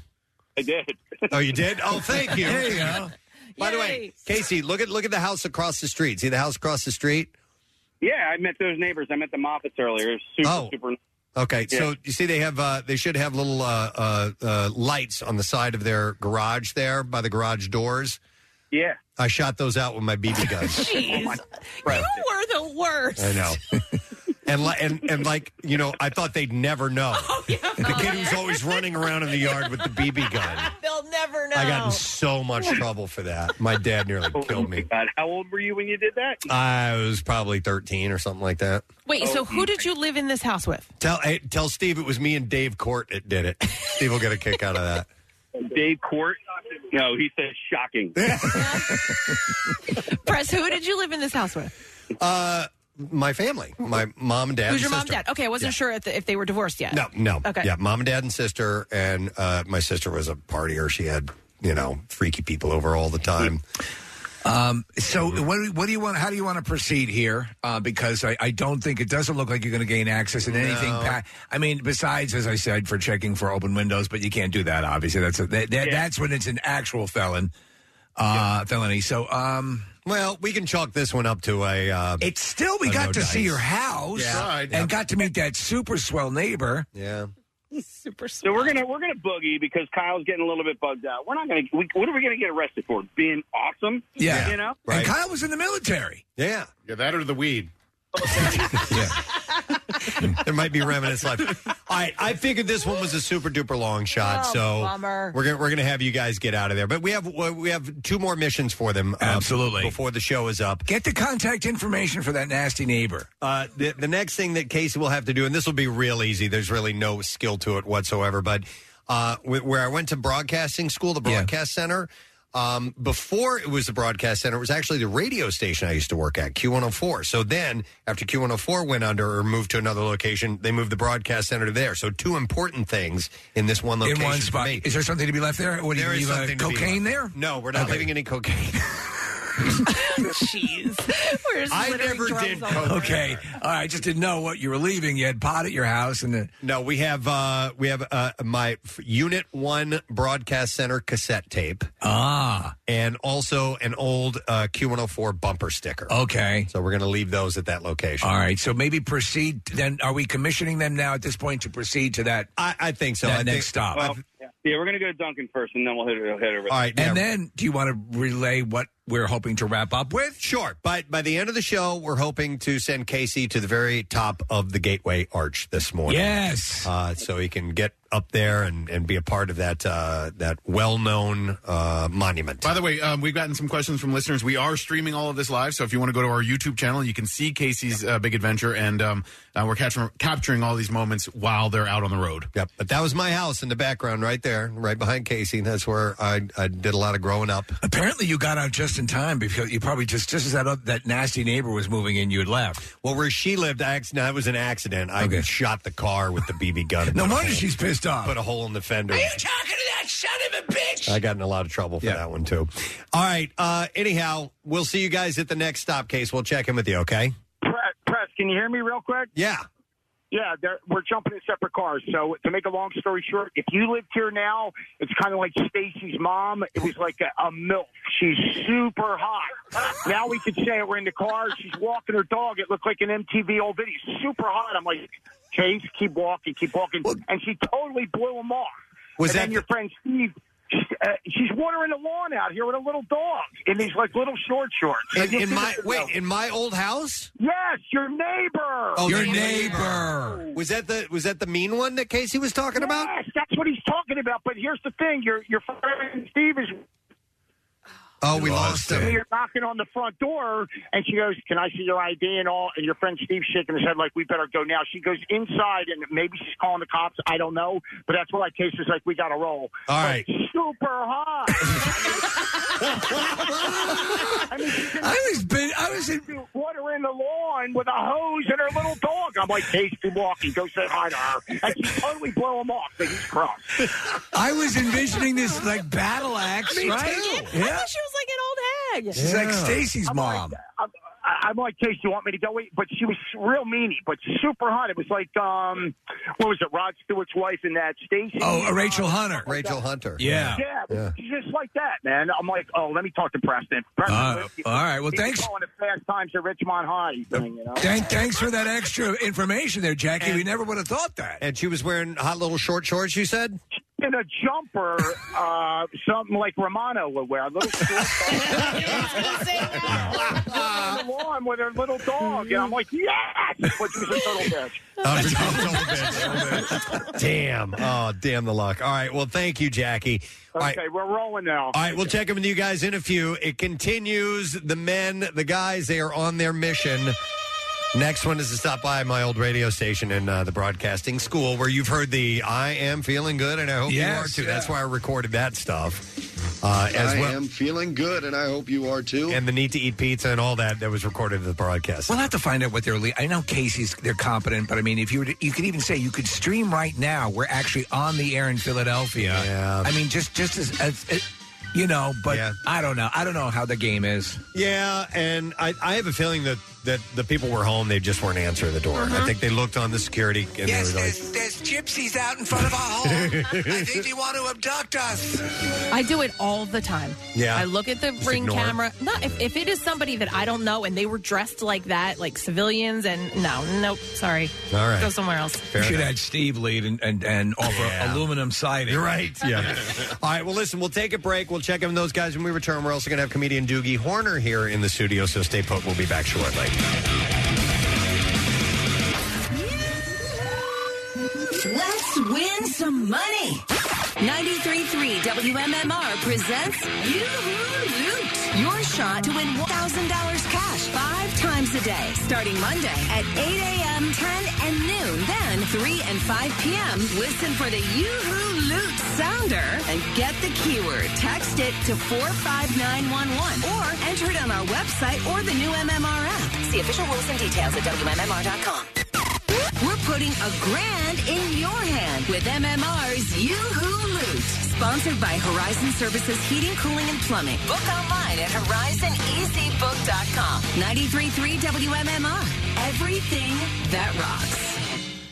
I did.
Oh, you did? Oh, thank you.
There you go.
By the way, Casey, look at look at the house across the street. See the house across the street?
Yeah, I met those neighbors. I met the Moffats earlier. Super, super.
Okay,
Yeah.
so you see they have uh, they should have little uh, uh, uh, lights on the side of their garage there by the garage doors.
Yeah.
I shot those out with Oh my BB guns.
Jeez. you were the worst.
I know. And, li- and and like you know, I thought they'd never know.
Oh,
the kid who's always running around in the yard with the BB gun.
They'll never know.
I got in so much trouble for that. My dad nearly killed me.
God, how old were you when you did that?
I was probably 13 or something like that.
Wait, so who did you live in this house with?
Tell hey, tell Steve it was me and Dave Court that did it. Steve will get a kick out of that.
Dave Court? No, he said shocking.
Press, who did you live in this house with?
Uh, my family, my mom and dad.
Who's your
and
mom,
sister.
dad? Okay, I wasn't sure if, if they were divorced yet.
No, no.
Okay.
Yeah, mom and dad and sister, and uh, my sister was a partier. She had you know freaky people over all the time.
Um, so
Mm-hmm.
what, do- what do you want? How do you want to proceed here? Uh, because I, I don't think it doesn't look like you're going to gain access in anything.
No.
pa- I mean, besides as I said for checking for open windows, but you can't do that. Obviously, that's a, that, that, that's when it's an actual felon uh, felony. So, um,
well, we can chalk this one up to a. Uh,
it's still we
a
got
no
to see
dice.
your house
Yeah.
and got to meet that super swell neighbor.
Yeah.
Super
So we're gonna we're gonna boogie because Kyle's getting a little bit bugged out. We're not gonna. We, what are we gonna get arrested for? Being awesome?
Yeah.
You know.
And Kyle was in the military.
Yeah.
Yeah, that or the weed.
there might be remnants left. All right, I figured this one was a super duper long shot,
Oh,
so
bummer.
we're gonna we're gonna have you guys get out of there. But we have we have two more missions for them. Absolutely. before the show is up,
get the contact information for that nasty neighbor.
Uh, the, the next thing that Casey will have to do, and this will be real easy. There's really no skill to it whatsoever. But uh, wh- where I went to broadcasting school, the broadcast center. Um, before it was the broadcast center, it was actually the radio station I used to work at, Q104. So then, after Q104 went under or moved to another location, they moved the broadcast center to there. So two important things in this one location.
in one
for
spot.
me.
Is there something to be left there? What do you
There is
leave, uh,
something to be
cocaine
left.
there?
No, we're not leaving any cocaine.
Jeez. We're just
I
littering
never
drums
did.
all over.
Okay, all right. I just didn't know what you were leaving. You had pot at your house, and then
No, we have uh we have uh my f- Unit 1 Broadcast Center cassette tape.
Ah.
And also an old uh Q104 bumper sticker.
Okay.
So we're going to leave those at that location.
all right. So maybe proceed. Then are we commissioning them now at this point to proceed to that?
I, I think so.
That
I
next
think-
stop.
Well, yeah. yeah, we're gonna go to Duncan first, and then we'll hit we'll hit over.
and then do you want to relay what we're hoping to wrap up with?
Sure. But by the end of the show, we're hoping to send Casey to the very top of the Gateway Arch this morning.
Yes.
Uh, so he can get up there and, and be a part of that uh, that well known uh, monument.
By the way, um, we've gotten some questions from listeners. We are streaming all of this live, so if you want to go to our YouTube channel, you can see Casey's uh, big adventure, and um, uh, we're capturing capturing all these moments while they're out on the road.
Yep. But that was my house in the background right there, right behind Casey. That's where I, I did a lot of growing up.
Apparently, you got out just in time because you probably just just as that oth- that nasty neighbor was moving in, you had left.
Well, where she lived, I acc- no, it was an accident. I shot the car with the BB gun. and
No
put a
wonder
hole-
she's pissed off.
Put a hole in the fender.
Are you talking to that son of a bitch?
I got in a lot of trouble for that one too. All right. Uh, anyhow, we'll see you guys at the next stop case. We'll check in with you. Okay.
Press, press, can you hear me real quick?
Yeah.
Yeah, they're- we're jumping in separate cars. So to make a long story short, if you lived here now, it's kind of like Stacy's mom. It was like a, a milk. She's super hot. Now we could say it. We're in the car. She's walking her dog. It looked like an MTV old video. Super hot. I'm like, Chase, keep walking, keep walking, and she totally blew him off.
Was
and then your friend Steve? she- Uh, she's watering the lawn out here with a little dog in these like little short shorts.
In-
Like, you
in
see
my-
this-
wait, in my old house? Oh,
Yes, your neighbor.
the Was that the was that the mean one that Casey was talking about?
Yes, that's what he's talking about. But here's the thing: your your friend Steve is.
Oh, we lost
So
him.
You're knocking on the front door, and she goes, "Can I see your ID and all?" And your friend Steve's shaking his head like, "We better go now." She goes inside, and maybe she's calling the cops. I don't know, but that's why Casey's like, "We got to roll."
All right.
Super hot. I, mean, she's in-
I was been, I was in,
watering the lawn with a hose and her little dog. I'm like, Casey, walking, go say hi to her, and she totally blow him off. But he's crossed.
I was envisioning this like battle axe,
Me
right?
too.
Yeah.
she was like an old hag.
She's like Stacy's mom.
I'm, I'm like, Case, you want me to go? Wait, but she was real meanie, but super hot. It was like, um, what was it? Rod Stewart's wife and that Stacy.
Oh, uh, Rachel Hunter.
Rachel Hunter.
Yeah.
Yeah, it was just like that, man. I'm like, oh, let me talk to Preston. Preston
Uh,
with you.
all right, well,
He's
thanks.
Calling it fast times at Richmond High thing, you know.
Thank, thanks for that extra information there, Jackie. we never would have thought that.
And she was wearing hot little short shorts. You said.
In a jumper, uh, something like Romano would wear. A little short on the lawn with her little dog, and I'm like, yes! But she was a total bitch.
Damn. Oh, damn the luck. All right. Well, thank you, Jackie. All right.
Okay, we're rolling now.
All right, we'll check in with you guys in a few. It continues. The men, the guys, they are on their mission. Next one is to stop by my old radio station in uh, the broadcasting school where you've heard the I am feeling good and I hope you are
Yes,
too.
yeah.
That's why I recorded that stuff. Uh, as
I
well.
am feeling good, and I hope you are too.
And the need to eat pizza and all that that was recorded at the broadcast.
We'll have to find out what they're. Le- I know Casey's. They're competent, but I mean, if you were, to, you could even say you could stream right now. We're actually on the air in Philadelphia.
Yeah.
I mean, just just as, as, as you know, but I don't know. I don't know how the game is.
Yeah, and I, I have a feeling that, that the people were home. They just weren't answering the door. I think they looked on the security and
Uh-huh. Yes,
they were like,
There's gypsies out in front of our home. I think they want to abduct us.
I do it all the time.
Yeah.
I look at the
Just
ring
ignore it.
camera. No, if, if it is somebody that I don't know and they were dressed like that, like civilians, and no, nope, sorry.
All right.
Go somewhere else.
you should have Steve lead and and, and offer aluminum siding.
You're right. Yeah. All right. Well, listen, we'll take a break. We'll check in with those guys when we return. We're also going to have comedian Doogie Horner here in the studio, so stay put. We'll be back shortly.
Let's win some money. 93.3 WMMR presents Yoo-Hoo Loot. Your shot to win $1,000 cash five times a day, starting Monday at 8 a.m., 10 and noon. Then 3 and 5 p.m., listen for the Yoo-Hoo Loot sounder and get the keyword. Text it to 45911 or enter it on our website or the new MMR app. See official rules and details at WMMR.com. We're putting a grand in your hand with MMR's Yoo-Hoo Loot. Sponsored by Horizon Services Heating, Cooling, and Plumbing. Book online at horizoneasybook.com. 93.3 WMMR. Everything that rocks.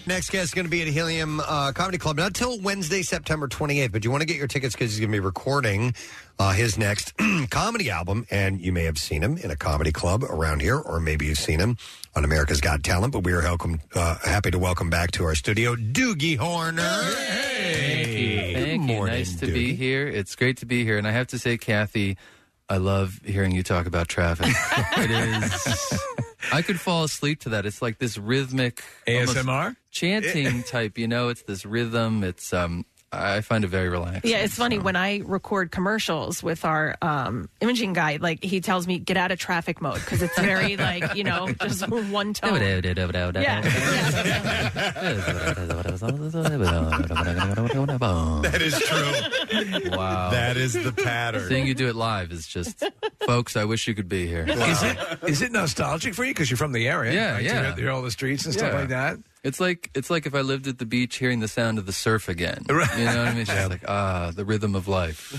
Next guest is going to be at Helium uh, Comedy Club, not till Wednesday, September 28th. But you want to get your tickets because he's going to be recording uh, his next comedy album. And you may have seen him in a comedy club around here, or maybe you've seen him on America's Got Talent. But we are welcome, uh, happy to welcome back to our studio Doogie Horner.
Thank you. Thank you.
morning,
nice to be here. It's great to be here. And I have to say, Kathy, I love hearing you talk about traffic. it is. I could fall asleep to that. It's like this rhythmic almost
ASMR?
chanting type. You know, it's this rhythm. It's um, I find it very relaxing.
Yeah, it's funny when I record commercials with our um, imaging guy. Like he tells me, "Get out of traffic mode" because it's very like you know just one tone.
that
is
true. Wow.
That is the pattern.
Seeing you do it live is just, folks, I wish you could be here.
Is it is it nostalgic for you because you're from the area?
Yeah,
right?
yeah.
You're, you're all the streets and stuff
Yeah.
like that.
It's like it's like if I lived at the beach hearing the sound of the surf again. Right. You know what I mean? It's just like ah, the rhythm of life.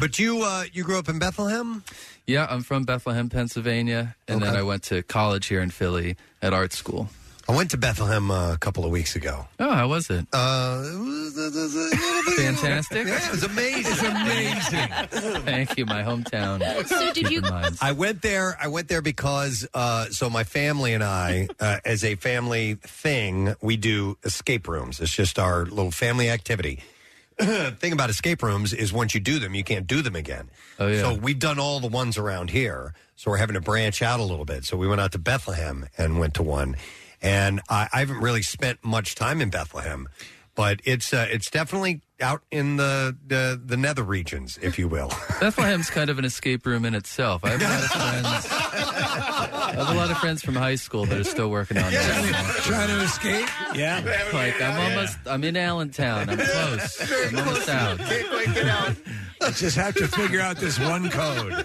But you uh, you grew up in Bethlehem?
yeah, I'm from Bethlehem, Pennsylvania, and then
Okay.
I went to college here in Philly at art school.
I went to Bethlehem uh, a couple of weeks ago.
Oh, how was it?
Uh, it was a little bit-
Fantastic.
Yeah, it was amazing. It's
amazing. Thank you, my hometown.
So did you-
Keep in mind.
I went there. I went there because uh, so my family and I, uh, as a family thing, we do escape rooms. It's just our little family activity. thing about escape rooms is once you do them, you can't do them again. Oh, yeah. So we've done all the ones around here. So we're having to branch out a little bit. So we went out to Bethlehem and went to one. And I, I haven't really spent much time in Bethlehem, but it's uh, it's definitely out in the, the the nether regions, if you will.
Bethlehem's kind of an escape room in itself. I have a lot of friends. I have a lot of friends from high school that are still working on that.
Trying to escape? Yeah.
Like I'm almost. I'm in Allentown. I'm close. I'm almost out.
I just have to figure out this one code.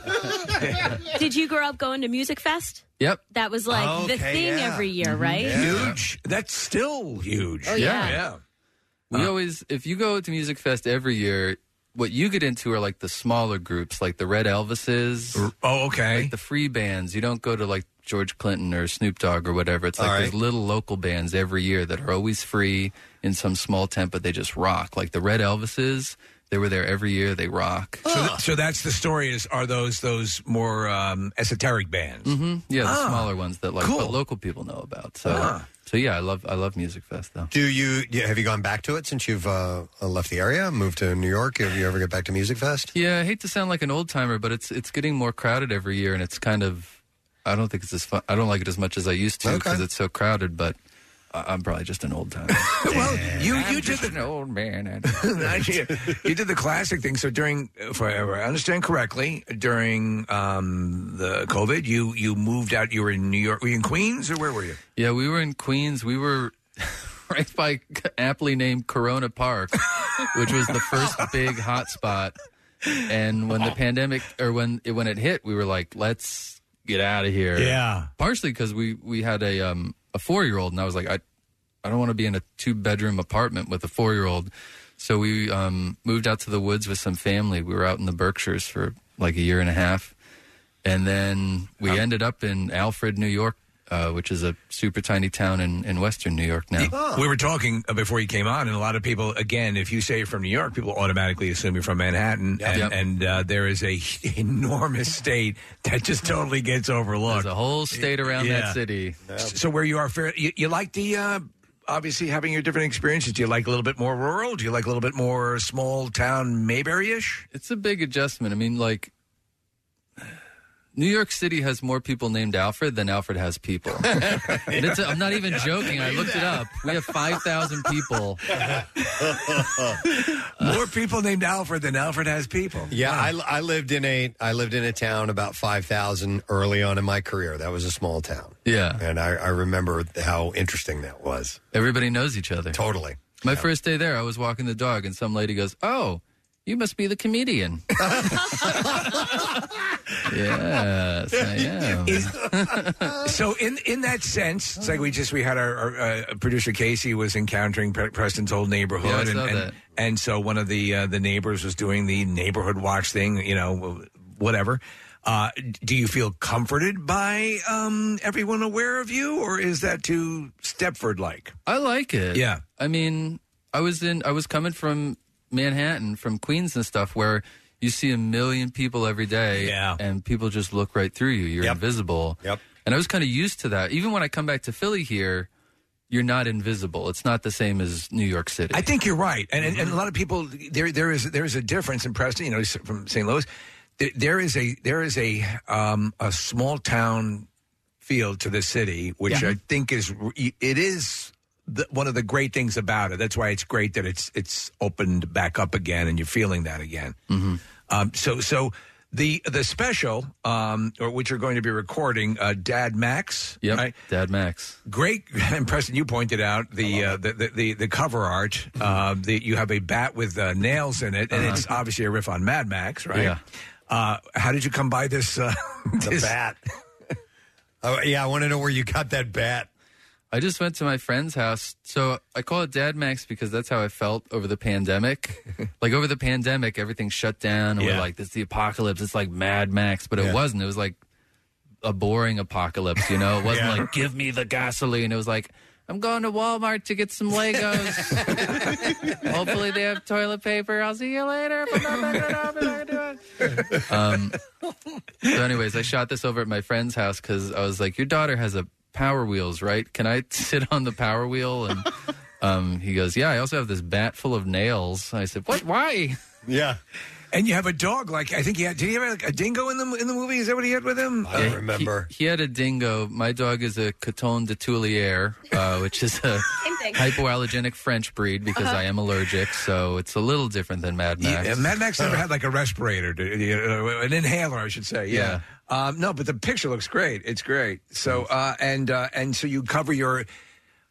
Did you grow up going to Music Fest?
Yep.
That was like the
Okay, Mm-hmm.
thing
yeah.
every year, right?
Huge. That's still huge.
Oh, yeah.
Yeah. We always, if you go to Music Fest every year, what you get into are like the smaller groups, like the Red Elvises.
Oh, okay.
Like the free bands. You don't go to like George Clinton or Snoop Dogg or whatever. It's like
All
those
right.
little local bands every year that are always free in some small tent, but they just rock. Like the Red Elvises, they were there every year. They rock.
So, th- so that's the story. Is are those those more um, esoteric bands?
hmm Yeah, the
Ah,
smaller ones that like but local people know about. So, so yeah, I love I love Music Fest though.
Do you yeah, have you gone back to it since you've uh, left the area, moved to New York? Have you ever get back to Music Fest?
Yeah, I hate to sound like an old timer, but it's it's getting more crowded every year, and it's kind of I don't think it's as fun. I don't like it as much as I used to because it's so crowded. But I, I'm probably just an old timer.
Uh, well, you
I'm
you did
just
the
an old man.
you, you did the classic thing. So during, if I if I understand correctly, during um, the COVID, you you moved out. You were in New York. Were you in Queens or where were you?
yeah, we were in Queens. We were right by aptly named Corona Park, which was the first big hot spot. And when the pandemic or when it, when it hit, we were like, let's get out of here.
Yeah.
partially because we we had a um a four year old, and I was like, I I don't want to be in a two bedroom apartment with a four year old. So we um, moved out to the woods with some family. We were out in the Berkshires for like a year and a half, and then we ended up in Alfred, New York, uh, which is a super tiny town in, in western New York now.
We were talking uh, before you came on, and a lot of people, again, if you say you're from New York, people automatically assume you're from Manhattan. And,
Yep.
and uh, there is a enormous state that just totally gets overlooked.
There's a whole state around that city.
So where you are, fair- you, you like the uh, obviously having your different experiences. Do you like a little bit more rural? Do you like a little bit more small town Mayberry ish?
It's a big adjustment. I mean, like New York City has more people named Alfred than Alfred has people. and it's a, I'm not even joking. I looked it up. We have 5,000 people.
more people named Alfred than Alfred has people.
Yeah, I, I lived in a I lived in a town about five thousand early on in my career. That was a small town.
Yeah.
and I, I remember how interesting that was.
Everybody knows each other.
Totally.
My first day there, I was walking the dog, and some lady goes, "Oh, You must be the comedian. yes, I am.
so in in that sense, it's like we just we had our, our uh, producer Casey was encountering Pre- Preston's old neighborhood,
Yeah, I
and,
saw
and
that.
and so one of the uh, the neighbors was doing the neighborhood watch thing, you know, whatever. Uh, do you feel comforted by um, everyone aware of you, or is that too Stepford like?
I like it.
Yeah.
I mean, I was in I was coming from Manhattan, from Queens and stuff where you see a million people every day yeah. and people just look right through you. You're invisible. Yep. And I was kind of used to that. Even when I come back to Philly here, you're not invisible. It's not the same as New York City.
I think you're right, and and, and a lot of people there there is there is a difference in Preston, you know, s- from St. Louis. There, there is a there is a um, a small town feel to the city, which
Yeah.
I think is re- it is the, one of the great things about it. That's why it's great that it's it's opened back up again, and you're feeling that again.
Mm-hmm.
Um, so so the the special, um, or which you're going to be recording, uh, Dad Max.
Yep,
right?
Dad Max.
Great, and Preston, you pointed out the uh, the, the, the the cover art.
Mhm.
Uh, the, you have a bat with uh, nails in it, and
Uh-huh.
it's obviously a riff on Mad Max, right?
Yeah.
Uh, how did you come by this? Uh, this bat.
Oh, yeah, I want to know where you got that bat. I just went to my friend's house. So I call it Dad Max because that's how I felt over the pandemic. like over the pandemic, everything shut down. And
Yeah.
We're like, this is the apocalypse. It's like Mad Max, but it
Yeah.
wasn't. It was like a boring apocalypse, you know? It wasn't
Yeah.
like, give me the gasoline. It was like, I'm going to Walmart to get some Legos. Hopefully they have toilet paper. I'll see you later. um, so, anyways, I shot this over at my friend's house because I was like, "Your daughter has a Power Wheels, right? Can I sit on the Power Wheel?" And um, he goes, "Yeah, I also have this bat full of nails." I said, "What? Why?"
Yeah. And you have a dog. Like I think he had. Did he have like, a dingo in the in the movie? Is that what he had with him?
Yeah, he- He, had a dingo. My dog is a Coton de Tuilier, uh, which is a hypoallergenic French breed because
Uh-huh.
I am allergic. So it's a little different than Mad Max.
Yeah, Mad Max never had like a respirator, did he? Uh, an inhaler, I should say. Yeah. Um, no, but the picture looks great. It's great. So
Mm.
uh, and uh, and so you cover your.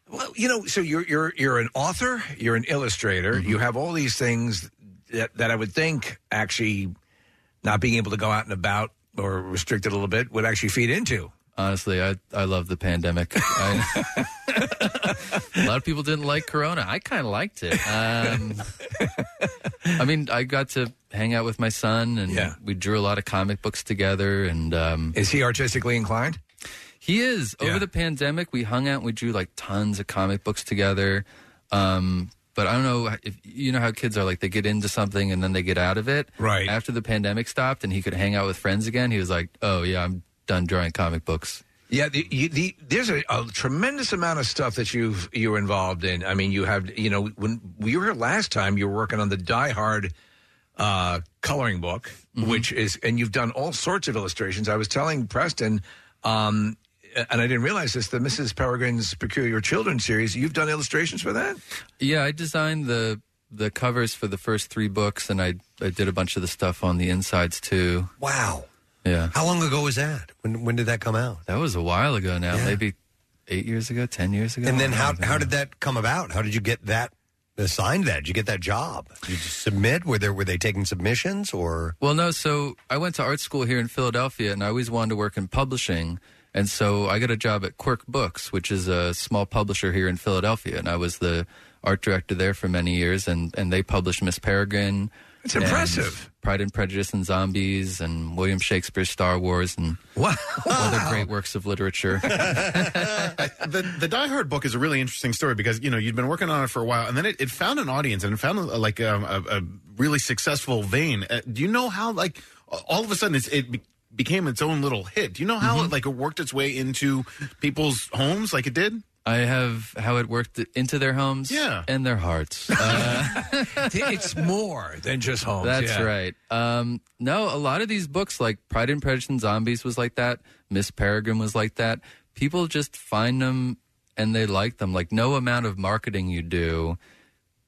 Well, you know, so you're you're you're an author, you're an illustrator,
Mm-hmm.
you have all these things that, that I would think actually not being able to go out and about or restricted a little bit would actually feed into.
Honestly, I I love the pandemic. I, a lot of people didn't like Corona. I kind of liked it. Um, I mean, I got to hang out with my son, and we drew a lot of comic books together. And um,
is he artistically inclined?
He is. Over the pandemic, we hung out. and We drew like tons of comic books together. Um, but I don't know if you know how kids are. Like they get into something and then they get out of it. Right. After the pandemic stopped and he could hang out with friends again, he was like, "Oh yeah, I'm done drawing comic books."
Yeah, the, you, the, there's a, a tremendous amount of stuff that you've you're involved in. I mean, you have you know when we were here last time, you were working on the Die Hard uh, coloring book, which is and you've done all sorts of illustrations. I was telling Preston, um, and I didn't realize this, the Mrs. Peregrine's Peculiar Children series. You've done illustrations for that.
Yeah, I designed the the covers for the first three books, and I I did a bunch of the stuff on the insides too.
Wow.
Yeah,
How long ago was that? When when did that come out?
that was a while ago now, maybe eight years ago, ten years ago.
And then how
I
how did that come about? How did you get that assigned that? Did you get that job? Did you just submit? Were there were they taking submissions or
Well, no. So I went to art school here in Philadelphia, and I always wanted to work in publishing. And so I got a job at Quirk Books, which is a small publisher here in Philadelphia, and I was the art director there for many years. And and they published Miss Peregrine.
It's
and
impressive.
Pride and Prejudice and Zombies and William Shakespeare's Star Wars and other great works of literature.
the the Die Hard book is a really interesting story because you know you'd been working on it for a while, and then it, it found an audience and it found uh, like um, a, a really successful vein. Uh, do you know how like a- all of a sudden it's, it be- became its own little hit? Do you know how
Mm-hmm.
it like it worked its way into people's homes like it did?
I have how it worked into their homes
Yeah.
and their hearts.
it's more than just homes.
That's
yeah.
right. Um, no, a lot of these books, like Pride and Prejudice and Zombies, was like that. Miss Peregrine was like that. People just find them and they like them. Like no amount of marketing you do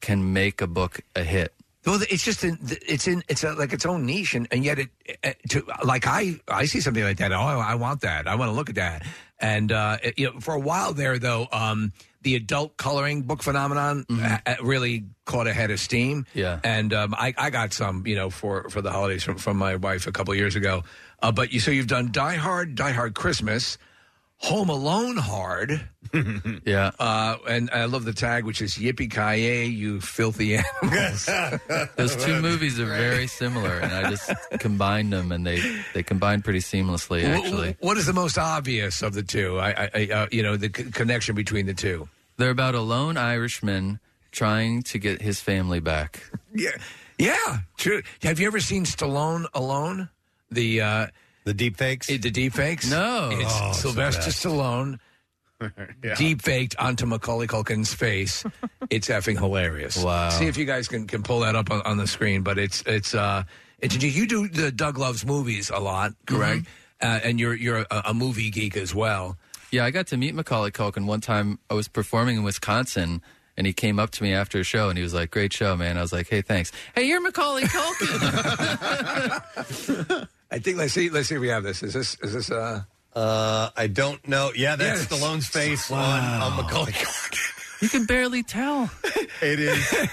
can make a book a hit.
Well, it's just in, it's in it's a, like its own uh, niche, and, and yet it, it to, like I I see something like that. Oh, I want that. I want to look at that, And uh, it- you know, for a while there, though, um, the adult coloring book phenomenon uh uh, really caught a head of steam.
Mm-hmm. Yeah.
And um, I, I got some, you know, for, for the holidays from, from my wife a couple years ago. Uh, but you, so you've done Die Hard, Die Hard Christmas, Home Alone Hard.
yeah.
Uh, and I love the tag, which is Yippee Ki you filthy animals.
Those two movies are very similar, and I just combined them, and they they combine pretty seamlessly.
Wh-
Actually,
what is the most obvious of the two? I, I, I uh, you know, the c- connection between the two.
they're about a lone Irishman trying to get his family back.
Yeah, yeah, true. Have you ever seen Stallone Alone? The uh,
the deep fakes.
the deep fakes.
No.
it's
Oh, it's the
Sylvester
best.
Stallone. Deep faked onto Macaulay Culkin's face. It's effing hilarious.
Wow.
See if you guys can, can pull that up on, on the screen. But it's it's uh it's you do the Doug Loves movies a lot, correct?
Mm-hmm.
Uh, and you're you're a, a movie geek as well.
Yeah, I got to meet Macaulay Culkin one time. I was performing in Wisconsin, and he came up to me after a show, and he was like, "Great show, man." I was like, "Hey, thanks." Hey, you're Macaulay Culkin.
I think let's see let's see if we have this. Is this is this uh
uh I don't know. Yeah, that's Stallone's face on, on Macaulay.
you can barely tell.
It is.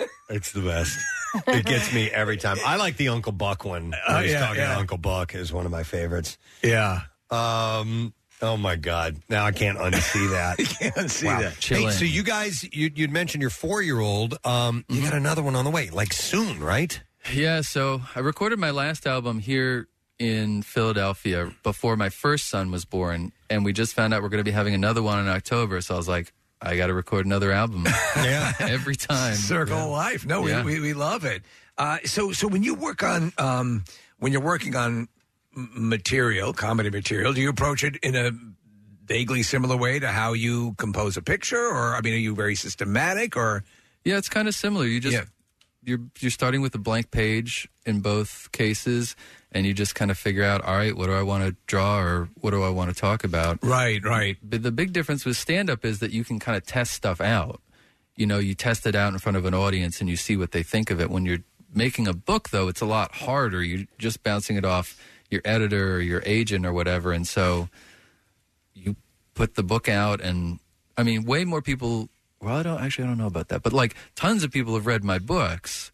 It's the best. It gets me every time. I like the Uncle Buck one.
Oh,
When he's
yeah,
talking
yeah.
to Uncle Buck is one of my favorites.
Yeah.
Um. Oh my God! Now I can't unsee that. I can't
see that.
Hey,
Chilling.
so you guys, you, you'd mentioned your four-year-old. Um, you
Mm-hmm.
got another one on the way, like soon, right?
Yeah, so I recorded my last album here in Philadelphia before my first son was born, and we just found out we're going to be having another one in October. So I was like, I got to record another album.
yeah,
every time.
Circle of life. No,
Yeah.
we, we we love it. Uh, so so when you work on um, when you're working on m- material, comedy material, do you approach it in a vaguely similar way to how you compose a picture, or I mean, are you very systematic, or
Yeah, it's kind of similar. You just you're you're starting with a blank page in both cases, and you just kind of figure out, all right, what do I want to draw or what do I want to talk about?
Right, right.
But the big difference with stand up is that you can kind of test stuff out. You know, you test it out in front of an audience and you see what they think of it. When you're making a book, though, it's a lot harder. You're just bouncing it off your editor or your agent or whatever, and so you put the book out and I mean, way more people. Well, I don't actually. I don't know about that, but like tons of people have read my books,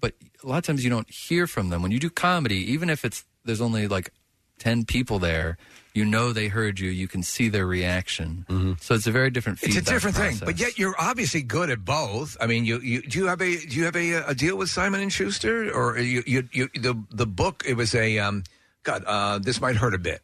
but a lot of times you don't hear from them when you do comedy. Even if it's there's only like ten people there, you know they heard you. You can see their reaction. So it's a very different.
it's a
feedback
different thing? But
process.
yet you're obviously good at both. I mean, you, you do you have a do you have a, a deal with Simon and Schuster, or are you, you you the the book? It was a um, God. Uh, this might hurt a bit.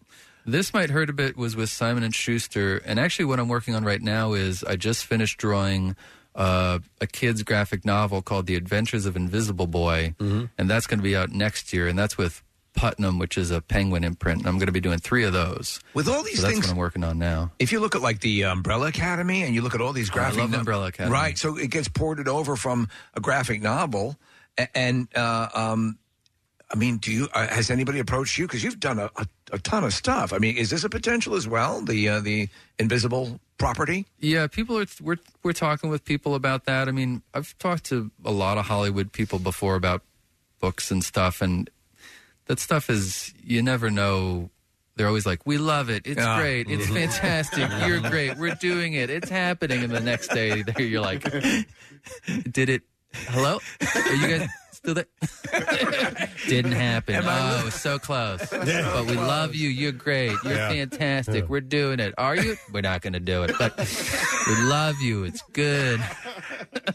This might hurt a bit was with Simon and Schuster, and actually, what I'm working on right now is I just finished drawing uh, a kid's graphic novel called The Adventures of Invisible Boy, and that's going to be out next year, and that's with Putnam, which is a Penguin imprint, and I'm going to be doing three of those.
With all these
so that's
things-
what I'm working on now.
If you look at like the Umbrella Academy and you look at all these
Oh, I
graphic
love Umbrella Academy.
right? So it gets ported over from a graphic novel, A- and uh, um, I mean, do you uh, has anybody approached you because you've done a, a, a ton of stuff? I mean, is this a potential as well? The uh, the invisible property?
Yeah, people are we're we're talking with people about that. I mean, I've talked to a lot of Hollywood people before about books and stuff, and that stuff is you never know. They're always like, "We love it. It's
Yeah.
great. It's fantastic. You're great. We're doing it. It's happening." And the next day, there you're like, "Did it? Hello? Are you guys still there? Didn't happen. oh, so close.
Yeah.
but we love you. You're great. You're
Yeah.
fantastic. We're doing it. Are you? We're not going to do it, but we love you. It's good.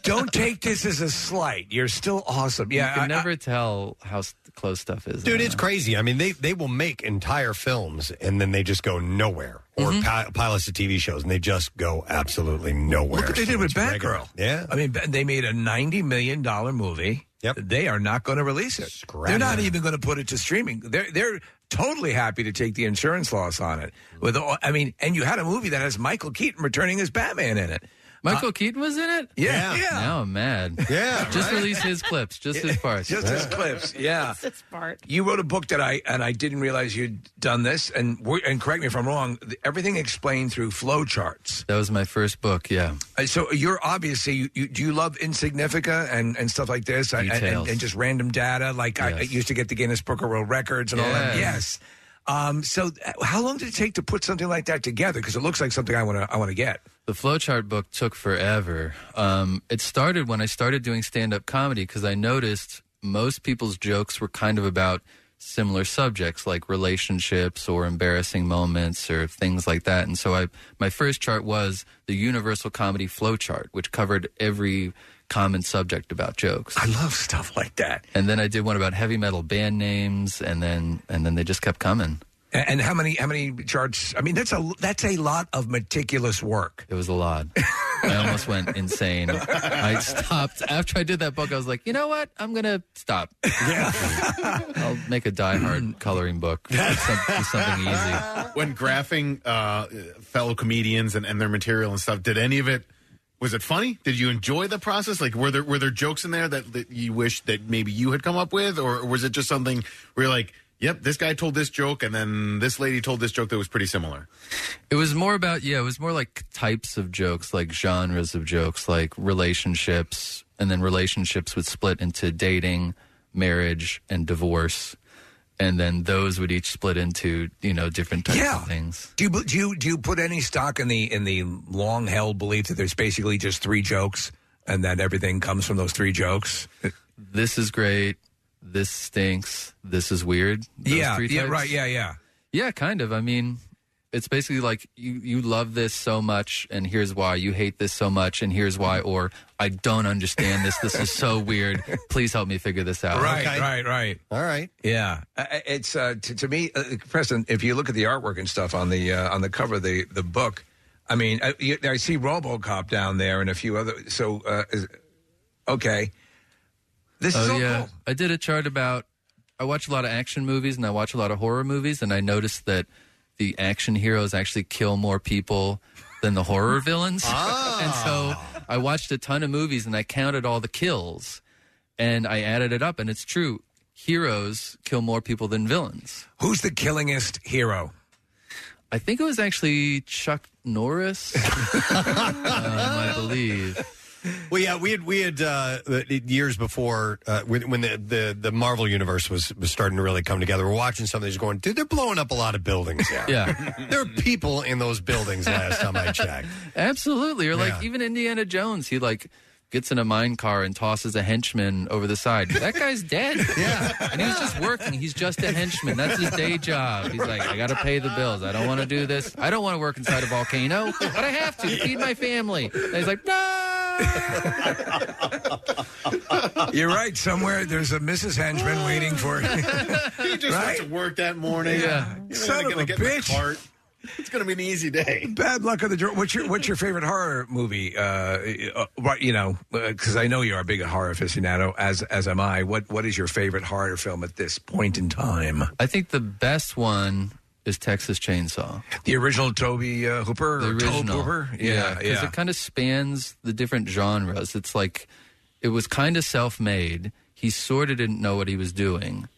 Don't take this as a slight. You're still awesome. Yeah,
you can
I-
never tell how s- close stuff is.
Dude, it's crazy. I mean, they they will make entire films and then they just go nowhere, or
Mm-hmm.
pi- pilots of TV shows, and they just go absolutely nowhere.
Look what they did with Batgirl.
Yeah.
I mean, they made a ninety million dollar movie. Yep. They are not going to release it. they're not even going to put it to streaming. They're they're totally happy to take the insurance loss on it. With all, I mean, and you had a movie that has Michael Keaton returning as Batman in it. Uh,
Michael Keaton was in it.
Yeah. Yeah.
Now I'm mad.
Yeah.
Just
right?
release his clips. Just his parts.
Just his clips. Yeah.
That's part.
You wrote a book that I and I didn't realize you'd done this. And we- and correct me if I'm wrong. th- Everything explained through flow charts.
That was my first book. Yeah.
Uh, So you're obviously you, you do you love insignifica and, and stuff like this and, and,
Details.
and just random data like I, I used to get the Guinness Book of World Records and all that.
Yes.
Yes, Um, so, uh, how long did it take to put something like that together? Because it looks like something I want to I want to get.
The flowchart book took forever. Um, it started when I started doing stand up comedy because I noticed most people's jokes were kind of about similar subjects like relationships or embarrassing moments or things like that. And so I my first chart was the universal comedy flowchart, which covered every common subject about jokes. I
love stuff like that.
And then I did one about heavy metal band names and then and then they just kept coming.
And, and how many how many charts? I mean, that's a that's a lot of meticulous work.
It was a lot. I almost went insane. I stopped after I did that book. I was like, you know what? I'm gonna stop. I'll make a diehard coloring book. It's some- it's something easy.
when graphing uh, fellow comedians and, and their material and stuff, did any of it was it funny? Did you enjoy the process? Like, were there were there jokes in there that, that you wish that maybe you had come up with, or was it just something where you're like, "Yep, this guy told this joke, and then this lady told this joke that was pretty similar."
It was more about yeah, it was more like types of jokes, like genres of jokes, like relationships, and then relationships would split into dating, marriage, and divorce, and then those would each split into you know different types
Yeah.
of things.
Do you bel- do you do you put any stock in the in the long held belief that there's basically just three jokes and that everything comes from those three jokes?
This is great. This stinks. This is weird. Those
yeah,
three
yeah,
types?
right, yeah, yeah.
Yeah, kind of. I mean, it's basically like you, you love this so much, and here's why. You hate this so much, and here's why. Or I don't understand this. This is so weird. Please help me figure this out.
Right, right, right. All right. Yeah, I- I- it's uh, to, to me, uh, Preston. If you look at the artwork and stuff on the uh, on the cover of the the book, I mean, I, you- I see RoboCop down there and a few other. So, uh, is, okay, this
oh,
is all
yeah.
cool.
I did a chart about. I watch a lot of action movies and I watch a lot of horror movies, and I noticed that the action heroes actually kill more people than the horror villains.
Ah.
Ah.
And so I watched a ton of movies and I counted all the kills, and I added it up, and it's true. Heroes kill more people than villains.
Who's the killingest hero?
I think it was actually Chuck Norris. Um, I believe.
Well, yeah, we had we had uh, years before uh, when, when the, the the Marvel universe was was starting to really come together. We're watching some of these, going, dude, they're blowing up a lot of buildings. Here.
Yeah.
there are people in those buildings. Last time I checked,
Absolutely. Or like
Yeah.
even Indiana Jones, he like gets in a mine car and tosses a henchman over the side. That guy's dead. yeah. And he's just working. He's just a henchman. That's his day job. He's like, I got to pay the bills. I don't want to do this. I don't want to work inside a volcano, but I have to to feed my family. And he's like, no.
You're right. Somewhere there's a Mrs. Henchman waiting for
he just went
Right?
to work that morning.
Yeah.
He's
Son
gonna
of a
get in the
bitch.
cart. It's going to be an easy day.
Bad luck on the draw. What's your What's your favorite horror movie? Uh, uh, right, you know, because I know you are a big horror aficionado, as as am I. What What is your favorite horror film at this point in time?
I think the best one is Texas Chainsaw.
The original Toby uh, Hooper,
the
or Tobe
original.
Hooper. Yeah,
because
yeah.
it kind of spans the different genres. It's like it was kind of self-made. He sort of didn't know what he was doing,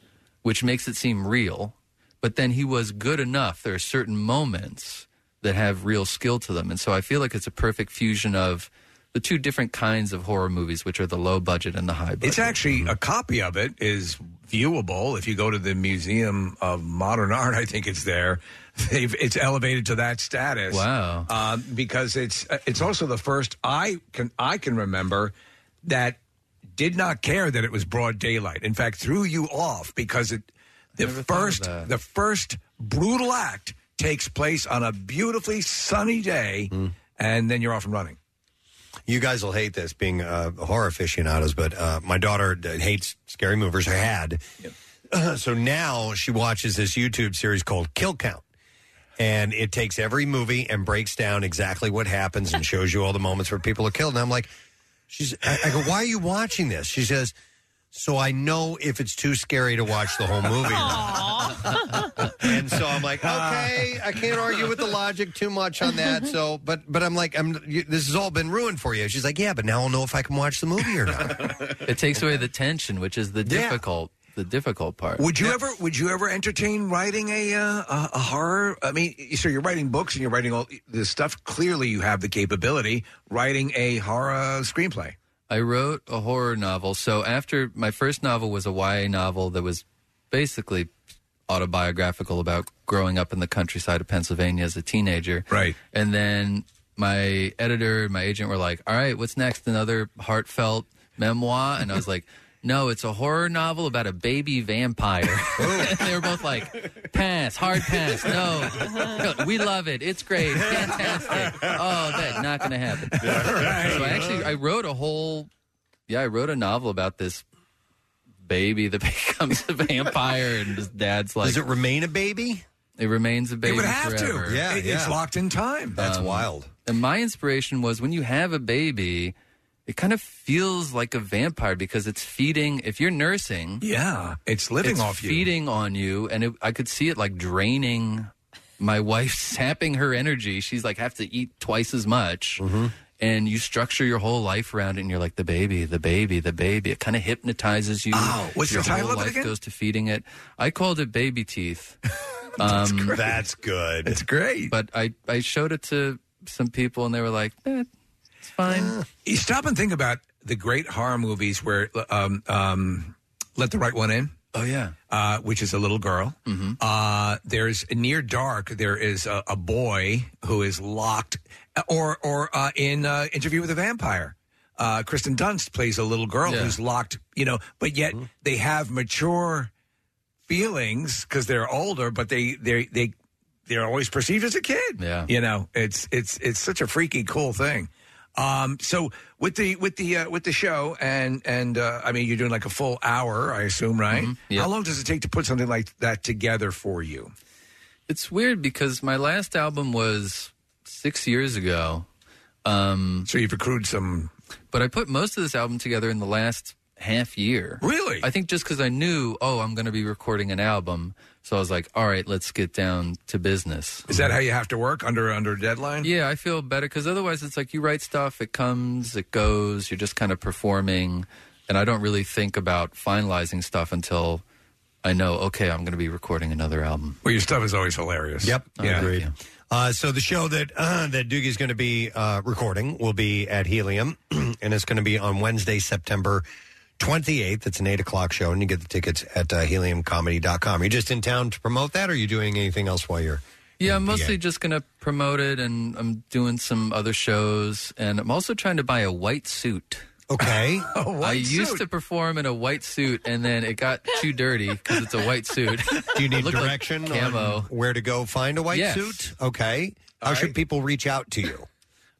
which makes it seem real. But then he was good enough. There are certain moments that have real skill to them, and so I feel like it's a perfect fusion of the two different kinds of horror movies, which are the low budget and the high budget.
It's actually a copy of it is viewable if you go to the Museum of Modern Art. I think it's there. They've, it's elevated to that status.
Wow!
Um, because it's uh, it's also the first I can I can remember that did not care that it was broad daylight. In fact, threw you off because it the first the first brutal act takes place on a beautifully sunny day, and then you're off and running.
you guys will hate this being uh, horror aficionados, but uh, my daughter d- hates scary movies. I had. so now she watches this YouTube series called Kill Count. And it takes every movie and breaks down exactly what happens and shows you all the moments where people are killed. And I'm like, she's, I, I go, why are you watching this? She says, so I know if it's too scary to watch the whole movie. and so I'm like, okay, I can't argue with the logic too much on
Mm-hmm.
that. So, but but I'm like, I'm you, this has all been ruined for you. She's like, yeah, but now I'll know if I can watch the movie or not.
it takes away the tension, which is the difficult the difficult part.
Would you ever Would you ever entertain writing a, uh, a a horror? I mean, so you're writing books and you're writing all this stuff. Clearly, you have the capability writing a horror screenplay.
I wrote a horror novel. So after my first novel was a YA novel that was basically autobiographical about growing up in the countryside of Pennsylvania as a teenager.
Right.
And then my editor and my agent were like, "All right, what's next? Another heartfelt memoir?" And I was like, "No, it's a horror novel about a baby vampire." and they were both like, "Pass, hard pass. No, No, we love it. It's great, fantastic. Oh, that's not going to happen." So I actually I wrote a whole yeah, I wrote a novel about this baby that becomes a vampire, and his dad's like,
Does it remain a baby?
It remains a baby.
would have to.
forever.
Yeah, It- it's yeah. locked in time. That's wild.
Um, And my inspiration was when you have a baby, it kind of feels like a vampire because it's feeding. If you're nursing,
Yeah, it's living
it's
off you.
feeding on you, and it, I could see it like draining my wife, sapping her energy. She's like have to eat twice as much,
Mm-hmm.
and you structure your whole life around it. And you're like the baby, the baby, the baby. It kind of hypnotizes you.
Oh, what's
your
the title
whole
of it
life
again?
goes to feeding it. I called it baby teeth. Um,
That's
great. That's good.
It's great.
But I I showed it to some people, and they were like, eh, it's fine.
You stop and think about the great horror movies where um, um, Let the Right One In.
Oh yeah,
uh, which is a little girl. Uh, there's near dark. There is a, a boy who is locked, or or uh, in uh, Interview with a Vampire. Uh, Kristen Dunst plays a little girl who's locked, you know, but yet they have mature feelings because they're older, but they they they they're always perceived as a kid.
Yeah.
you know, it's it's it's such a freaky cool thing. Um, so with the with the uh, with the show and and uh, I mean you're doing like a full hour, I assume, right?
Mm-hmm.
How long does it take to put something like that together for you?
It's weird because my last album was six years ago. Um,
so you've accrued some.
But I put most of this album together in the last half year.
Really?
I think just because I knew, oh, I'm going to be recording an album. So I was like, all right, let's get down to business.
Is that how you have to work under under a deadline?
Yeah, I feel better because otherwise it's like you write stuff, it comes, it goes, you're just kind of performing. And I don't really think about finalizing stuff until I know, okay, I'm going to be recording another album.
Well, your stuff is always hilarious.
Yep.
Oh, thank
Agreed.
you.
Uh, so the show that uh, that Doogie's going to be uh, recording will be at Helium, and it's going to be on Wednesday, September 28th. It's an 8 o'clock show, and you get the tickets at uh, heliumcomedy.com. Are you just in town to promote that, or are you doing anything else while you're...
Yeah, I'm mostly just going to promote it, and I'm doing some other shows, and I'm also trying to buy a white suit.
Okay.
I used to perform in a white suit, and then it got too dirty because it's a white suit.
Do you
It
need
looked like
direction
camo.
on where to go find a white
Yes.
suit? Okay. How should people reach out to you?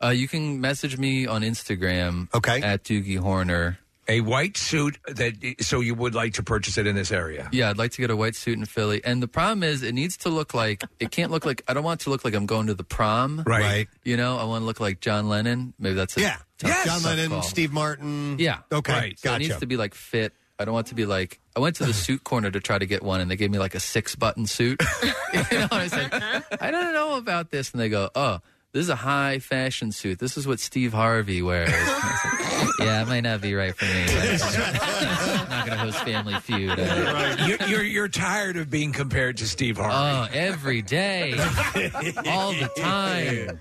Uh, you can message me on Instagram.
Okay.
At Doogie Horner.
A white suit that so you would like to purchase it in this area.
Yeah, I'd like to get a white suit in Philly. And the problem is, it needs to look like it can't look like I don't want it to look like I'm going to the prom.
Right. Right.
You know, I want to look like John Lennon. Maybe that's a
Yeah.
tough-
John
tough
Lennon,
call.
Steve Martin.
Yeah.
Okay.
So it needs
Gotcha.
to be like fit. I don't want it to be like I went to the suit corner to try to get one, and they gave me like a six button suit. you know, and I said, I don't know about this, and they go, Oh, this is a high fashion suit. This is what Steve Harvey wears. And I was like, yeah, it might not be right for me. but, you know, I'm not going to host Family Feud.
you're, you're you're tired of being compared to Steve Harvey.
Oh, every day, all the time.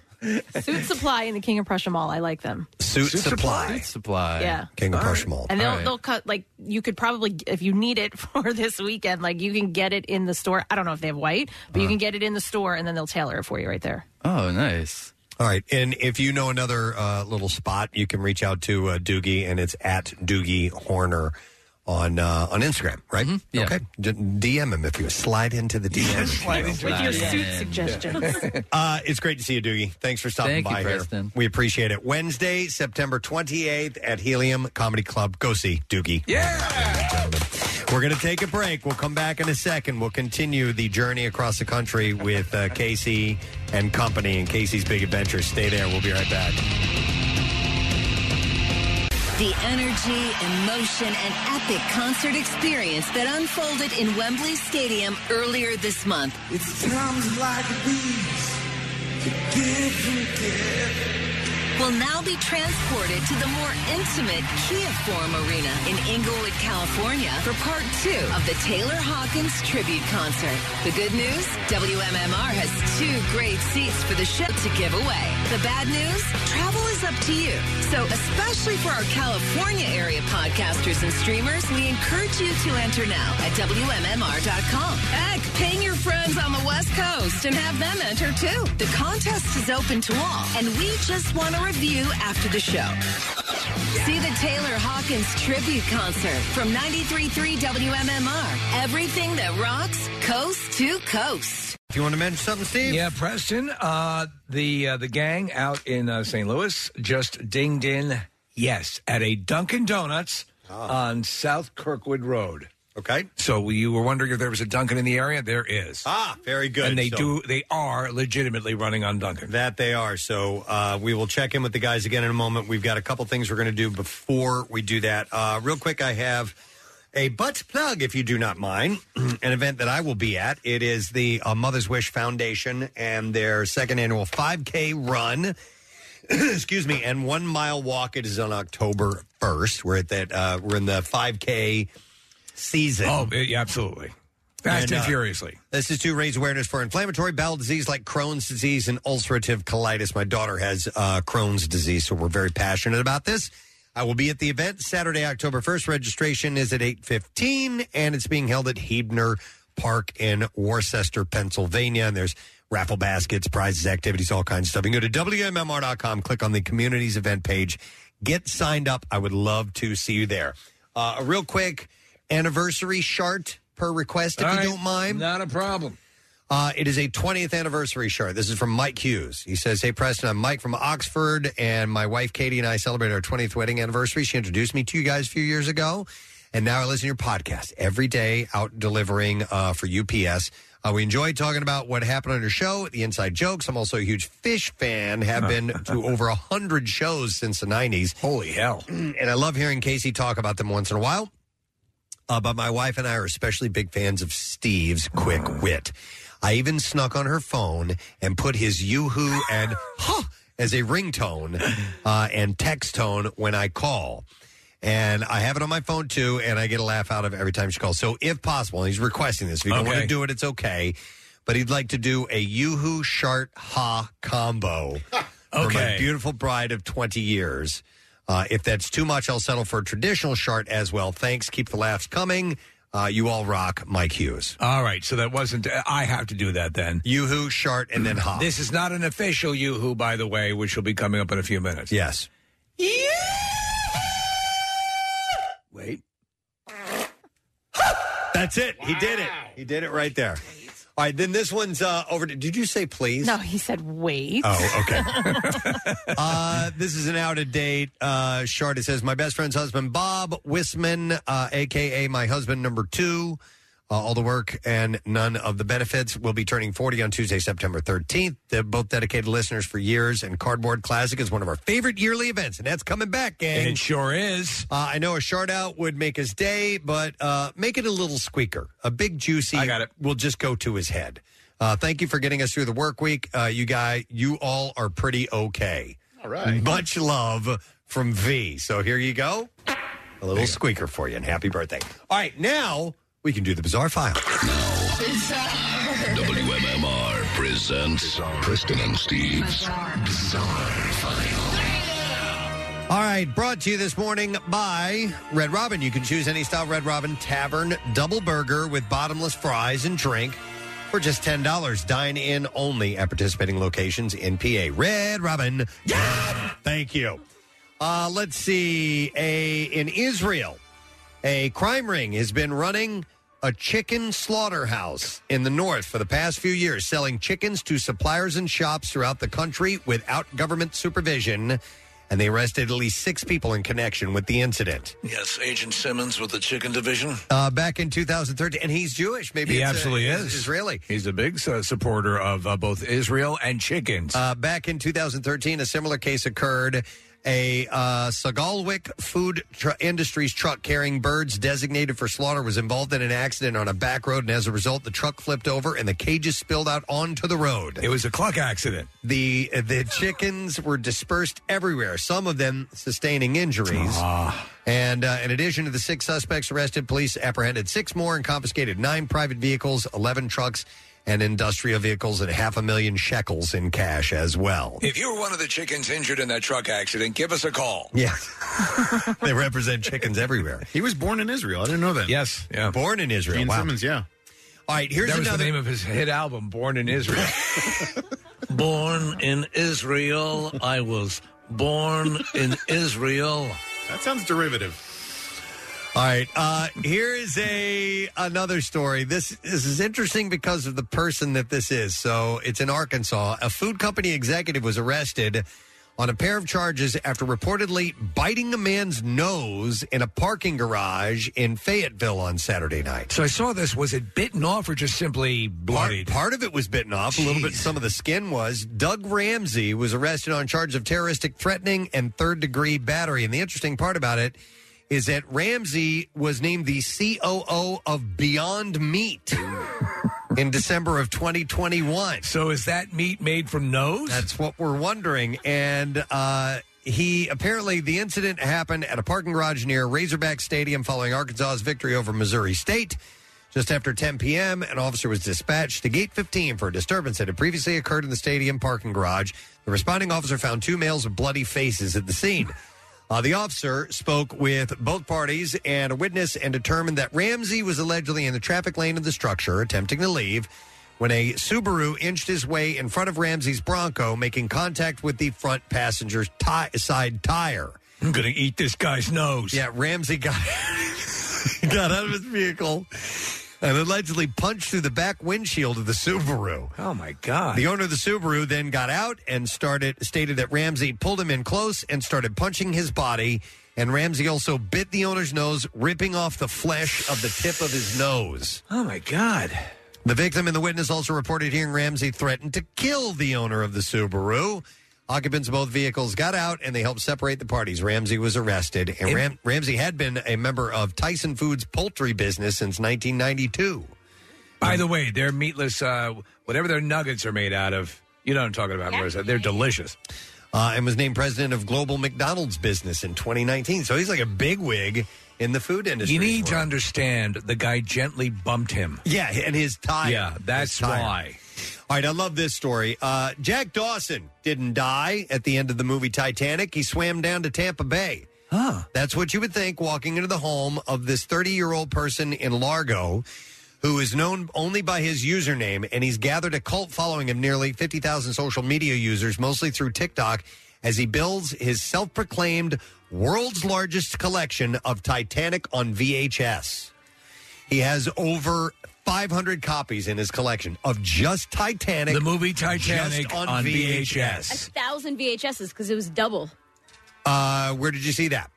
Suit Supply and the King of Prussia Mall. I like them.
Suit,
Supply.
Suit Supply.
Yeah.
King of Prussia Mall.
And they'll
All right.
they'll cut like you could probably if you need it for this weekend, like you can get it in the store. I don't know if they have white, but you
Uh.
can get it in the store and then they'll tailor it for you right there.
Oh, nice.
All right. And if you know another uh, little spot, you can reach out to uh, Doogie, and it's at Doogie Horner on uh, on Instagram, right?
Mm-hmm. Yeah.
Okay. J- DM him if you slide into the DM.
slide into
With your suit suggestions.
uh, it's great to see you, Doogie. Thanks for stopping
Thank you,
by here.
Preston.
We appreciate it. Wednesday, September 28th at Helium Comedy Club. Go see Doogie.
Yeah.
We're going to take a break. We'll come back in a second. We'll continue the journey across the country with uh, Casey and company and Casey's Big Adventures. Stay there. We'll be right back.
The energy, emotion, and epic concert experience that unfolded in Wembley Stadium earlier this month. It's times like these. will now be transported to the more intimate Kia Forum Arena in Inglewood, California for part two of the Taylor Hawkins Tribute Concert. The good news? WMMR has two great seats for the show to give away. The bad news? Travel is up to you. So especially for our California area podcasters and streamers, we encourage you to enter now at WMMR.com. Heck, ping your friends on the West Coast and have them enter too. The contest is open to all, and we just want a review after the show. See the Taylor Hawkins tribute concert from 93.3 WMMR. Everything that rocks, coast to coast.
Do you want to mention something, Steve? Yeah, Preston. Uh, the uh, the gang out in uh, St. Louis just dinged in. Yes, at a Dunkin' Donuts on South Kirkwood Road.
Ah. Okay.
So you were wondering if there was a Dunkin' in the area? There is.
Ah, very good.
And they
So-
do. They are legitimately running on Dunkin'.
That they are. So uh, we will check in with the guys again in a moment. We've got a couple things we're going to do before we do that. Uh, real quick, I have a butt plug, if you do not mind, an event that I will be at. It is the uh, Mother's Wish Foundation and their second annual 5K run. Excuse me, and one mile walk. It is on October 1st. We're at that. Uh, we're in the 5K season.
Oh, yeah, absolutely. Fast
uh,
and furiously.
This is to raise awareness for inflammatory bowel disease like Crohn's disease and ulcerative colitis. My daughter has uh, Crohn's disease, so we're very passionate about this. I will be at the event Saturday, October 1st. Registration is at 8.15, and it's being held at Hebner Park in Worcester, Pennsylvania. And there's raffle baskets, prizes, activities, all kinds of stuff. You can go to WMMR.com, click on the communities event page, get signed up. I would love to see you there. Uh, a real quick anniversary chart per request, if
All
you
right.
don't mind.
Not a problem.
Uh, it is a 20th anniversary shirt. This is from Mike Hughes. He says, Hey, Preston, I'm Mike from Oxford, and my wife Katie and I celebrate our 20th wedding anniversary. She introduced me to you guys a few years ago, and now I listen to your podcast every day out delivering uh, for UPS. Uh, we enjoy talking about what happened on your show, the inside jokes. I'm also a huge fish fan, have been to over 100 shows since the 90s.
Holy hell.
And I love hearing Casey talk about them once in a while uh, but my wife and I are especially big fans of Steve's quick wit. I even snuck on her phone and put his yoo-hoo and huh as a ringtone uh, and text tone when I call. And I have it on my phone too, and I get a laugh out of it every time she calls. So if possible, and he's requesting this. If you don't want
Okay.
to do it, it's okay. But he'd like to do a yoo-hoo shart ha combo for my
Okay.
beautiful bride of 20 years. Uh, if that's too much, I'll settle for a traditional shart as well. Thanks. Keep the laughs coming. Uh, you all rock, Mike Hughes.
All right, so that wasn't. I have to do that then.
Yoo-hoo, shart, and then hop.
This is not an official yoo-hoo, by the way, which will be coming up in a few minutes.
Yes.
Wait.
That's it. He did it. He did it right there. All right, then this one's uh, over. To, did you say please?
No, he said wait.
Oh, okay. uh, this is an out of date uh, shard. It says, My best friend's husband, Bob Wisman, uh, AKA my husband, number two. Uh, all the work and none of the benefits will be turning 40 on Tuesday, September 13th. They're both dedicated listeners for years, and Cardboard Classic is one of our favorite yearly events, and that's coming back, gang.
It sure is.
Uh, I know a shard out would make his day, but uh, make it a little squeaker. A big juicy I got it. will just go to his head. Uh, thank you for getting us through the work week. Uh, you guy, you all are pretty okay. All
right.
Much love from V. So here you go. A little squeaker for you, and happy birthday. All right, now we can do the bizarre file.
WMMR presents Preston and Steve's Bizarre, File.
All right, brought to you this morning by Red Robin. You can choose any style Red Robin Tavern double burger with bottomless fries and drink for just $10. Dine in only at participating locations in PA. Red Robin. Thank you. Uh, let's see. A in Israel, a crime ring has been running a chicken slaughterhouse in the north for the past few years, selling chickens to suppliers and shops throughout the country without government supervision. And they arrested at least six people in connection with the incident.
Yes, Agent Simmons with the chicken division.
Uh, back in 2013, and he's Jewish. Maybe
he
it's, uh,
absolutely
it's
is
Israeli.
He's a big uh, supporter of uh, both Israel and chickens.
Uh, back in 2013, a similar case occurred A uh, Sagalwick Food tr- Industries truck carrying birds designated for slaughter was involved in an accident on a back road, and as a result, the truck flipped over and the cages spilled out onto the road.
It was a clock accident.
The the chickens were dispersed everywhere. Some of them sustaining injuries.
Ah.
And uh, in addition to the six suspects arrested, police apprehended six more and confiscated nine private vehicles, eleven trucks, and industrial vehicles, and half a million shekels in cash as well.
If you were one of the chickens injured in that truck accident, give us a call.
Yeah. they represent chickens everywhere.
He was born in Israel. I didn't know that.
Yes. Yeah.
Born in Israel.
Gene
wow.
Simmons, yeah.
All right, here's
that was
another-
the name of his hit album, Born in Israel.
Born in Israel, I was born in Israel.
That sounds derivative.
All right. Uh, here is a another story. This this is interesting because of the person that this is. So it's in Arkansas. A food company executive was arrested on a pair of charges after reportedly biting a man's nose in a parking garage in Fayetteville on Saturday night.
So I saw this. Was it bitten off or just simply bloodied?
Part, of it was bitten off. A little bit. Some of the skin was. Doug Ramsey was arrested on charges of terroristic threatening and third degree battery. And the interesting part about it is that Ramsey was named the COO of Beyond Meat in December of 2021.
So is that meat made from nose?
That's what we're wondering. And uh, he apparently the incident happened at a parking garage near Razorback Stadium following Arkansas's victory over Missouri State. Just after 10 p.m., an officer was dispatched to gate 15 for a disturbance that had previously occurred in the stadium parking garage. The responding officer found two males with bloody faces at the scene. Uh, the officer spoke with both parties and a witness and determined that Ramsey was allegedly in the traffic lane of the structure attempting to leave when a Subaru inched his way in front of Ramsey's Bronco, making contact with the front passenger's ti- side tire.
I'm going to eat this guy's nose.
Yeah, Ramsey got, got out of his vehicle and allegedly punched through the back windshield of the Subaru.
Oh, my God.
The owner of the Subaru then got out and started stated that Ramsey pulled him in close and started punching his body. And Ramsey also bit the owner's nose, ripping off the flesh of the tip of his nose.
Oh my God!
The victim and the witness also reported hearing Ramsey threaten to kill the owner of the Subaru. Occupants of both vehicles got out and they helped separate the parties. Ramsey was arrested, and Ram- Ramsey had been a member of Tyson Foods poultry business since 1992.
By the way, their meatless, uh, whatever their nuggets are made out of, you know what I'm talking about, Marissa. They're delicious.
uh, and was named president of global McDonald's business in 2019. So he's like a bigwig in the food industry.
You need to understand the guy gently bumped him.
Yeah, and his tire.
Yeah, that's
His tire.
why.
All right, I love this story. Uh, Jack Dawson didn't die at the end of the movie Titanic. He swam down to Tampa Bay.
Huh.
That's what you would think walking into the home of this 30 year old person in Largo who is known only by his username, and he's gathered a cult following of nearly 50,000 social media users, mostly through TikTok, as he builds his self proclaimed world's largest collection of Titanic on VHS. He has over 500 copies in his collection of just Titanic.
The movie Titanic
just
on VHS.
A thousand VHSs because it was double.
Uh, where did you see that?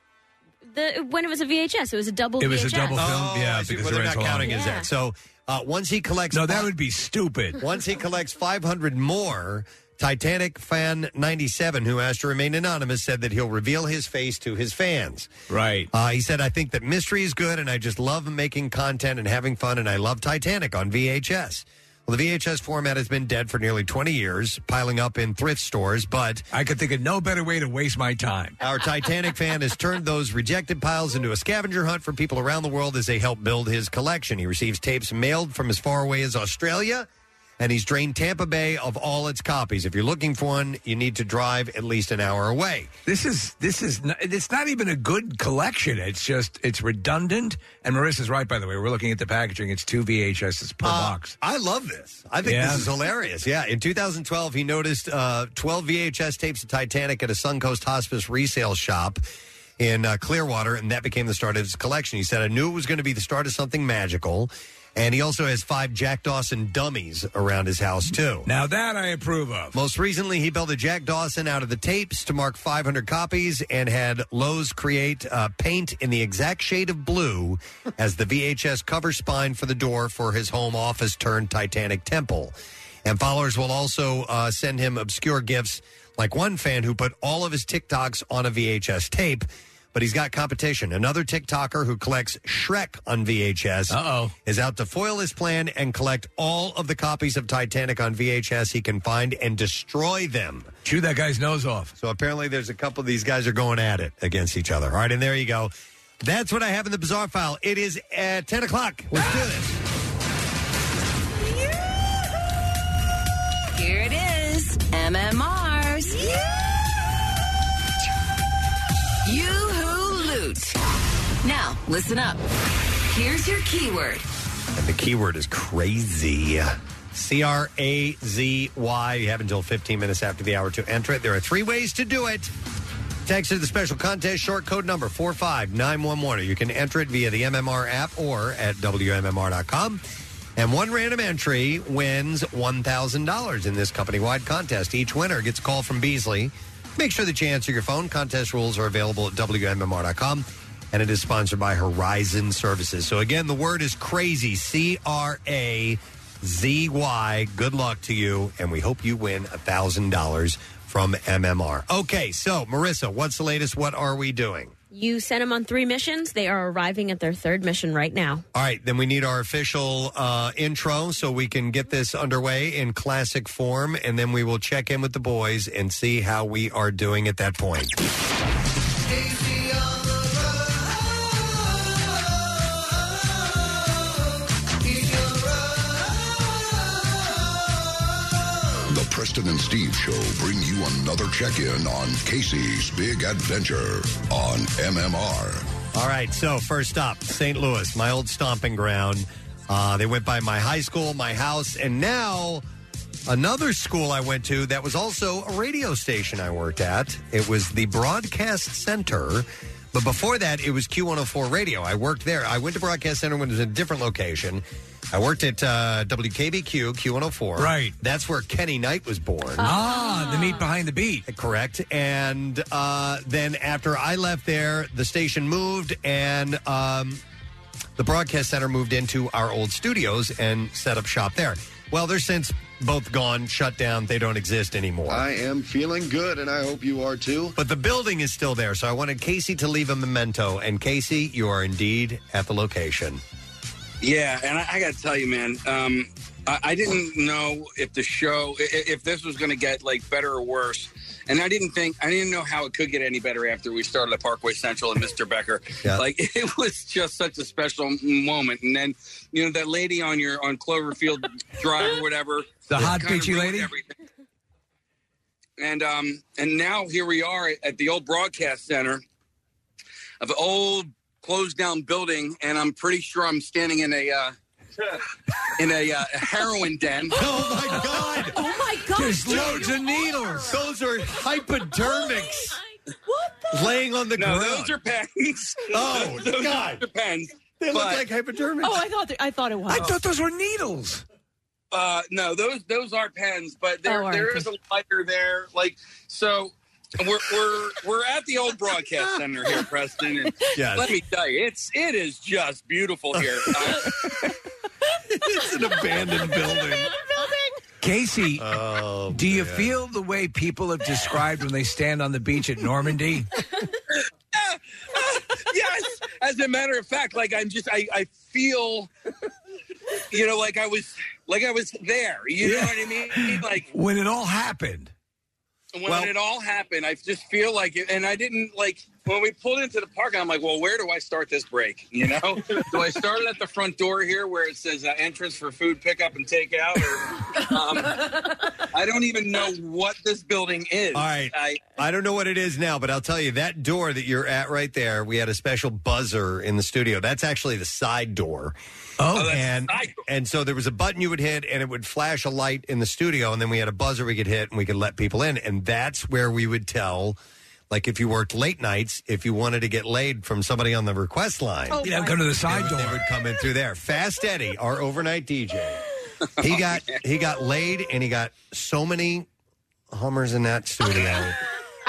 The when it was a VHS, it was a double.
It was a
VHS.
double film.
Oh,
yeah,
I see.
because
Well,
it
they're
ran
not
so long.
counting as
Yeah.
that. So uh, once he collects,
No, that would be stupid.
Once he collects 500 more, Titanic fan 97, who asked to remain anonymous, said that he'll reveal his face to his fans.
Right.
Uh, he said, "I think that mystery is good, and I just love making content and having fun, and I love Titanic on VHS." Well, the VHS format has been dead for nearly 20 years, piling up in thrift stores, but
I could think of no better way to waste my time.
our Titanic fan has turned those rejected piles into a scavenger hunt for people around the world as they help build his collection. He receives tapes mailed from as far away as Australia, and he's drained Tampa Bay of all its copies. If you're looking for one, you need to drive at least an hour away.
This is this is not, it's not even a good collection. It's just it's redundant. And Marissa's right, by the way. We're looking at the packaging. It's two VHSs
Uh,
per box.
I love this. I think
Yeah.
this is hilarious. Yeah. In 2012, he noticed uh, 12 VHS tapes of Titanic at a Suncoast Hospice resale shop in uh, Clearwater, and that became the start of his collection. He said, I knew it was going to be the start of something magical. And he also has five Jack Dawson dummies around his house, too.
Now that I approve of.
Most recently, he built a Jack Dawson out of the tapes to mark 500 copies and had Lowe's create uh, paint in the exact shade of blue as the VHS cover spine for the door for his home office turned Titanic Temple. And followers will also uh, send him obscure gifts Like one fan who put all of his TikToks on a VHS tape, but he's got competition. Another TikToker who collects Shrek on VHS
Uh-oh.
is out to foil his plan and collect all of the copies of Titanic on VHS he can find and destroy them.
Chew that guy's nose off.
So apparently, there's a couple of these guys are going at it against each other. All right, and there you go. That's what I have in the bizarre file. It is at 10 o'clock. Let's do this.
Here it is MMR's. Yoo-hoo loot. Now, listen up. Here's your keyword.
And the keyword is crazy. C R A Z Y. You have until 15 minutes after the hour to enter it. There are three ways to do it. Text to the special contest short code number 45911. or You can enter it via the MMR app or at WMMR.com. And one random entry wins $1,000 in this company wide contest. Each winner gets a call from Beasley. Make sure that you answer your phone. Contest rules are available at WMMR.com. And it is sponsored by Horizon Services. So, again, the word is crazy C R A Z Y. Good luck to you. And we hope you win $1,000 from MMR. Okay, so, Marissa, what's the latest? What are we doing?
You sent them on three missions. They are arriving at their third mission right now.
All right, then we need our official uh, intro so we can get this underway in classic form, and then we will check in with the boys and see how we are doing at that point.
The Preston and Steve Show bring you another check in on Casey's Big Adventure on MMR.
All right, so first up, St. Louis, my old stomping ground. Uh, they went by my high school, my house, and now another school I went to that was also a radio station I worked at. It was the Broadcast Center. But before that, it was Q104 Radio. I worked there. I went to Broadcast Center when it was in a different location. I worked at uh, WKBQ, Q104.
Right.
That's where Kenny Knight was born.
Ah, the meat behind the beat.
Correct. And uh, then after I left there, the station moved and um, the broadcast center moved into our old studios and set up shop there. Well, they're since both gone, shut down. They don't exist anymore.
I am feeling good, and I hope you are too.
But the building is still there, so I wanted Casey to leave a memento. And Casey, you are indeed at the location.
Yeah, and I, I got to tell you, man, um, I, I didn't know if the show, i- i- if this was going to get like better or worse, and I didn't think, I didn't know how it could get any better after we started at Parkway Central and Mr. Becker.
Yeah.
Like it was just such a special moment, and then you know that lady on your on Cloverfield Drive or whatever,
The hot
kinda
peachy
ruined
lady?
everything. And um, and now here we are at the old broadcast center of an old closed down building, and I'm pretty sure I'm standing in a uh, in a, uh, a heroin den.
Oh my god!
Oh my god!
There's loads of needles.
Those are hypodermics.
What
Laying on Oh the
no,
ground.
those are pens.
Oh,
Those
God.
are pens.
They look
But,
like hypodermics.
Oh, I thought th- I thought it was.
I thought
those were needles.
uh, no, those those are pens. But there
Oh,
there
alright.
is a lighter there. Like so, we're we're we're at the old broadcast center here, Preston. And
Yes.
let me tell you, it's it is just beautiful here. Uh,
it's an abandoned building.
Casey, do you
oh, man.
feel the way people have described when they stand on the beach at Normandy?
yes. As a matter of fact, like I'm just, I, I feel, you know, like I was, like I was there. You
Yeah.
know what I mean? Like
When it all happened.
when
Well-
it all happened, I just feel like it. And I didn't like when we pulled into the park. I'm like, well, where do I start this break? You know, do I start it at the front door here where it says uh, entrance for food pickup and takeout? Or, um, I don't even know what this building is.
All right.
I,
I don't know what it is now, but I'll tell you that door that you're at right there, we had a special buzzer in the studio. That's actually the side door.
Oh,
and and so there was a button you would hit, and it would flash a light in the studio, and then we had a buzzer we could hit, and we could let people in, and that's where we would tell, like if you worked late nights, if you wanted to get laid from somebody on the request line,
Oh, Yeah, my- go to the side
they would- They
door.
would come in through there. Fast Eddie, our overnight DJ, he got he got laid, and he got so many Hummers in that studio.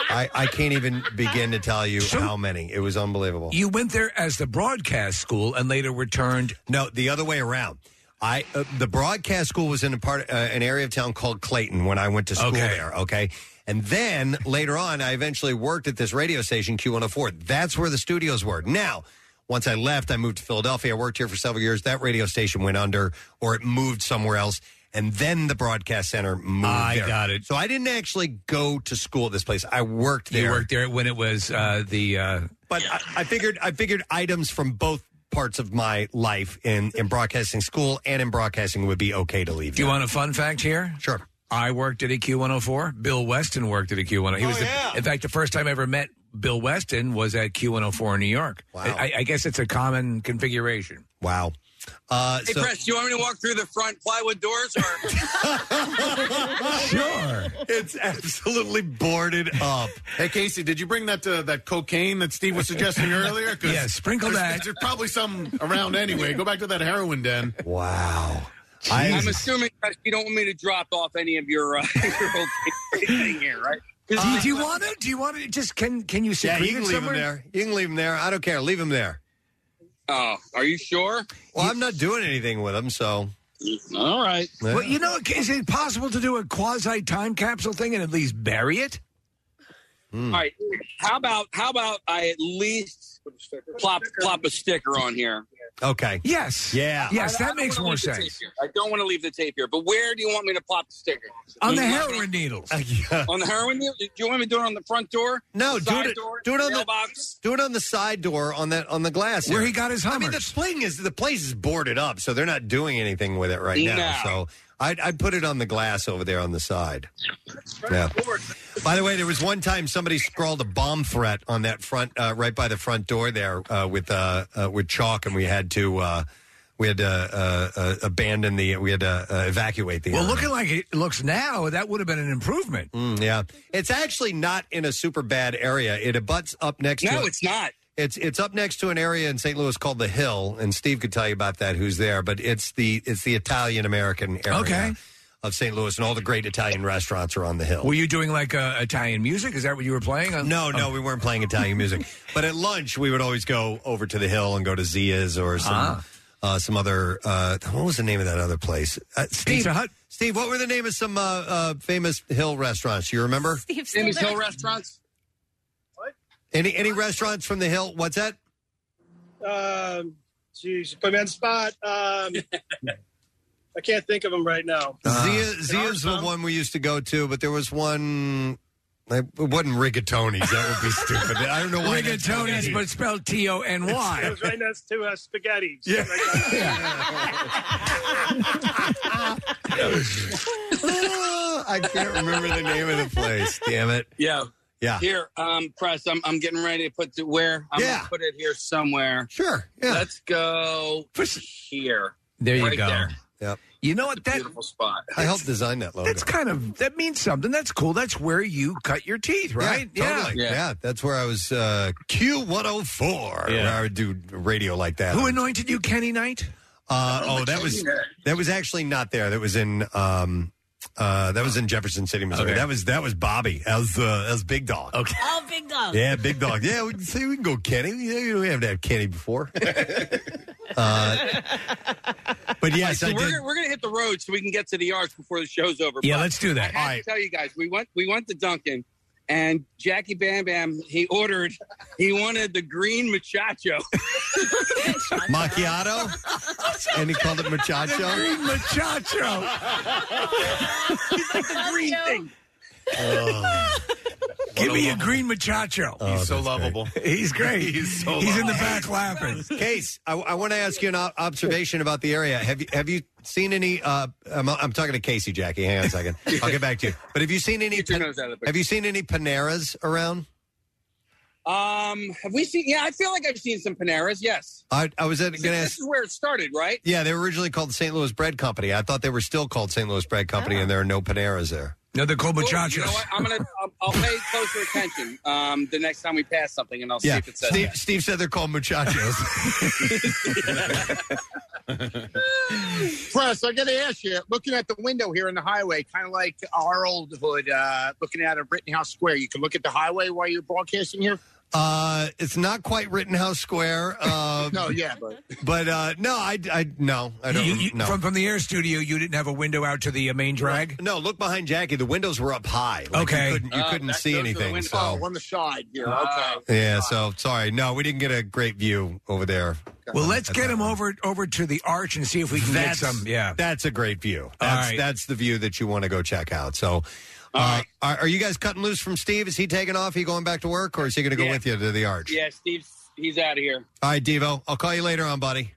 I, I can't even begin to tell you how many. It was unbelievable.
You went there as the broadcast school and later returned.
No, the other way around. I uh, the broadcast school was in a part uh, an area of town called Clayton when I went to school
Okay.
there. Okay, And then later on, I eventually worked at this radio station, Q104. That's where the studios were. Now, once I left, I moved to Philadelphia. I worked here for several years. That radio station went under or it moved somewhere else. And then the broadcast center moved.
I
there.
got it.
So I didn't actually go to school at this place. I worked there.
You worked there when it was uh, the. Uh,
But I, I figured I figured items from both parts of my life in, in broadcasting school and in broadcasting would be okay to leave.
do you want a fun fact here?
Sure.
I worked at a Q104. Bill Weston worked at a Q104. He
Oh,
was the- in fact, the first time I ever met Bill Weston was at Q104 in New York. Wow. I, I guess it's a common configuration.
Wow. Uh,
hey, Press, do you want me to walk through the front plywood doors? Or...
sure.
It's absolutely boarded up.
Hey, Casey, did you bring that uh, that cocaine that Steve was suggesting earlier? 'Cause
Yeah, sprinkle
there's-
that.
There's probably some around anyway. Go back to that heroin den.
Wow.
I'm assuming Press, you don't want me to drop off any of your, uh, your old thing here, right?
Do, do you want it? Do you want it? Just can can you
Yeah,
secrete
you can
it
leave
somewhere?
him there. You can leave him there. I don't care. Leave him there.
Oh, are you sure?
Well, I'm not doing anything with him, so.
All right.
Well, you know, is it possible to do a quasi time capsule thing and at least bury it?
Hmm. All right. How about how about I at least plop plop a sticker on here?
Okay.
Yes.
Yeah.
Yes,
I-
that
I don't
makes
wanna
more
leave the tape
sense.
here. I don't want to leave the tape here, but where do you want me to plop the sticker?
On the heroin needles.
on the heroin needle? Do you want me to do it on the front door?
No,
The
do
side
it.
door,
do it on the
mailbox?
do it on the side door on that on the glass
Where
area.
he got his
I mean, the thing is, the place is boarded up, so they're not doing anything with it right now. So I'd, I'd put it on the glass over there on the side. Yeah. By the way, there was one time somebody scrawled a bomb threat on that front, uh, right by the front door there, uh, with uh, uh, with chalk, and we had to uh, we had to uh, uh, abandon the we had to uh, evacuate the.
Well,
area.
looking like it looks now, that would have been an improvement.
Mm, yeah, it's actually not in a super bad area. It abuts up next. to
No,
a-
it's not.
It's it's up next to an area in St. Louis called the Hill, and Steve could tell you about that. Who's there? But it's the it's the Italian American area
Okay.
of St. Louis, and all the great Italian restaurants are on the hill.
Were you doing like uh, Italian music? Is that what you were playing? Uh, oh.
No, no, we weren't playing Italian music. But at lunch, we would always go over to the hill and go to Zia's or some
Ah.
uh, some other. Uh, what was the name of that other place? Uh, Steve,
Pizza Hut?
Steve, what were the name of some uh, uh, famous hill restaurants? You remember
Amy's Hill Restaurants.
any any restaurants from the hill? What's that?
Um, geez, you put me on the spot. Um, I can't think of them right now.
Uh,
Zia, Zia's the one we used to go to, but there was one. It wasn't rigatoni's. That would be stupid. I don't know why. that's-
Rigatoni's, but spelled T O N
It
Y.
was right next to uh, spaghetti.
Yeah.
I can't remember the name of the place. Damn it.
Yeah.
Yeah.
Here, um, press. I'm, I'm getting ready to put the where. I'm
Yeah.
gonna put it here somewhere.
Sure.
Let's go here.
There you
Right
go.
There.
Yep.
You know what? That
beautiful spot.
I helped design that logo.
that's kind of that means something. That's cool. That's where you cut your teeth, right?
Yeah, totally. Yeah. that's where I was. Uh, Q one hundred and four. Where I would do radio like that.
Who anointed you, Kenny Knight?
Uh, oh, that was that was actually not there. That was in um, uh, that was in Jefferson City, Missouri.
Okay.
That was that was Bobby. That was uh, that was Big Dog. Okay.
Oh, big dog.
Yeah, big dog. Yeah, we can see we can go Kenny. Yeah, we haven't had Kenny before. uh, but
All right,
yes,
so
I
we're,
did.
gonna, we're gonna hit the road so we can get to the yards before the show's over.
Yeah, let's do that.
I have
All right.
to tell you guys, we went we went to Duncan, and Jackie Bam Bam he ordered he wanted the green machacho.
Macchiato, and he called it machacho.
He's like the green thing.
oh.
Give me a green machacho.
He's so lovable.
He's great.
He's so
He's in the
lovable.
back laughing.
Case, I, I want to ask you an o- observation about the area. Have you have you seen any? Uh, I'm, I'm talking to Casey, Jackie. Hang on a second. I'll get back to you. But have you seen any?
Get your nose out of the
Have you seen any Paneras around?
Um, have we seen? Yeah, I feel like I've seen some Paneras. Yes,
I, I was going
this
to ask.
is where it started, right?
Yeah, they were originally called St. Louis Bread Company. I thought they were still called St. Louis Bread Company, and there are no Paneras there.
No, they're called
Cool.
machachos.
Oh, You know what? I'm gonna I'll, I'll pay closer attention um, the next time we pass something, and I'll see
yeah,
if it says.
Steve,
that.
Steve said they're called muchachos.
Press, I got to ask you, looking at the window here in the highway, kind of uh, like our old hood, uh, looking out of Rittenhouse Square, you can look at the highway while you're broadcasting here?
Uh, it's not quite Rittenhouse Square. Uh,
No, yeah, but-
but uh, no, I, I no, I don't.
You- you-
no.
From from the air studio, you didn't have a window out to the uh, main drag.
No, look behind Jackie. The windows were up high. Like, you
okay,
couldn't,
Oh,
you couldn't see anything. So
Oh, on the side here.
Uh,
okay.
yeah, so sorry. No, we didn't get a great view over there.
Well, let's get him over over to the arch and see if we can
That's
get some. Yeah,
that's a great view. That's
right.
that's the view that you want to go check out. So. Uh, are, are you guys cutting loose from Steve? Is he taking off? He going back to work, or is he going to go
Yeah.
with you to the arch?
Yeah, Steve's he's out of here.
All right, Devo. I'll call you later on, buddy.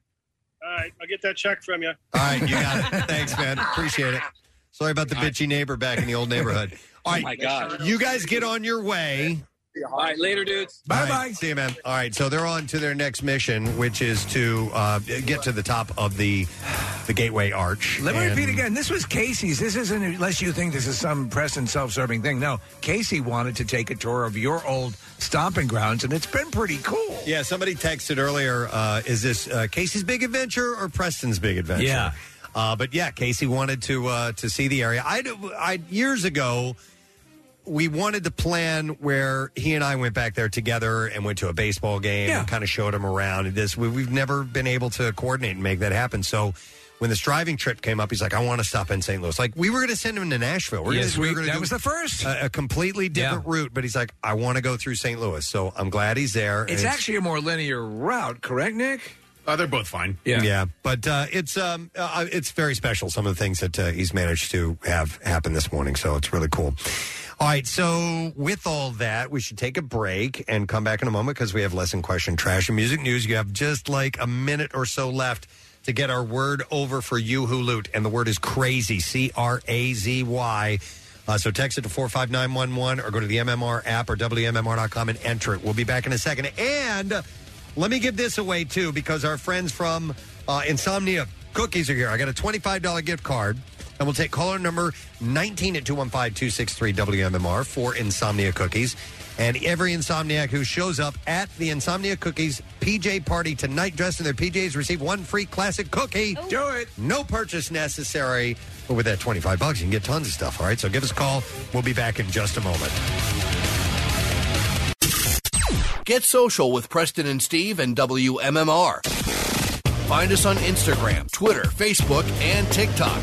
All right, I'll get that check from you.
All right, you got it. Thanks, man. Appreciate it. Sorry about the bitchy neighbor back in the old neighborhood. All right,
Oh my God.
you guys get on your way.
All right, later, dudes.
Bye bye. See you, man. All right, so they're on to their next mission, which is to uh, get to the top of the the Gateway Arch.
Let me
And-
repeat again. This was Casey's. This isn't unless you think this is some press and self-serving thing. No, Casey wanted to take a tour of your old stomping grounds, and it's been pretty cool.
Yeah, somebody texted earlier. Uh, is this uh, Casey's big adventure or Preston's big adventure?
Yeah.
Uh, but yeah, Casey wanted to uh, to see the area. I I years ago, we wanted to plan where he and I went back there together and went to a baseball game and kind of showed him around. And this we, we've never been able to coordinate and make that happen. So. When this driving trip came up, he's like, "I want to stop in St. Louis." Like we were going to send him to Nashville. We're
Yes,
gonna,
we-
were gonna
that
do
was the first.
a, a completely different route. But he's like, "I want to go through St. Louis." So I'm glad he's there. and
It's actually a more linear route, correct, Nick?
Uh, they're both fine.
Yeah, yeah, but uh, it's um, uh, it's very special. Some of the things that uh, he's managed to have happen this morning, so it's really cool. All right, so with all that, we should take a break and come back in a moment because we have lesson question, trash, and music news. You have just like a minute or so left to get our word over for you, Hulut, and the word is crazy, C R A Z Y. Uh, so text it to 45911 or go to the MMR app or WMMR.com and enter it. We'll be back in a second. And let me give this away too because our friends from uh, Insomnia Cookies are here. I got a $25 gift card and we'll take caller number 19 at 215 263 WMMR for Insomnia Cookies. And every insomniac who shows up at the Insomnia Cookies PJ party tonight dressed in their PJs receive one free classic cookie.
Oh. Do it.
No purchase necessary. But with that 25 bucks, you can get tons of stuff. All right, so give us a call. We'll be back in just a moment.
Get social with Preston and Steve and WMMR. Find us on Instagram, Twitter, Facebook, and TikTok.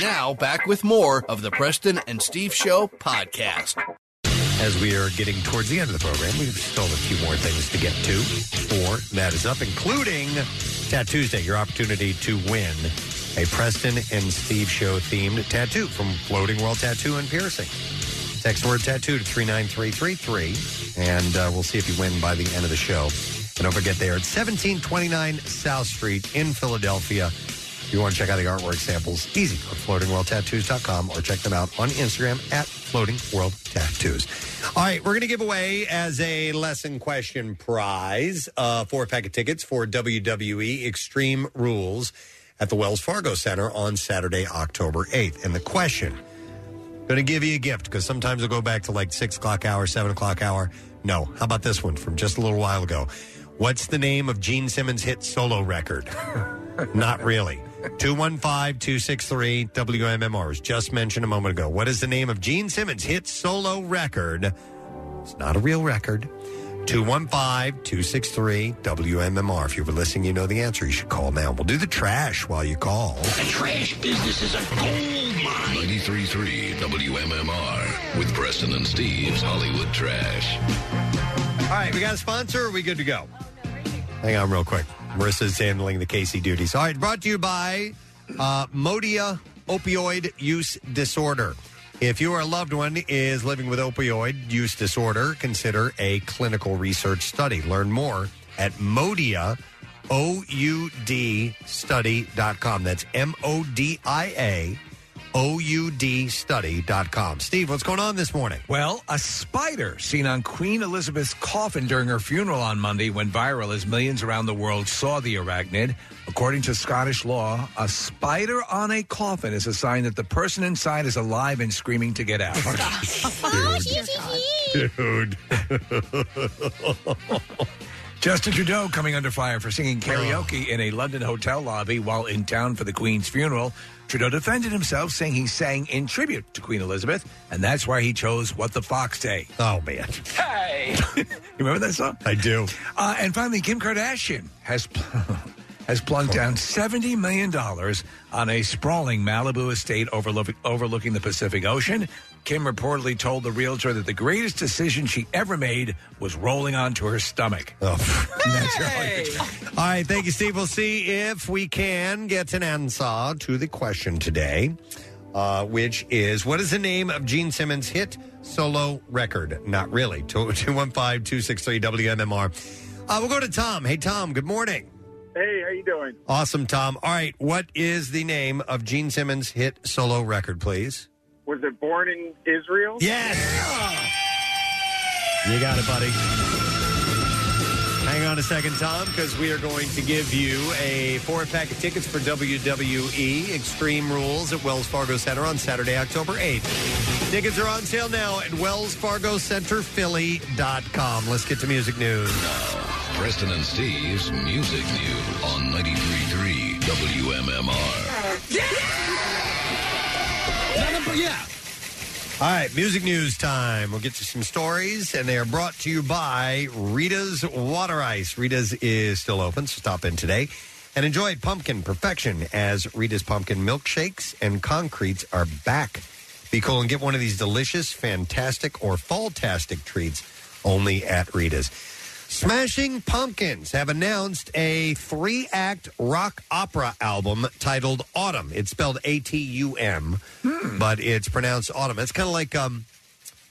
Now, back with more of the Preston and Steve Show podcast.
As we are getting towards the end of the program, we've still have a few more things to get to before that is up, including Tat Tuesday, your opportunity to win a Preston and Steve Show themed tattoo from Floating World Tattoo and Piercing. Text word tattoo to 39333, and uh, we'll see if you win by the end of the show. And don't forget, they are at 1729 South Street in Philadelphia. If you want to check out the artwork samples, easy. Go to floatingworldtattoos.com or check them out on Instagram at Floating World Tattoos. All right, we're going to give away as a lesson question prize uh, four pack of tickets for WWE Extreme Rules at the Wells Fargo Center on Saturday, October 8th. And the question going to give you a gift because sometimes it'll go back to like six o'clock hour, seven o'clock hour. No, how about this one from just a little while ago? What's the name of Gene Simmons' hit solo record? Not really. 215 263 WMMR was just mentioned a moment ago. What is the name of Gene Simmons' hit solo record? It's not a real record. 215 263 WMMR. If you were listening, you know the answer. You should call now. We'll do the trash while you call.
Trash business is a gold mine. 93.3 WMMR with Preston and Steve's Hollywood Trash.
All right, we got a sponsor. Are we good to go? Hang on real quick. Marissa's handling the Casey duties. All right, brought to you by uh, Modia Opioid Use Disorder. If your loved one is living with opioid use disorder, consider a clinical research study. Learn more at Modia, O-U-D study.com. That's M-O-D-I-A OUDstudy.com. Steve, what's going on this morning?
Well, a spider seen on Queen Elizabeth's coffin during her funeral on Monday went viral as millions around the world saw the arachnid. According to Scottish law, a spider on a coffin is a sign that the person inside is alive and screaming to get out. Dude. Justin Trudeau coming under fire for singing karaoke in a London hotel lobby while in town for the Queen's funeral. Trudeau defended himself, saying he sang in tribute to Queen Elizabeth, and that's why he chose What the Fox Say.
Oh, man.
Hey! you remember that song?
I do.
Uh, and finally, Kim Kardashian has pl- has plunged down seventy million dollars on a sprawling Malibu estate overlooking overlooking the Pacific Ocean. Kim reportedly told the realtor that the greatest decision she ever made was rolling onto her stomach.
Oh, All right, thank you, Steve. We'll see if we can get an answer to the question today, uh, which is what is the name of Gene Simmons' hit solo record? Not really. 215 263 WMMR. Uh, we'll go to Tom. Hey, Tom, good morning.
Hey, how you doing?
Awesome, Tom. All right, what is the name of Gene Simmons' hit solo record, please?
Was it born in Israel?
Yes. You got it, buddy. Hang on a second, Tom, because we are going to give you a four pack of tickets for WWE Extreme Rules at Wells Fargo Center on Saturday, October 8th. Tickets are on sale now at wellsfargocenterphilly.com. Let's get to music news.
Preston and Steve's Music News on 93.3 WMMR.
yeah. All right, music news time. We'll get you some stories, and they are brought to you by Rita's Water Ice. Rita's is still open, so stop in today and enjoy pumpkin perfection as Rita's pumpkin milkshakes and concretes are back. Be cool and get one of these delicious, fantastic, or fall-tastic treats only at Rita's. Smashing Pumpkins have announced a three act rock opera album titled Autumn. It's spelled A T U M, but it's pronounced Autumn. It's kind of like um,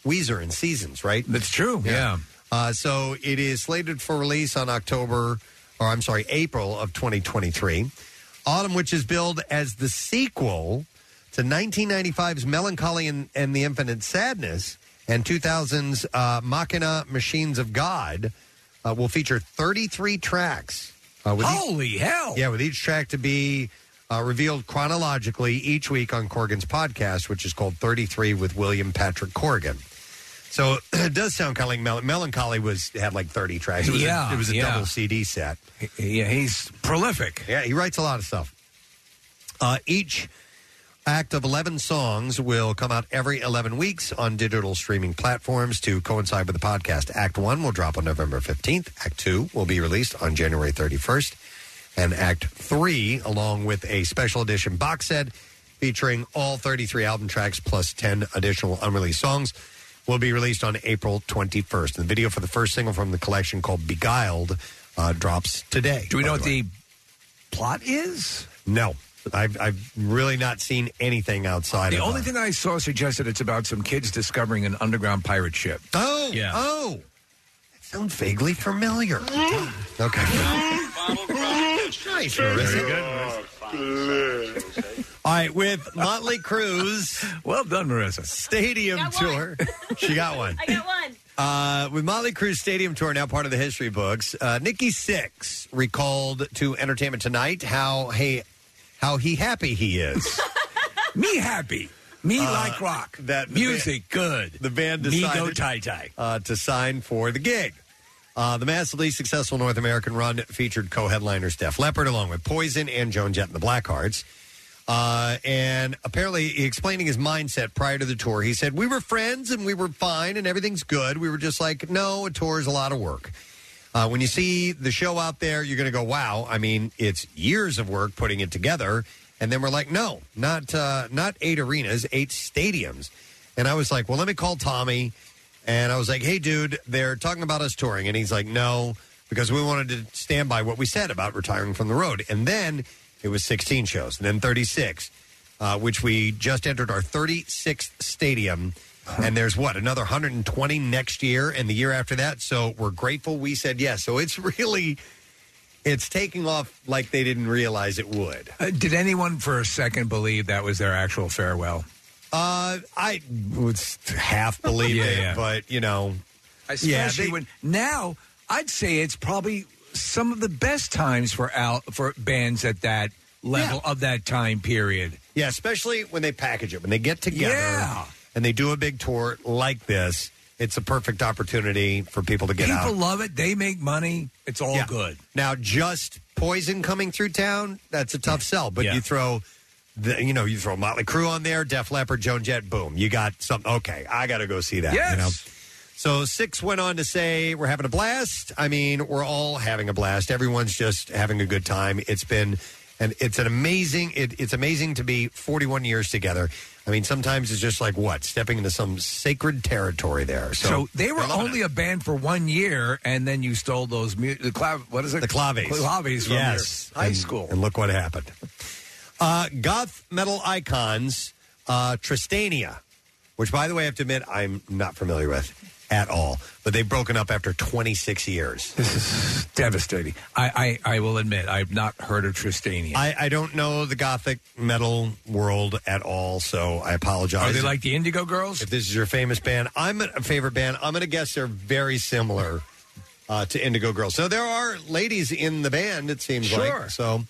Weezer and Seasons, right?
That's true. yeah.
Uh, so it is slated for release on October, or I'm sorry, April of 2023. Autumn, which is billed as the sequel to 1995's Melancholy and, and the Infinite Sadness and 2000's uh, Machina Machines of God, uh, will feature 33 tracks. Uh, with
Holy hell!
Yeah, with each track to be uh, revealed chronologically each week on Corgan's podcast, which is called 33 with William Patrick Corgan. So it does sound kind of like Mel- Melancholy was had like 30 tracks. It was
Yeah,
a, it was a
yeah.
double CD set.
Yeah, he's prolific.
Yeah, he writes a lot of stuff. Uh, each act of 11 songs will come out every 11 weeks on digital streaming platforms to coincide with the podcast. Act 1 will drop on November 15th. Act 2 will be released on January 31st. And Act 3, along with a special edition box set featuring all 33 album tracks plus 10 additional unreleased songs, will be released on April 21st. The video for the first single from the collection called Beguiled uh, drops today.
Do we
by
know
the
what
way.
the plot is?
No. I've, I've really not seen anything outside
The
of
only
uh,
thing I saw suggested it's about some kids discovering an underground pirate ship.
Oh,
yeah.
Oh, that sounds vaguely familiar. Oh. okay. nice, Marissa. All right, with Motley Crue's.
well done, Marissa.
Stadium
Got one.
tour. she got one.
I got one.
Uh, with Motley Crue's Stadium Tour now part of the history books, uh, Nikki Six recalled to Entertainment Tonight how hey, how he happy he is.
Me happy. Me
Uh,
like rock.
That the
Music good.
The band
Me
decided
go tie-tie.
uh, to sign for the gig. Uh, the massively successful North American run featured co-headliners Def Leppard along with Poison and Joan Jett and the Blackhearts. Uh, and apparently, explaining his mindset prior to the tour, he said, "We were friends and we were fine and everything's good. We were just like, no, a tour is a lot of work. Uh, when you see the show out there, you're going to go, wow. I mean, it's years of work putting it together. And then we're like, no, not uh, not eight arenas, eight stadiums. And I was like, well, let me call Tommy. And I was like, hey, dude, they're talking about us touring. And he's like, no, because we wanted to stand by what we said about retiring from the road. And then it was 16 shows, and then 36, uh, which we just entered our 36th stadium. And there's what, another 120 next year and the year after that. So we're grateful we said yes. So it's really. It's taking off like they didn't realize it would.
Uh, did anyone for a second believe that was their actual farewell?
Uh, I would half believe
Yeah,
it,
yeah.
but you know,
Especially
they-
when now I'd say it's probably some of the best times for out for bands at that level of that time period.
Yeah, especially when they package it, when they get together
Yeah.
and they do a big tour like this, it's a perfect opportunity for people to get
People
out.
love it. They make money. It's all
Yeah.
good.
Now, just Poison coming through town, that's a tough sell, but
Yeah.
you throw the, you know, you throw Motley Crue on there, Def Leppard, Joan Jett, boom, you got something. Okay, I got to go see that. You
Yes.
know? So six went on to say, "We're having a blast. I mean, we're all having a blast. Everyone's just having a good time. It's been, and it's an amazing. It, it's amazing to be 41 years together. I mean, sometimes it's just like what stepping into some sacred territory there. So,
So, they were only a band for one year, and then you stole those mu- the clav- what is it? The
claves,
claves from
yes,
your high
And-
school.
and look what happened. Uh, goth metal icons, uh, Tristania, which, by the way, I have to admit, I'm not familiar with at all. But they've broken up after 26 years.
This is devastating. I, I I will admit I've not heard of Tristania.
I, I don't know the gothic metal world at all, so I apologize.
Are they like the Indigo Girls?
If this is your famous band, I'm a favorite band. I'm going to guess they're very similar uh, to Indigo Girls. So there are ladies in the band. It seems
Sure.
like so.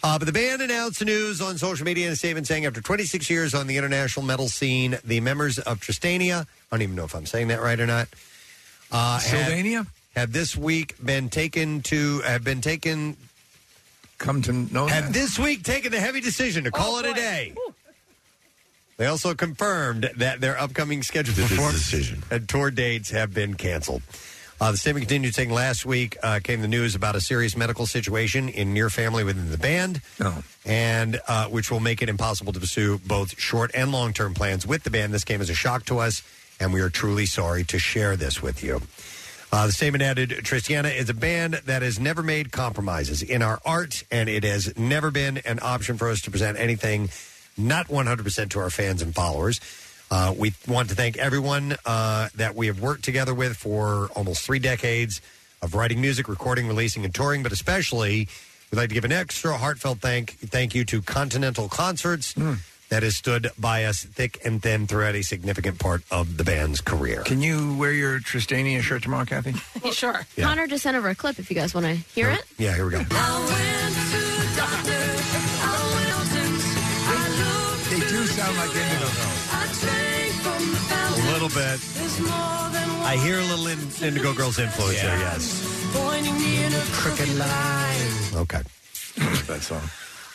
Uh, but the band announced the news on social media in a statement saying, after 26 years on the international metal scene, the members of Tristania, I don't even know if I'm saying that right or not, uh,
Sylvania?
have, have this week been taken to, have been taken
come to know
have this week taken the heavy decision to
Oh,
call it a day. They also confirmed that their upcoming scheduled decision and tour dates have been canceled. Uh, the statement continued saying last week uh, came the news about a serious medical situation in your family within the band, and uh, which will make it impossible to pursue both short and long term plans with the band. This came as a shock to us, and we are truly sorry to share this with you. Uh, the statement added Tristiana is a band that has never made compromises in our art, and it has never been an option for us to present anything not 100% to our fans and followers. Uh, we want to thank everyone uh, that we have worked together with for almost three decades of writing music, recording, releasing, and touring, but especially we'd like to give an extra heartfelt thank, thank you to Continental Concerts.
Hmm.
That has stood by us thick and thin throughout a significant part of the band's career.
Can you wear your Tristania shirt tomorrow, Kathy?
sure.
Yeah.
Connor just sent over a clip if you guys want to hear it.
Yeah, here we go.
They do sound like Indigo Girls.
A little bit. I hear a little in- Indigo Girls influence there, yes. Okay.
that song.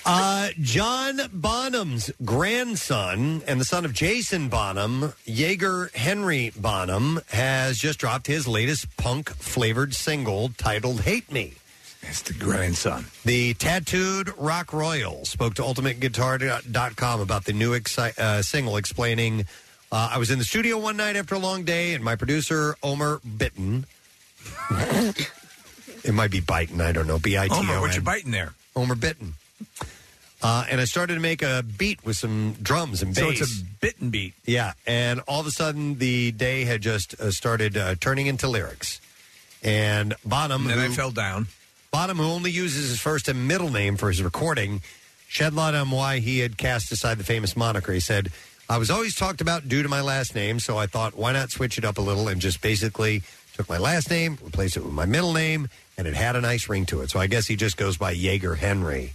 Uh, John Bonham's grandson and the son of Jason Bonham, Jaeger Henry Bonham, has just dropped his latest punk flavored single titled Hate Me.
That's the grandson.
The tattooed rock royal spoke to ultimateguitar.com about the new exci- uh, single, explaining uh, I was in the studio one night after a long day, and my producer, Omer Bitten, it might be Biton, I don't know, B I T O N.
Homer, what you biting there?
Homer Bitten. Uh, and I started to make a beat with some drums and
So
bass.
it's a bitten beat.
Yeah, and all of a sudden the day had just uh, started uh, turning into lyrics. And Bonham,
And then I
who-
fell down.
Bonham, who only uses his first and middle name for his recording, shed light on why he had cast aside the famous moniker. He said, "I was always talked about due to my last name, so I thought, why not switch it up a little and just basically took my last name, replaced it with my middle name, and it had a nice ring to it. So I guess he just goes by Jaeger Henry,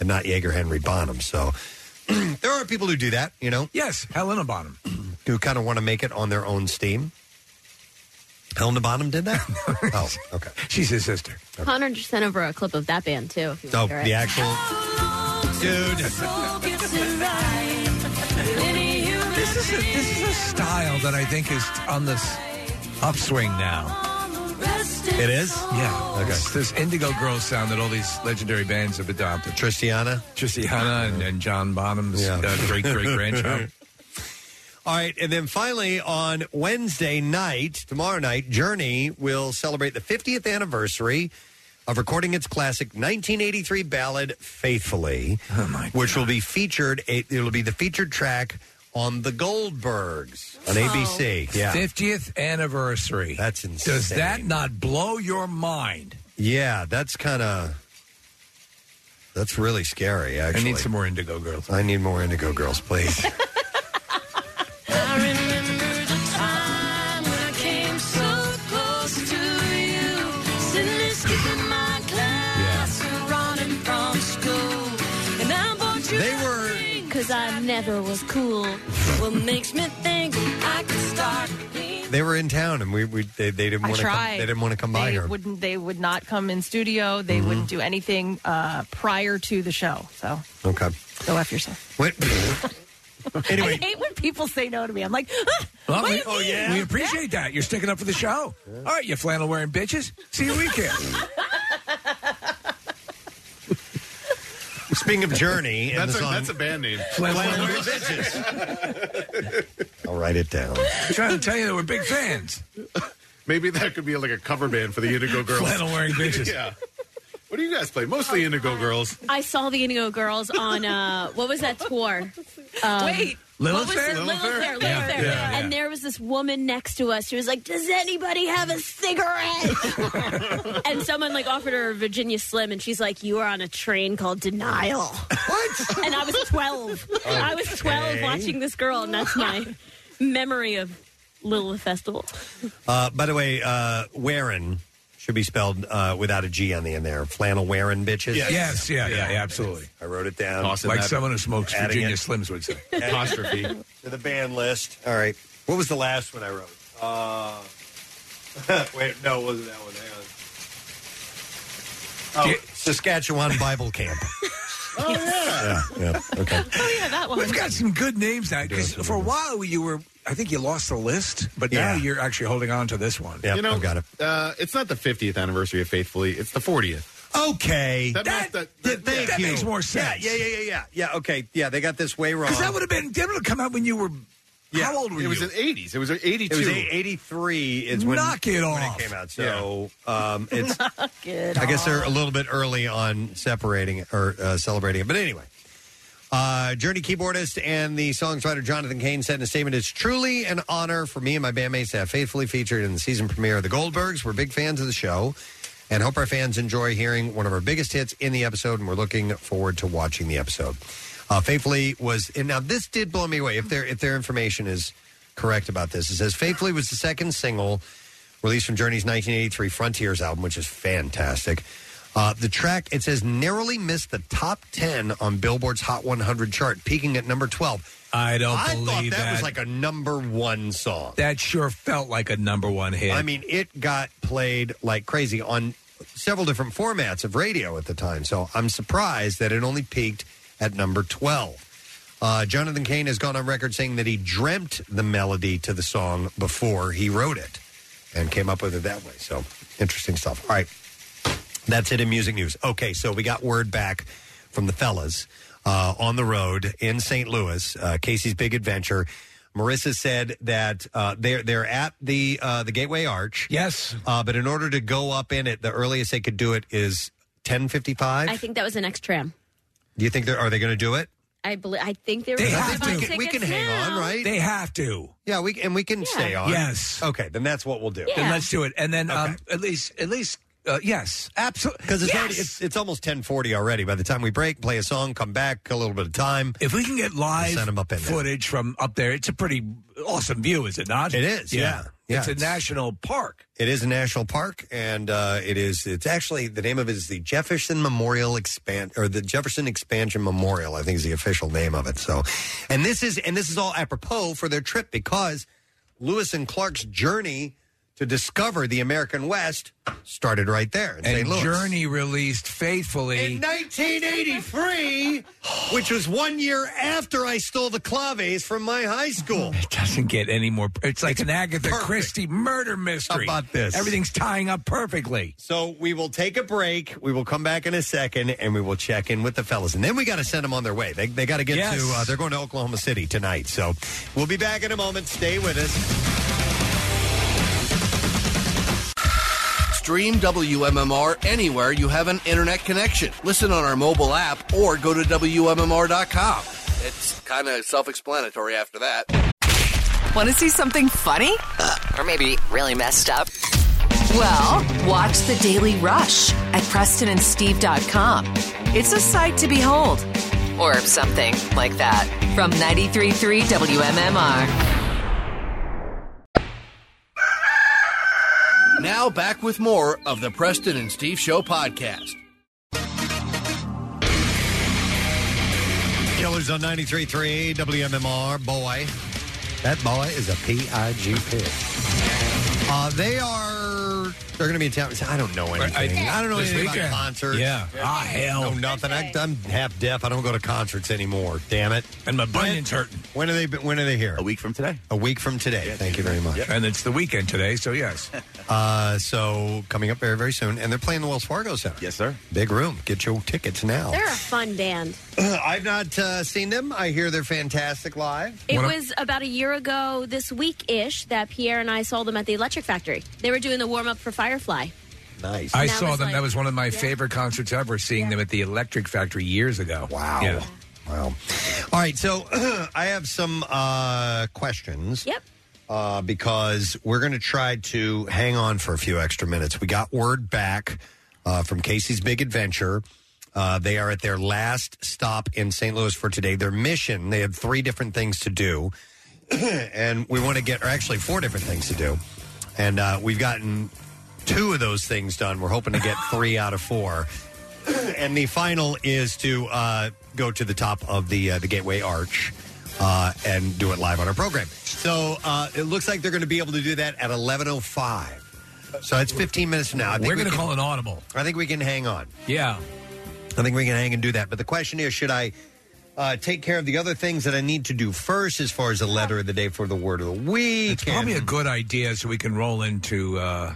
and not Jaeger Henry Bonham. So." there are people who do that, you know.
Yes, Helena Bonham,
who kind of want to make it on their own steam. Helena Bonham did that. oh, okay.
She's his sister.
Connor just sent over a clip of that band too. If you
So
Oh,
want to hear it.
the actual dude.
This is a, this is a style that I think is on this upswing now.
It is?
Yeah. Okay. It's this Indigo Girls sound that all these legendary bands have adopted.
Tristiana?
Tristiana and, and John Bonham's uh, great great grandchild.
All right, and then finally on Wednesday night, tomorrow night, Journey will celebrate the 50th anniversary of recording its classic 1983 ballad "Faithfully,"
Oh
which will be featured. It will be the featured track on the Goldbergs on ABC. Yeah,
50th anniversary.
That's insane.
Does that not blow your mind?
Yeah, that's kind of That's really scary, actually.
I need some more Indigo Girls.
I need more Indigo Girls, please.
They were.
Because I never was cool. what makes me think I could start
they were in town, and we, we they, they didn't
I
want to come,
tried.
they didn't want to come
they
by here.
Wouldn't they? Would not come in studio. They
Mhm.
wouldn't do anything uh, prior to the show. So
Okay.
go after yourself.
What?
I hate when people say no to me. I'm like, "Ah,
Well,
what do
we, oh,
you
Oh,
mean?"
we appreciate that. You're sticking up for the show. All right, you flannel wearing bitches. See you weekend.
Speaking of Journey, and
that's,
the
a,
song-
that's a band name.
Flannel Wearing I'll write it down.
trying to tell you that we're big fans.
Maybe that could be like a cover band for the Indigo Girls.
Flannel wearing bitches.
yeah. What do you guys play? Mostly Indigo Girls.
I saw the Indigo Girls on uh, what was that tour? Um,
Wait.
Little
what was
Fair?
it? Little
Little Fair?
Fair, Little
Yeah,
Fair.
yeah, yeah.
And there was this woman next to us who was like, "Does anybody have a cigarette?" and someone like offered her a Virginia Slim, and she's like, "You are on a train called denial." What? And I was twelve. I was twelve
Okay.
watching this girl, and that's my memory of Lilith Festival.
Uh, by the way, uh, Warren should be spelled uh, without a G on the end there. Flannel Warren bitches.
Yes. Yes, yeah, yeah, yeah, absolutely.
I wrote it down.
Tossing Like that- someone who smokes
Adding
Virginia
it.
Slims would say.
Adding it
Apostrophe.
To the band list. All right. What was the last one I wrote? Uh, wait, no, it wasn't that one. Hang on. Oh, Saskatchewan Bible Camp.
Oh,
yeah, yeah. Okay.
Oh yeah, that one.
We've got some good names now. 'cause for a while you were, I think you lost the list, but now
Yeah.
you're actually holding on to this one.
you know, Uh, it's not the 50th anniversary of Faithfully. It's the 40th.
Okay.
That, that,
Thank
yeah.
you.
That makes more sense.
Yeah, yeah, yeah, yeah, yeah. Yeah, okay. Yeah, they got this way wrong.
Because that would have been, that would have come out when you were, how old were
It
you?
was in 80s. It was 82.
It was eight- 83 is when,
Knock it
when
off.
it came out. So um, it's
Good.
I guess they're a little bit early on separating or uh, celebrating it. But anyway, uh, Journey keyboardist and the songwriter Jonathan Kane said in a statement, "It's truly an honor for me and my bandmates to have faithfully featured in the season premiere of The Goldbergs. We're big fans of the show." And hope our fans enjoy hearing one of our biggest hits in the episode, and we're looking forward to watching the episode. Uh, Faithfully was, and now this did blow me away. If their if their information is correct about this, it says Faithfully was the second single released from Journey's 1983 Frontiers album, which is fantastic. Uh, the track, it says, narrowly missed the top 10 on Billboard's Hot 100 chart, peaking at number 12.
I don't
I thought
believe
that, was
that.
like a number one song.
That sure felt like a number one hit.
I mean, it got played like crazy on several different formats of radio at the time. So I'm surprised that it only peaked at number 12. Uh, Jonathan Cain has gone on record saying that he dreamt the melody to the song before he wrote it and came up with it that way. So interesting stuff. All right. That's it in music news. Okay, so we got word back from the fellas uh, on the road in St. Louis, uh, Casey's Big Adventure. Marissa said that uh, they're they're at the uh, the Gateway Arch.
Yes,
uh, but in order to go up in it, the earliest they could do it is ten fifty
I
five.
think that was the next tram.
Do you think they're are they going to do it?
I believe. I think there
They
was
have
five
to. We can
tickets
hang
now.
on, right?
They have to.
Yeah, we and we can stay on.
Yes.
Okay, then that's what we'll do.
Then let's do it. And then um, at least, at least, uh, yes, absolutely.
Because it's, already it's, it's almost ten forty already. By the time we break, play a song, come back, a little bit of time.
If we can get live
send 'em up in there.
footage from up there, it's a pretty awesome view, is it not?
It is, yeah. Yeah,
It's a
it's-
national park.
It is a national park, and uh, it is. It's actually the name of it is the Jefferson Memorial Expand or the Jefferson Expansion Memorial. I think is the official name of it. So, and this is and this is all apropos for their trip because Lewis and Clark's journey to discover the American West started right there in St.
And
Louis.
Journey released faithfully.
in 1983, which was one year after I stole the claves from my high school.
It doesn't get any more. It's like an Agatha Christie murder mystery.
How about this?
Everything's tying up perfectly.
So we will take a break. We will come back in a second, and we will check in with the fellas. And then we got to send them on their way. They, they got to get
Yes.
to. Uh, they're going to Oklahoma City tonight. So we'll be back in a moment. Stay with us.
Stream WMMR anywhere you have an internet connection. Listen on our mobile app or go to WMMR.com. It's kind of self explanatory after that.
Want to see something funny? Uh, or maybe really messed up? Well, watch The Daily Rush at PrestonandSteve.com. It's a sight to behold, or something like that. From 93.3 WMMR.
Now back with more of the Preston and Steve Show podcast.
Killers on 93.3 WMMR. Boy, that boy is a P.I.G. pig. Uh, they are. They're going to be in town. I don't know
Right, I-
anything. I, don't know
This
anything
weekend.
about concerts.
Yeah. Ah, hell.
No, nothing. I, I'm half deaf. I don't go to concerts anymore. Damn it.
And my bunion's hurting.
When are they? When are they here? A
week from today.
A week from today. Thank you very much.
And it's the weekend today, so yes.
Uh, so coming up very very soon, and they're playing the Wells Fargo Center. Yes, sir. Big room. Get your tickets now.
They're a fun band.
I've not uh, seen them. I hear they're fantastic live.
It was about a year ago this week ish that Pierre and I saw them at the Electric Factory. They were doing the warm up for Firefly.
nice.
I
And that
saw
was
them.
like-
that was one of my favorite concerts ever. Seeing them at the Electric Factory years ago. Wow.
Wow. All right, so I have some uh, questions.
Yep.
Uh, because we're going to try to hang on for a few extra minutes. We got word back uh, from Casey's Big Adventure. Uh, they are at their last stop in St. Louis for today. Their mission, they had three different things to do. and we want to get, or actually, four different things to do. And uh, we've gotten two of those things done. We're hoping to get three out of four. and the final is to uh, go to the top of the uh, the Gateway Arch uh, and do it live on our program. So uh, it looks like they're going to be able to do that at eleven oh five. So that's fifteen minutes from now. I think
We're
we
going to
can-
call an audible.
I think we can hang on.
Yeah.
I think we can hang and do that. But the question is, should I uh, take care of the other things that I need to do first, as far as the letter of the day for the word of the week?
It's probably a good idea so we can roll into uh,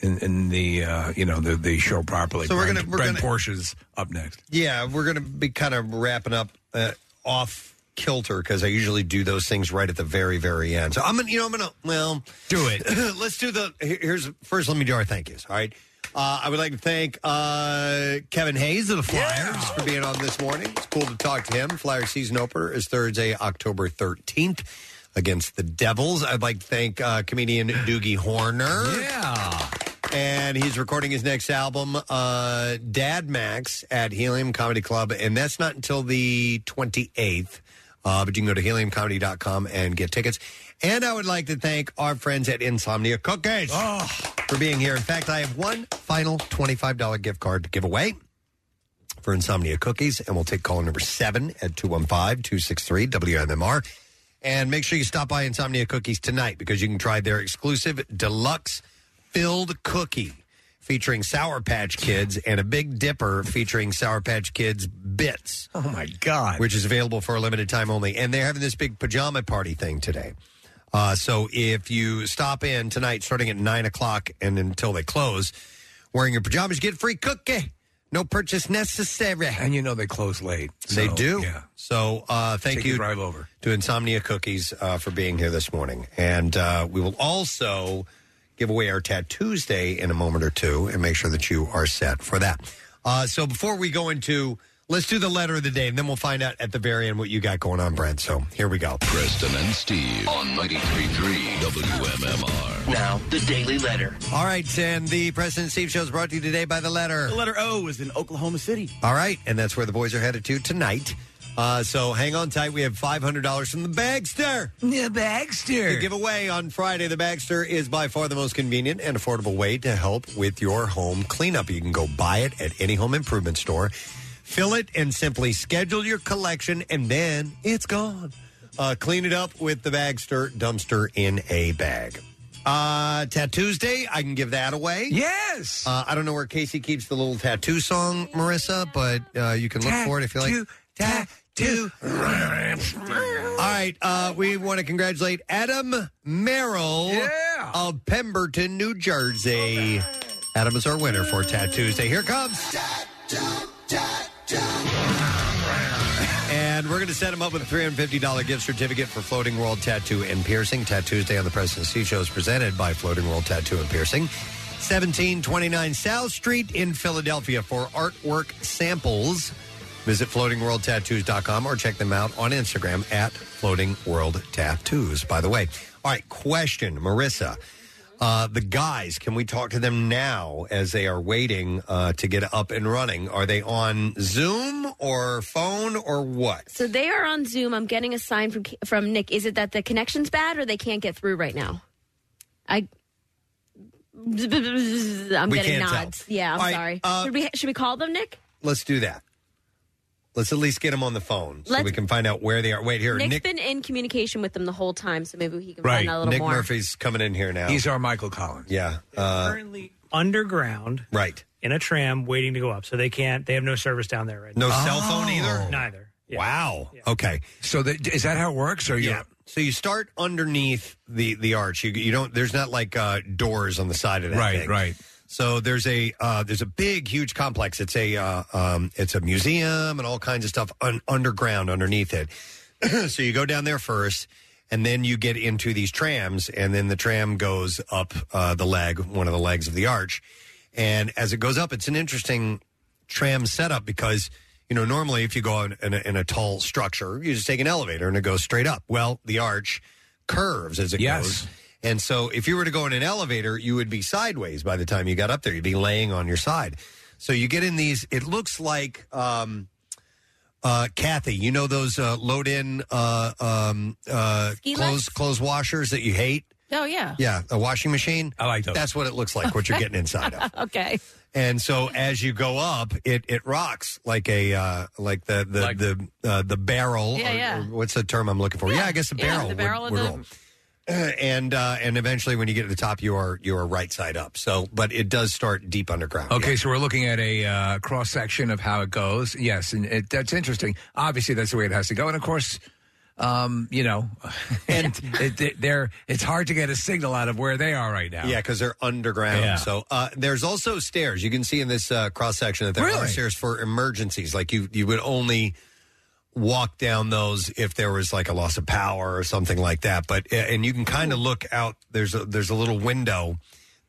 in, in the uh, you know the, the show properly.
So we're
Brent-
gonna- we're
Brent
gonna-
Porsche's up next.
Yeah, we're going to be kind of wrapping up uh, off kilter because I usually do those things right at the very, very end. So I'm gonna, you know, I'm gonna, well,
do it.
Let's do the. here- Here's first. Let me do our thank yous. All right. Uh, I would like to thank uh, Kevin Hayes of the Flyers for being on this morning. It's cool to talk to him. Flyer season opener is Thursday, October 13th against the Devils. I'd like to thank uh, comedian Doogie Horner.
Yeah.
And he's recording his next album, uh, Dad Max, at Helium Comedy Club. And that's not until the 28th. Uh, but you can go to heliumcomedy.com and get tickets. And I would like to thank our friends at Insomnia Cookies for being here. In fact, I have one final $25 gift card to give away for Insomnia Cookies, and we'll take call number seven at 215 263 WMMR. And make sure you stop by Insomnia Cookies tonight because you can try their exclusive deluxe filled cookie featuring Sour Patch Kids and a Big Dipper featuring Sour Patch Kids bits.
Oh my God!
Which is available for a limited time only. And they're having this big pajama party thing today. Uh, so if you stop in tonight, starting at nine o'clock and until they close, wearing your pajamas, you get a free cookie. No purchase necessary.
And you know they close late.
they
so,
do.
yeah.
So uh, thank
Take
you
a drive over.
to Insomnia Cookies uh, for being here this morning, and uh, we will also give away our tattoos day in a moment or two, and make sure that you are set for that. Uh, so before we go into, let's do the letter of the day, and then we'll find out at the very end what you got going on, Brent. So here we go.
Preston and Steve on 93.3 WMMR.
Now,
the Daily Letter.
All right, and the President Steve Show is brought to you today by the letter.
The letter O is in Oklahoma City.
All right, and that's where the boys are headed to tonight. Uh, so hang on tight. We have five hundred dollars from the Bagster.
The Bagster.
The giveaway on Friday. The Bagster is by far the most convenient and affordable way to help with your home cleanup. You can go buy it at any home improvement store, fill it, and simply schedule your collection, and then it's gone. Uh, clean it up with the Bagster dumpster in a bag. Uh, Tattoos Day, I can give that away.
Yes.
Uh, I don't know where Casey keeps the little tattoo song, Marissa, but uh, you can look for it if you like. Tattoo. All right, uh, we want to congratulate Adam Merrill of Pemberton, New Jersey. Adam is our winner for Tattoos Day. Here it comes. And we're going to set him up with a $350 gift certificate for Floating World Tattoo and Piercing. Tattoos Day on the President's Sea Show is presented by Floating World Tattoo and Piercing. 1729 South Street in Philadelphia for artwork samples. Visit floatingworldtattoos.com or check them out on Instagram at Floating World Tattoos, by the way. All right, question, Marissa. Uh, the guys, can we talk to them now as they are waiting uh, to get up and running? Are they on Zoom or phone or what?
So they are on Zoom. I'm getting a sign from from Nick. Is it that the connection's bad or they can't get through right now? I. I'm getting
can't tell.
nods. Yeah, I'm
All right,
sorry.
uh,
should we should we call them, Nick?
Let's do that. Let's at least get them on the phone so
Let's-
we can find out where they are. Wait here,
Nick's
Nick.
been in communication with them the whole time, so maybe he can
Right,
find out a little
Nick
more.
Murphy's coming in here now.
He's our Michael Collins.
Yeah, uh,
underground
right.
in a tram waiting to go up. So they can't, they have no service down there right
No
now.
cell phone either.
Neither.
Wow. Okay.
So that, is that how it works? Or
yeah. So you start underneath the the arch. You you don't. There's not like uh, doors on the side of that.
Right,
thing.
right.
So there's a uh, there's a big huge complex. It's a uh, um, it's a museum and all kinds of stuff un- underground underneath it. so you go down there first, and then you get into these trams, and then the tram goes up uh, the leg, one of the legs of the arch, and as it goes up, it's an interesting tram setup because you know normally if you go in, in, a, in a tall structure you just take an elevator and it goes straight up well the arch curves as it goes and so if you were to go in an elevator you would be sideways by the time you got up there you'd be laying on your side so you get in these it looks like um uh, Kathy, you know those uh, load-in uh, um, uh,
Ski
clothes
lifts?
clothes washers that you hate?
Oh yeah.
Yeah, a washing machine. I like
those.
That's what it looks like. What you're getting inside of.
okay.
And so as you go up, it, it rocks like a uh, like the the the uh, the barrel.
Yeah,
or-
yeah.
or what's the term I'm looking for? Yeah, I guess the
yeah,
barrel.
the barrel
would,
of
would
the-
roll. And uh, and eventually, when you get to the top, you are you are right side up. So, but it does start deep underground.
Okay, so we're looking at a uh, cross section of how it goes. Yes, and it, that's interesting. Obviously, that's the way it has to go. And of course, um, you know, and it, it, they're it's hard to get a signal out of where they are right now.
Yeah, because they're underground.
Yeah.
So uh, there's also stairs. You can see in this uh, cross section that there are
Really?
stairs for emergencies. Like you, you would only walk down those if there was like a loss of power or something like that. But and you can kind of look out. There's a there's a little window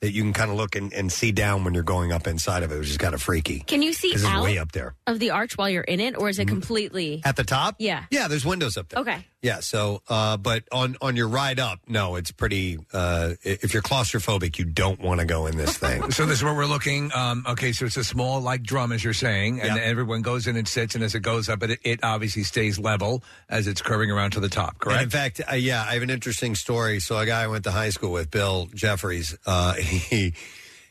that you can kind of look and, and see down when you're going up inside of it, which is kind of freaky.
Can you see
'Cause it's
out
way up there
of the arch while you're in it, or is it completely?
at the top.
Yeah.
yeah. There's windows up there.
Okay.
Yeah, so uh, but on on your ride up, no, it's pretty. Uh, i- if you're claustrophobic, you don't want to go in this thing.
So this is where we're looking. Um, okay, so it's a small like drum, as you're saying, and everyone goes in and sits, and as it goes up, it, it obviously stays level as it's curving around to the top. Correct.
And in fact, uh, yeah, I have an interesting story. So a guy I went to high school with, Bill Jeffries, uh, he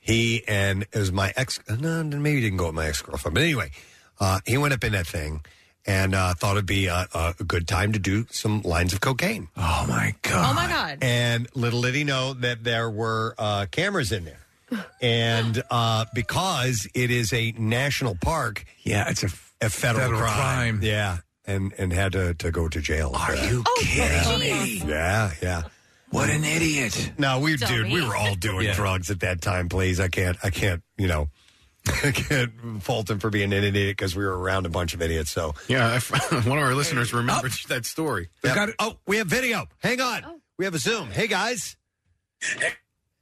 he and it was my ex. uh, No, maybe he didn't go with my ex girlfriend, but anyway, uh, he went up in that thing and uh, thought it'd be a, a good time to do some lines of cocaine.
Oh my god!
Oh my god.
And little did he know that there were uh, cameras in there. And uh, because it is a national park,
yeah, it's a,
a federal,
federal
crime.
crime.
Yeah, and and had to, to go to jail. Are
you
kidding
me?
Yeah, yeah.
What an idiot!
No, we dude,
Dummy.
we were all doing
Yeah.
drugs at that time. Please, I can't, I can't, you know, I can't fault him for being an idiot because we were around a bunch of idiots. So
Yeah, I f- one of our listeners remembered that story.
Yep. Oh, we have video. Hang on. We have a Zoom. Hey, guys.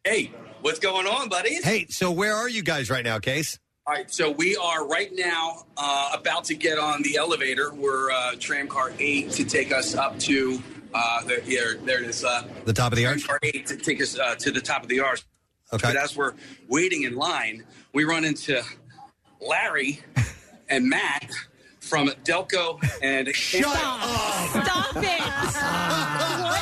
Hey,
What's going on, buddies?
Hey, so where are you guys right now, Case?
All right, so we are right now uh, about to get on the elevator. We're uh, tram car eight to take us up to uh, the, here, there it is. Uh,
The top of the
tram
arch?
car eight to take us uh, to the top of the arch.
Okay.
But as we're waiting in line, we run into Larry and Matt from Delco and Shut
Stop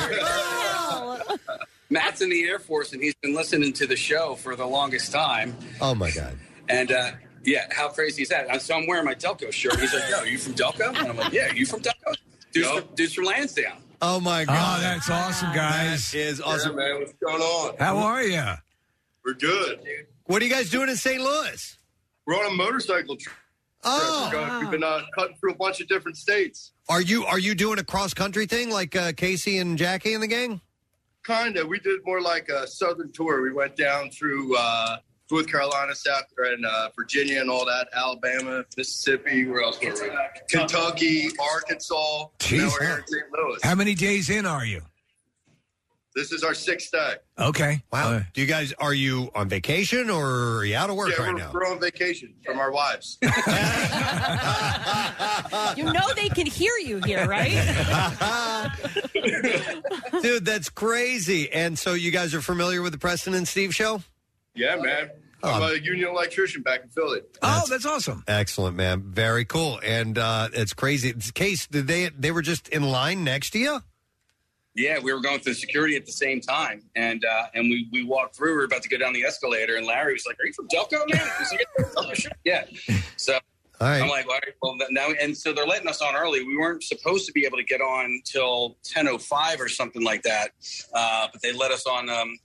it.
Matt's in the Air Force and he's been listening to the show for the longest time.
Oh my God.
And uh, yeah, how crazy is that? And So I'm wearing my Delco shirt. He's like, "Yo, you from Delco?" And I'm like, "Yeah, you from Delco?" Dude's, from, dude's from Lansdowne.
Oh my god!
Oh, that's awesome, guys.
That is awesome.
Yeah, man, what's going on?
How are you?
We're good.
What are you guys doing in St. Louis?
We're on a motorcycle trip.
Oh.
We're going- we've been uh, cutting through a bunch of different states.
Are you are you doing a cross country thing like uh, Casey and Jackie and the gang?
Kinda. We did more like a southern tour. We went down through uh, North Carolina, South and uh, Virginia, and all that. Alabama, Mississippi. Where else? Were we? Kentucky, Arkansas.
Jeez.
now we're here in St. Louis.
How many days in are you?
This is our sixth day.
Okay.
Wow. Do you guys are you on vacation or are you out of work
yeah,
right
we're,
now?
we're on vacation from our wives.
You know they can hear you here, right?
Dude, that's crazy. And so you guys are familiar with the Preston and Steve show? Um,
yeah, man. I'm a union electrician back in Philly.
Oh, that's awesome.
Excellent, man. Very cool. And uh it's crazy. It's case did they they were just in line next to you?
Yeah, we were going through security at the same time, and uh, and we, we walked through. We were about to go down the escalator, and Larry was like, "Are you from Delco, man?" I was like, "Yeah, Delco, sure." yeah. So
All right.
I'm like, "All right, well now." And so they're letting us on early. We weren't supposed to be able to get on till 10:05 or something like that, uh, but they let us on. Um,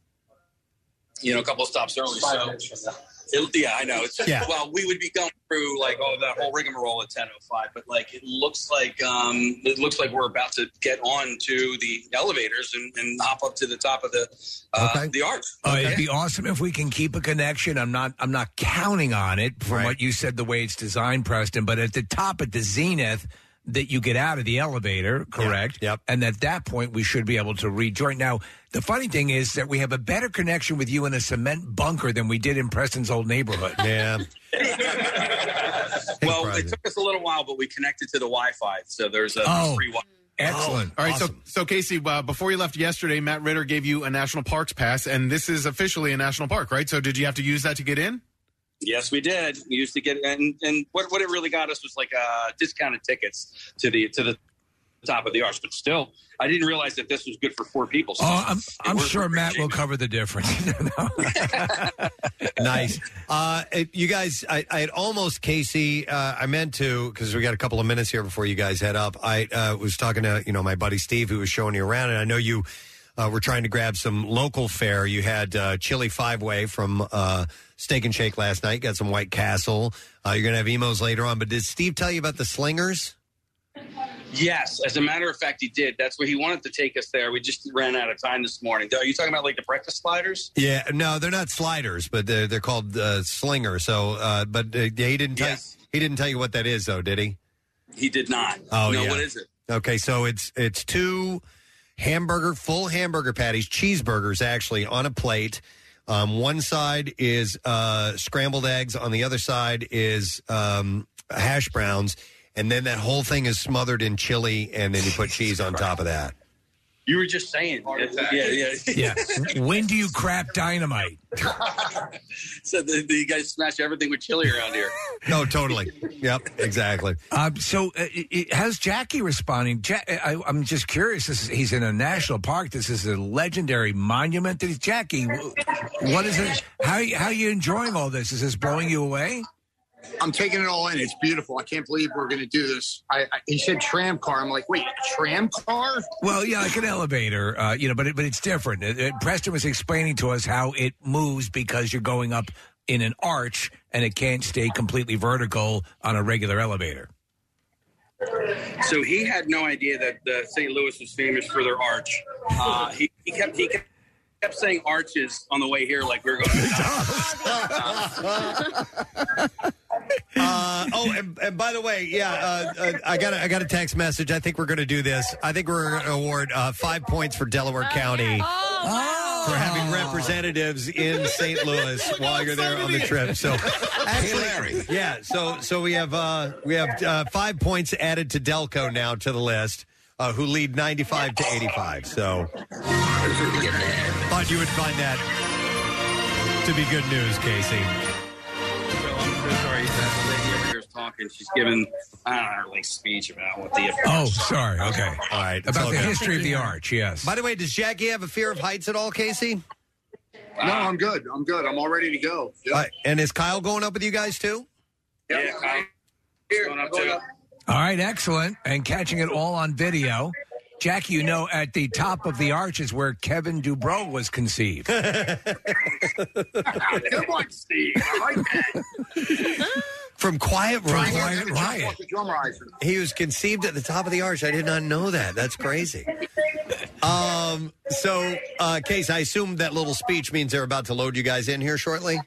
you know, a couple of stops early.
Five
so it, yeah, I know. It's
Yeah.
well, we would be going through like all that whole rigmarole at 10:05, but like it looks like um, it looks like we're about to get on to the elevators and, and hop up to the top of the uh, the arch.
Uh, It'd be awesome if we can keep a connection. I'm not. I'm not counting on it from what you said. The way it's designed, Preston. But at the top, at the zenith, that you get out of the elevator, correct? Yep. And at that point, we should be able to rejoin. Now, the funny thing is that we have a better connection with you in a cement bunker than we did in Preston's old neighborhood.
Yeah.
well, it took us a little while, but we connected to the Wi-Fi, so there's a
Oh,
free Wi.
Excellent.
Oh,
All right, so so Casey, uh, before you left yesterday, Matt Ritter gave you a national parks pass, and this is officially a national park, right? So did you have to use that to get in?
Yes, we did. We used to get and and what what it really got us was like uh, discounted tickets to the to the top of the arch. But still, I didn't realize that this was good for four people. So
Oh, I'm,
it
I'm
worked
sure
for
Matt will cover the difference.
nice. Uh, it- you guys, I, I had almost Casey. Uh, I meant to because we got a couple of minutes here before you guys head up. I uh, was talking to you know my buddy Steve who was showing you around, and I know you uh, were trying to grab some local fare. You had uh, chili five way from uh, Steak and Shake last night. Got some White Castle. Uh, you're gonna have emos later on. But did Steve tell you about the slingers?
Yes, as a matter of fact, he did. That's where he wanted to take us there. We just ran out of time this morning. Are you talking about like the breakfast sliders?
Yeah, no, they're not sliders, but they're they're called uh, slinger. So, uh, but uh, yeah, he didn't tell he didn't tell you what that is though, did he?
He did not.
Oh,
no,
yeah.
what is it?
Okay, so it's it's two hamburger full hamburger patties, cheeseburgers actually on a plate. Um, one side is uh, scrambled eggs, on the other side is um, hash browns, and then that whole thing is smothered in chili, and then you put cheese on top of that.
You were just saying. Yeah, yeah,
yeah. When do you crap dynamite?
so the, the, you guys smash everything with chili around here.
No, totally. Yep, exactly.
Um, so, uh, it, it- how's Jackie responding? Ja- I, I'm just curious. This is, he's in a national park. This is a legendary monument. That is, Jackie, wh- what is it? How how are you enjoying all this? Is this blowing you away?
I'm taking it all in. It's beautiful. I can't believe we're going to do this. I, I, he said tram car. I'm like, wait, tram car?
Well, yeah, like an elevator, uh, you know, but it, but it's different. Uh, uh, Preston was explaining to us how it moves because you're going up in an arch and it can't stay completely vertical on a regular elevator.
So he had no idea that uh, St. Louis was famous for their arch. Uh, he, he kept he kept, kept saying arches on the way here, like we were going.
Uh, oh, and, and by the way, yeah, uh, uh, I got a, I got a text message. I think we're going to do this. I think we're going to award uh, five points for Delaware County for having representatives in St. Louis while you're there on the trip. So, actually, yeah. So, so we have uh, we have uh, five points added to Delco now to the list, uh, who lead 95 to 85. So, thought you would find that to be good news, Casey.
I'm so sorry that lady over here is talking. She's giving I don't know, like speech about what the
Oh, sorry. Okay.
All right. it's
About
all
the
good.
history of the arch, yes.
By the way, does Jackie have a fear of heights at all, Casey?
No, I'm good. I'm good. I'm all ready to go.
Uh, and is Kyle going up with you guys too?
Yeah, Kyle. What's going up to?
All right, excellent. And catching it all on video. Jackie, you know, at the top of the arch is where Kevin Dubrow was conceived.
Come on, Steve. I like that.
From Quiet Riot.
Quiet Riot. The drum riser.
He was conceived at the top of the arch. I did not know that. That's crazy. Um, so, uh, Case, I assume that little speech means they're about to load you guys in here shortly.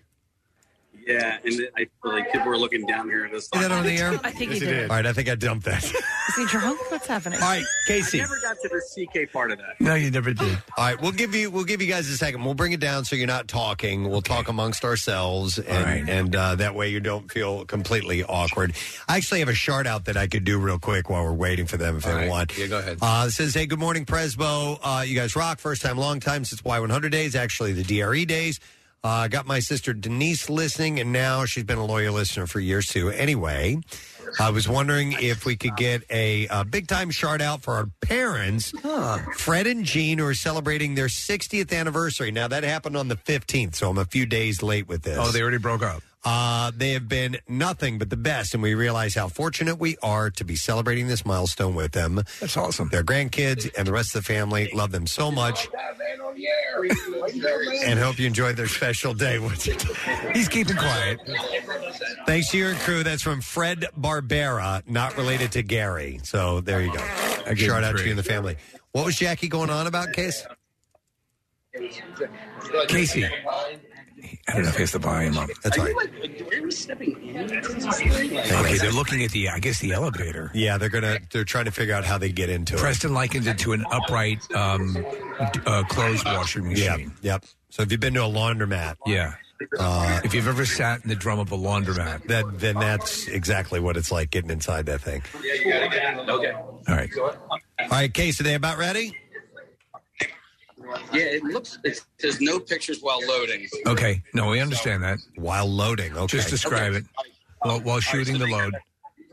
Yeah, and I feel like people were looking down here at us.
Is that on the air?
I think Yes, you you did. did.
All right, I think I dumped that.
Is he drunk? What's happening?
All right, Casey.
I never got to the CK part of that.
No, you never did.
All right, we'll give you we'll give you guys a second. We'll bring it down so you're not talking. We'll talk amongst ourselves, and and uh, that way you don't feel completely awkward. I actually have a shout out that I could do real quick while we're waiting for them if
All
they
right.
want.
Yeah, go ahead.
Uh, it says, "Hey, good morning, Presbo. Uh, you guys rock. First time, long time since Y100 days. Actually, the DRE days. Uh, got my sister Denise listening, and now she's been a loyal listener for years too. Anyway, I was wondering if we could get a, uh big time shout out for our parents, Fred and Jean, who are celebrating their 60th anniversary. Now that happened on the 15th, so I'm a few days late with this.
Oh, they already broke up.
Uh, they have been nothing but the best, and we realize how fortunate we are to be celebrating this milestone with them.
That's awesome.
Their grandkids and the rest of the family love them so much and hope you enjoyed their special day. He's keeping quiet. Thanks to your crew. That's from Fred Barbera, not related to Gary. So there you go.
gave
Shout
him
out to
three.
you and the family. What was Jackie going on about, Case?
Casey. I don't know if he has the volume up. That's all right.
Where are we stepping in?
Okay, they're looking at the, I guess, the elevator.
Yeah, they're gonna, they're trying to figure out how they get into
Preston likens it to an upright um, d- uh, clothes washing machine.
Yep. Yep. So if you've been to a laundromat,
yeah.
Uh,
if you've ever sat in the drum of a laundromat,
that then that's exactly what it's like getting inside that thing.
Yeah, you gotta get out. Okay. All
right. All right, Case, are they about ready?
Yeah, it looks. It says no pictures while loading.
Okay. No, we understand that.
While loading. Okay.
Just describe it. While, while shooting the load.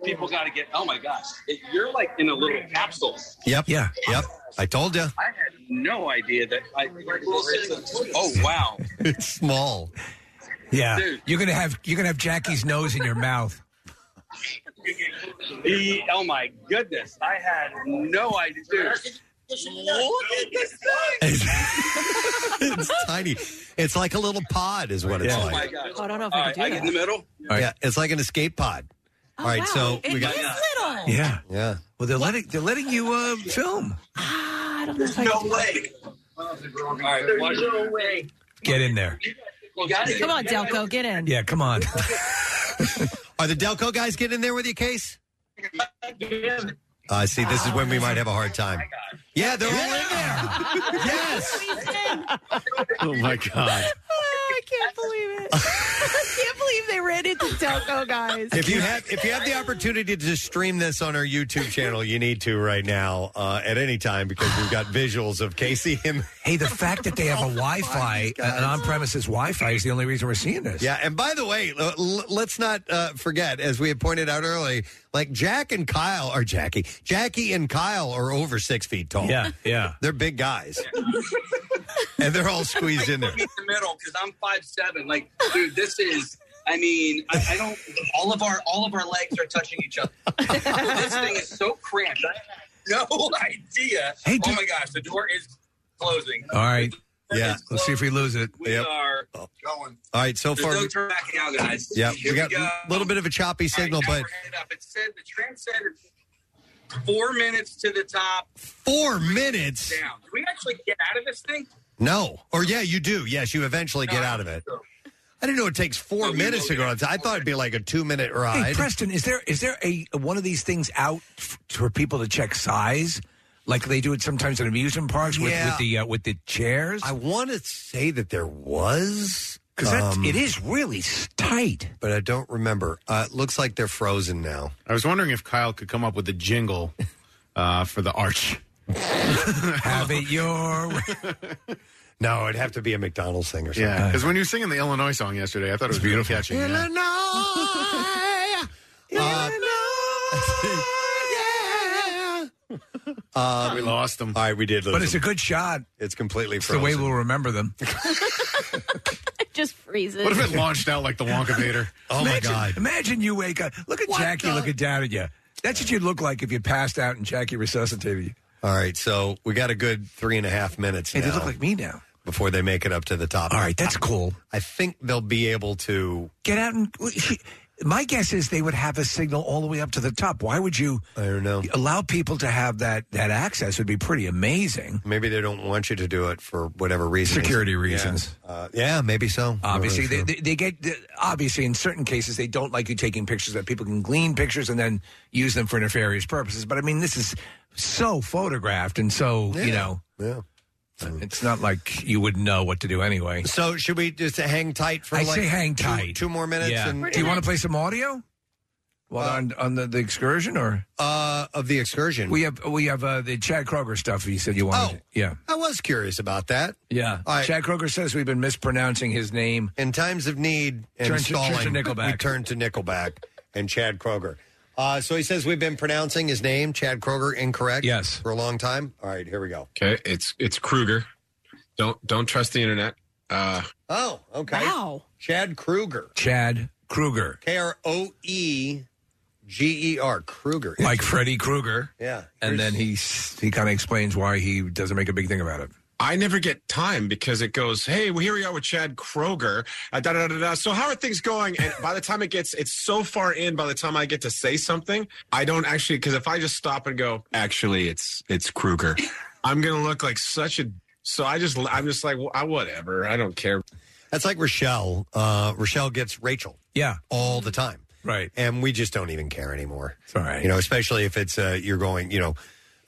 People gotta get. Oh my gosh, it, you're like in a little capsule.
Yep.
Yeah.
Yep. I told you.
I had no idea that. I, oh wow.
It's small.
Yeah.
Dude.
You're gonna have you're gonna have Jackie's nose in your mouth.
E- oh my goodness, I had no idea. Dude. Look at this thing.
it's tiny. It's like a little pod, is what it's
Oh my
like.
gosh.
I don't know if
All
I
right,
could do
I get in the middle.
Yeah, it's like an escape pod.
Oh,
All right, so we got
little.
Yeah.
Yeah.
Well, they're letting they're letting you uh, film.
Ah,
There's no way. All right, watch it.
way.
Get in there.
Come on, Delco, get in.
Yeah, come on.
Are the Delco guys getting in there with you, Case? I see. This is when we might have a hard time. Yeah, they're all in there. Yes.
Oh my god!
Oh, I can't believe it. I can't believe they ran into Delco guys.
If you have if you have the opportunity to stream this on our YouTube channel, you need to right now uh, at any time because we've got visuals of Casey and Oh,
Hey, the fact that they have a Wi-Fi, an on-premises Wi-Fi, is the only reason we're seeing this.
Yeah, and by the way, l- l- let's not uh, forget, as we had pointed out early, like Jack and Kyle or Jackie, Jackie and Kyle are over six feet tall.
Yeah, yeah.
they're big guys, and they're all squeezed in there.
in the middle because I'm five seven. Like, dude, this is. I mean, I, I don't. All of our all of our legs are touching each other. this thing is so cramped. I have no idea.
Hey,
oh
dude.
my gosh, the door is closing.
All right. Yeah. Let's see if we lose it.
We are going.
All right, so
There's
far,
no turn back now, guys.
yeah,
Here
we got a little bit of a choppy signal,
now
but
we're headed up. It said the trend said four minutes to the top.
four minutes.
Down. Can we actually get out of this thing?
No, or yeah, you do. Yes, you eventually get out of it. I didn't know it takes four minutes to go. on. I thought it'd be like a two-minute
Hey,
ride.
Preston, is there is there a one of these things out f- for people to check size, like they do it sometimes in amusement parks with,
Yeah.
with the uh, with the chairs?
I want to say that there was
because that's
um,
it is really s- tight,
but I don't remember. Uh, it looks like they're frozen now.
I was wondering if Kyle could come up with a jingle uh, for the arch.
Have it your way.
No, it'd have to be a McDonald's thing or something.
Yeah, because when you were singing the Illinois song yesterday, I thought it was beautiful. Really catchy. yeah.
Illinois. Uh, Uh,
we lost them.
All right, we did lose
but it's a
them.
good shot.
It's completely
It's the way
frozen.
we'll remember them.
It just freezes.
What if it launched out like the Wonka Vader?
Oh my
imagine,
God.
Imagine you wake up. Look at Jackie looking down at you. That's what you'd look like if you passed out and Jackie resuscitated you.
All right, so we got a good three and a half minutes
Hey,
now
they look like me now.
before they make it up to the top.
All right, that's cool.
I think they'll be able to.
Get out and My guess is they would have a signal all the way up to the top. Why would you
I don't know.
allow people to have that that access? Would be pretty amazing.
Maybe they don't want you to do it for whatever reason.
Security reasons.
Yeah, uh, yeah maybe so.
Obviously,
Not really
they, they, they get they- obviously in certain cases they don't like you taking pictures that people can glean pictures and then use them for nefarious purposes. But I mean, this is so photographed and so
Yeah.
you know,
yeah. Um,
it's not like you would know what to do anyway.
So should we just hang tight for?
I
like
say hang
two-
tight.
Two, more minutes.
Yeah.
And
do you want to play some audio? Well, on on the, the excursion or
uh, of the excursion? Oh,
We have we have uh, the Chad Kroger stuff. You said you wanted. yeah,
I was curious about that.
Yeah.
All right.
Chad Kroger says we've been mispronouncing his name.
In times of need and
turn to, turn
stalling,
to Nickelback.
we turn to Nickelback and Chad Kroger. Uh, so he says we've been pronouncing his name, Chad Kroger, incorrect. Yes, for a long time. All right, here we go.
Okay, it's it's Kruger. Don't don't trust the internet. Uh,
Oh, okay. Wow. Chad Kruger.
Chad Kruger.
K R O E G E R. Kruger.
like Freddy Krueger.
Yeah.
And then he he kind of explains why he doesn't make a big thing about it.
I never get time because it goes, hey, well, here we are with Chad Kroger. Uh, da, da, da, da, da. So how are things going? And by the time it gets, it's so far in. By the time I get to say something, I don't actually because if I just stop and go, actually, it's it's Kruger. I'm gonna look like such a. So I just I'm just like well, I, whatever. I don't care.
That's like Rochelle. Uh, Rochelle gets Rachel.
Yeah.
All the time.
Right.
And we just don't even care anymore.
It's all right.
You know, especially if it's uh, you're going, you know,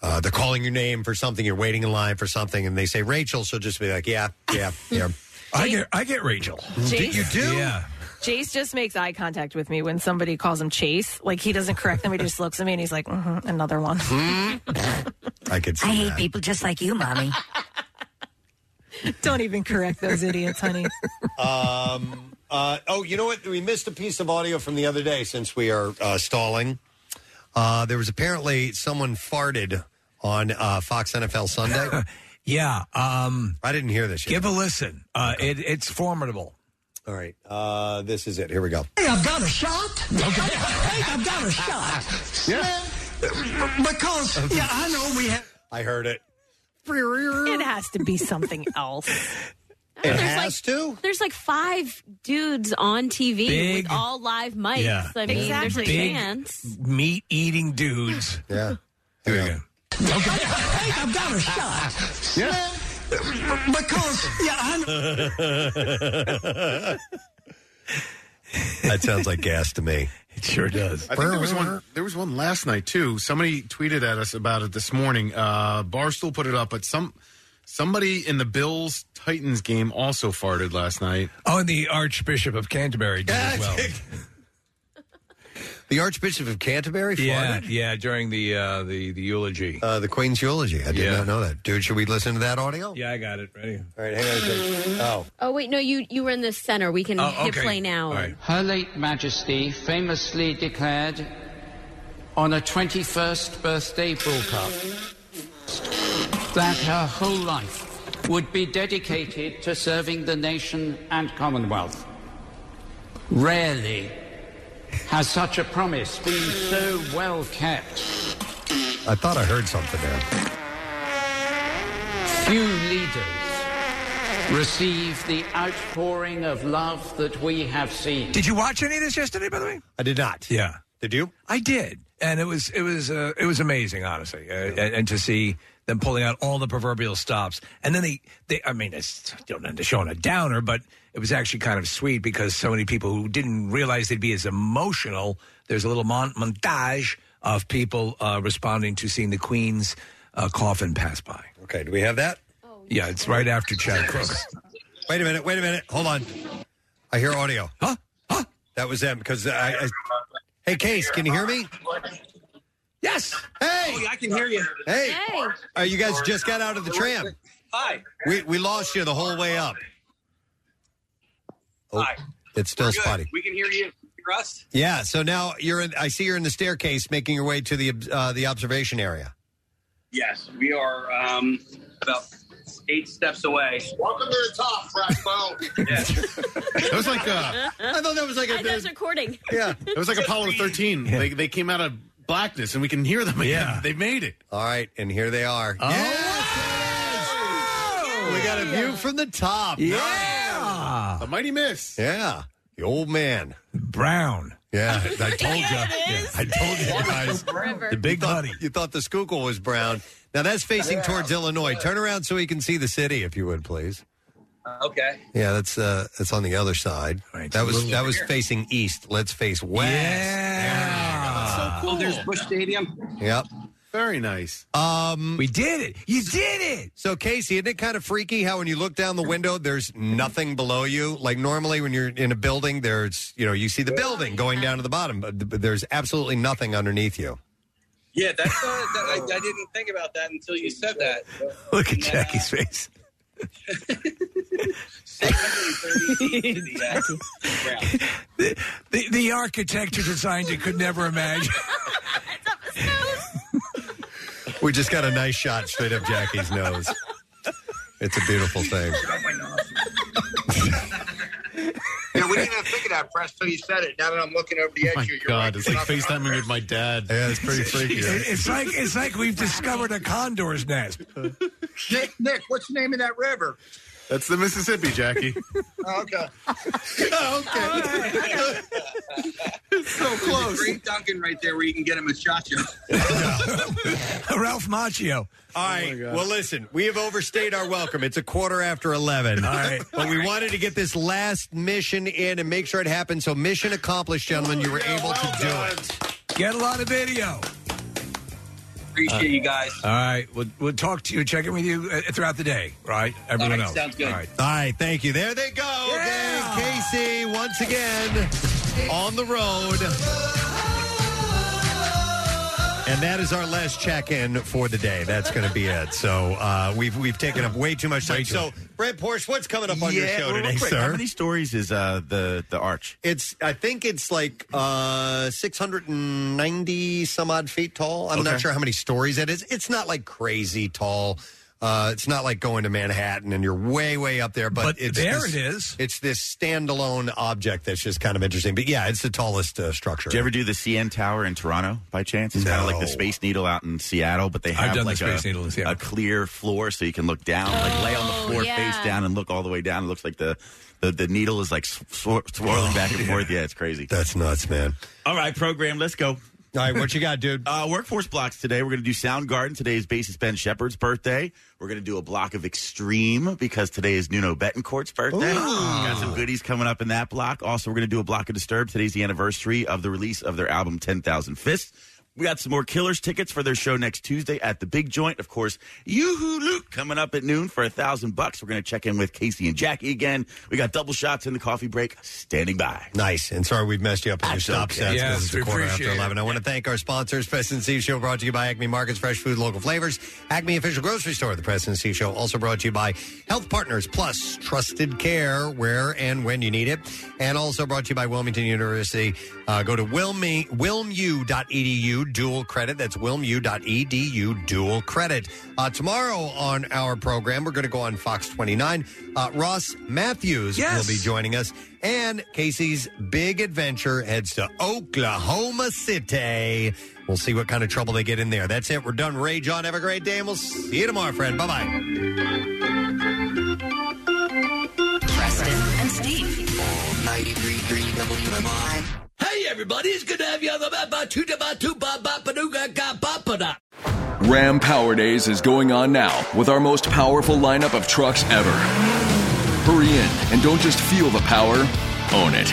uh, they're calling your name for something, you're waiting in line for something, and they say Rachel, she'll just be like, yeah, yeah, yeah.
I get I get Rachel.
Jason-
You do?
Yeah.
Jace just makes eye contact with me when somebody calls him Chase. Like he doesn't correct them; he just looks at me and he's like, "Mhm, "Another one."
Hmm? I could.
I hate
people just like you, mommy.
Don't even correct those idiots, honey.
Um, uh, oh, you know what? We missed a piece of audio from the other day since we are uh, stalling. Uh, there was apparently someone farted on uh, Fox NFL Sunday.
yeah. Um,
I didn't hear this. Yet.
Give a listen. Uh, it, it's formidable.
All right. Uh, this is it. Here we go.
Hey, I've got a shot. Okay. Hey, I've got a shot. Yeah. Because, yeah, I know we have.
I heard it.
It has to be something else.
It
there's
has
like,
to.
There's like five dudes on TV
Big-
with all live mics.
Yeah.
I mean, there's a
Exactly. Big-
chance.
Meat eating dudes.
Yeah.
Here we go.
Hey, I've got a shot. Yeah. Because, yeah, I know.
that sounds like gas to me.
It sure does.
I think there was one. There was one last night too. Somebody tweeted at us about it this morning. Uh, Barstool put it up, but some somebody in the Bills Titans game also farted last night.
Oh, and the Archbishop of Canterbury did as well.
The Archbishop of Canterbury
Yeah,
farted?
yeah, during the uh, the the eulogy.
Uh, the Queen's eulogy. I did
Yeah.
not know that. Dude, should we listen to that audio?
Yeah, I got it. Ready?
All right, hang on a second. Oh.
Oh wait, no, you you were in the center. We can hit play now.
Her late Majesty famously declared on a 21st birthday broadcast that her whole life would be dedicated to serving the nation and Commonwealth. Rarely has such a promise been so well kept.
I thought I heard something there.
Few leaders receive the outpouring of love that we have seen.
Did you watch any of this yesterday? By the way,
I did not.
Yeah.
Did you?
I did, and it was it was uh, it was amazing, honestly, uh, and, and to see them pulling out all the proverbial stops, and then they they I mean, it's don't end up showing a downer, but it was actually kind of sweet because so many people who didn't realize they'd be as emotional. There's a little mon- montage of people uh, responding to seeing the Queen's uh, coffin pass by.
Okay, do we have that?
Yeah, it's right after Chad Kroger.
Wait a minute. Wait a minute. Hold on. I hear audio. Huh? Huh? That was them because I, I. Hey, Case, can you hear me?
Yes.
Hey.
Oh, yeah, I can hear you.
Hey. Uh, you guys just got out of the tram.
Hi.
We we lost you the whole way up. Oh,
Hi.
it's still
We're good.
spotty.
We can hear you. Hear us?
Yeah. So now you're in. I see you're in the staircase, making your way to the uh, the observation area.
Yes, we are um, about eight steps away. Welcome to the top, Frasmo.
That was like uh,
I thought that was like
a. I thought it was recording.
yeah,
it was like Apollo 13. They they came out of blackness, and we can hear them again. They made it.
All right, and here they are.
Oh.
We got a view from the top.
Yeah. The mighty miss.
Yeah. The old man.
Brown.
Yeah, I told Yeah, you. I told you guys. The big buddy. You thought the Schuylkill was brown. Now that's facing towards Illinois. Turn around so we can see the city, if you would, please.
Okay.
Yeah, that's uh, that's on the other side.
it's
that
a
was
little
that was
over here.
facing east. Let's face west.
so cool. Oh, there's Bush Stadium.
Yep. Very nice. Um, we did it. You did it. So, Casey, isn't it kind of freaky how when you look down the window, there's nothing below you? Like normally, when you're in a building, there's you know you see the building going down to the bottom, but but there's absolutely nothing underneath you.
Yeah, that's uh, that, I, I didn't think about that until you said that.
Look at Jackie's face.
the, the, the architect who designed it could never imagine.
We just got a nice shot straight up Jackie's nose. It's a beautiful thing.
Yeah, we didn't even think of that, Press, till you said it. Now that I'm looking over the edge,
Oh My
here, you're
God,
right.
it's like FaceTiming with my dad.
Yeah, it's pretty freaky.
It- it's like it's like we've discovered a condor's nest.
Nick, Nick, what's the name of that river?
That's the Mississippi, Jackie.
Oh, okay.
okay.
so
close.
great Duncan right there where you can get a machacho.
Ralph Macchio. All right. well, listen, we have overstayed our welcome. It's a quarter after 11. All right. But we wanted to get this last mission in and make sure it happened. So, mission accomplished, gentlemen. You were able to do it.
Get a lot of video.
Appreciate you guys.
All right, we'll, we'll talk to you, check in with you uh, throughout the day, right? Everyone
All right,
else.
sounds good.
All right.
All right. Thank you. There they go. Gang Casey, once again, on the road. And that is our last check-in for the day. That's going to be it. So uh, we've we've taken up way too much time. So Brett Porsche, what's coming up on your show
well, real
today,
quick,
sir?
How many stories is uh, the the arch?
It's I think it's like uh 690 some odd feet tall. I'm
Okay.
not sure how many stories that is. It's not like crazy tall. Uh, it's not like going to Manhattan and you're way, way up there, but,
But
it's
there
this,
it is.
It's this standalone object that's just kind of interesting. But yeah, it's the tallest uh, structure.
Did you ever do the CN Tower in Toronto by chance? It's kind of like the Space Needle out in Seattle, but they
I've
have
done the
like
Space
a,
Needle in Seattle.
a clear floor so you can look down, like lay on the floor
yeah.
face down and look all the way down. It looks like the the, the needle is like swir- swirling back and forth. Yeah, it's crazy.
Oh, That's nuts, man.
All right, program, let's go. All
right, what you got, dude?
Uh, workforce blocks today. We're going to do Soundgarden. Today is bassist Ben Shepherd's birthday. We're going to do a block of Extreme because today is Nuno Betancourt's birthday. Got some goodies coming up in that block. Also, we're going to do a block of Disturbed. Today's the anniversary of the release of their album 10,000 Fists. We got some more Killers tickets for their show next Tuesday at the Big Joint. Of course, Yoo-Hoo Luke coming up at noon for a thousand bucks. We're going to check in with Casey and Jackie again. We got double shots in the coffee break. Standing by.
Nice. And sorry we've messed you up with your
That's
stop
okay.
sets. 'cause
Yes,
it's
we
a quarter after
appreciate it.
11. I want to thank our sponsors, President Steve Show, brought to you by Acme Markets, Fresh Food, Local Flavors, Acme Official Grocery Store, the President Steve Show, also brought to you by Health Partners Plus, Trusted Care, where and when you need it, and also brought to you by Wilmington University. Uh, go to wilme, wilmu.edu, E dual credit. That's E wilmu.edu, dual credit. Uh, tomorrow on our program, we're going to go on Fox 29. Uh, Ross Matthews
Yes.
will be joining us. And Casey's big adventure heads to Oklahoma City. We'll see what kind of trouble they get in there. That's it. We're done. Ray John, have a great day, and we'll see you tomorrow, friend. Bye bye.
Preston and Steve.
Hey, everybody, it's good to have you on the map. Ba two da ba two ba ba ba doo ga ga ba ba da.
Ram Power Days is going on now with our most powerful lineup of trucks ever. Hurry in and don't just feel the power, own it.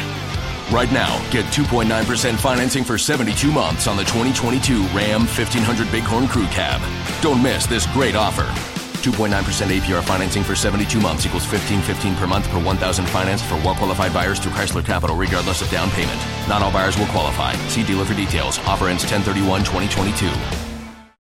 Right now, get 2.9% financing for 72 months on the 2022 Ram 1500 Bighorn Crew Cab. Don't miss this great offer. 2.9% APR financing for 72 months equals 1515 per month per 1000 financed for well-qualified buyers through Chrysler Capital regardless of down payment. Not all buyers will qualify. See dealer for details. Offer ends 1031 2022.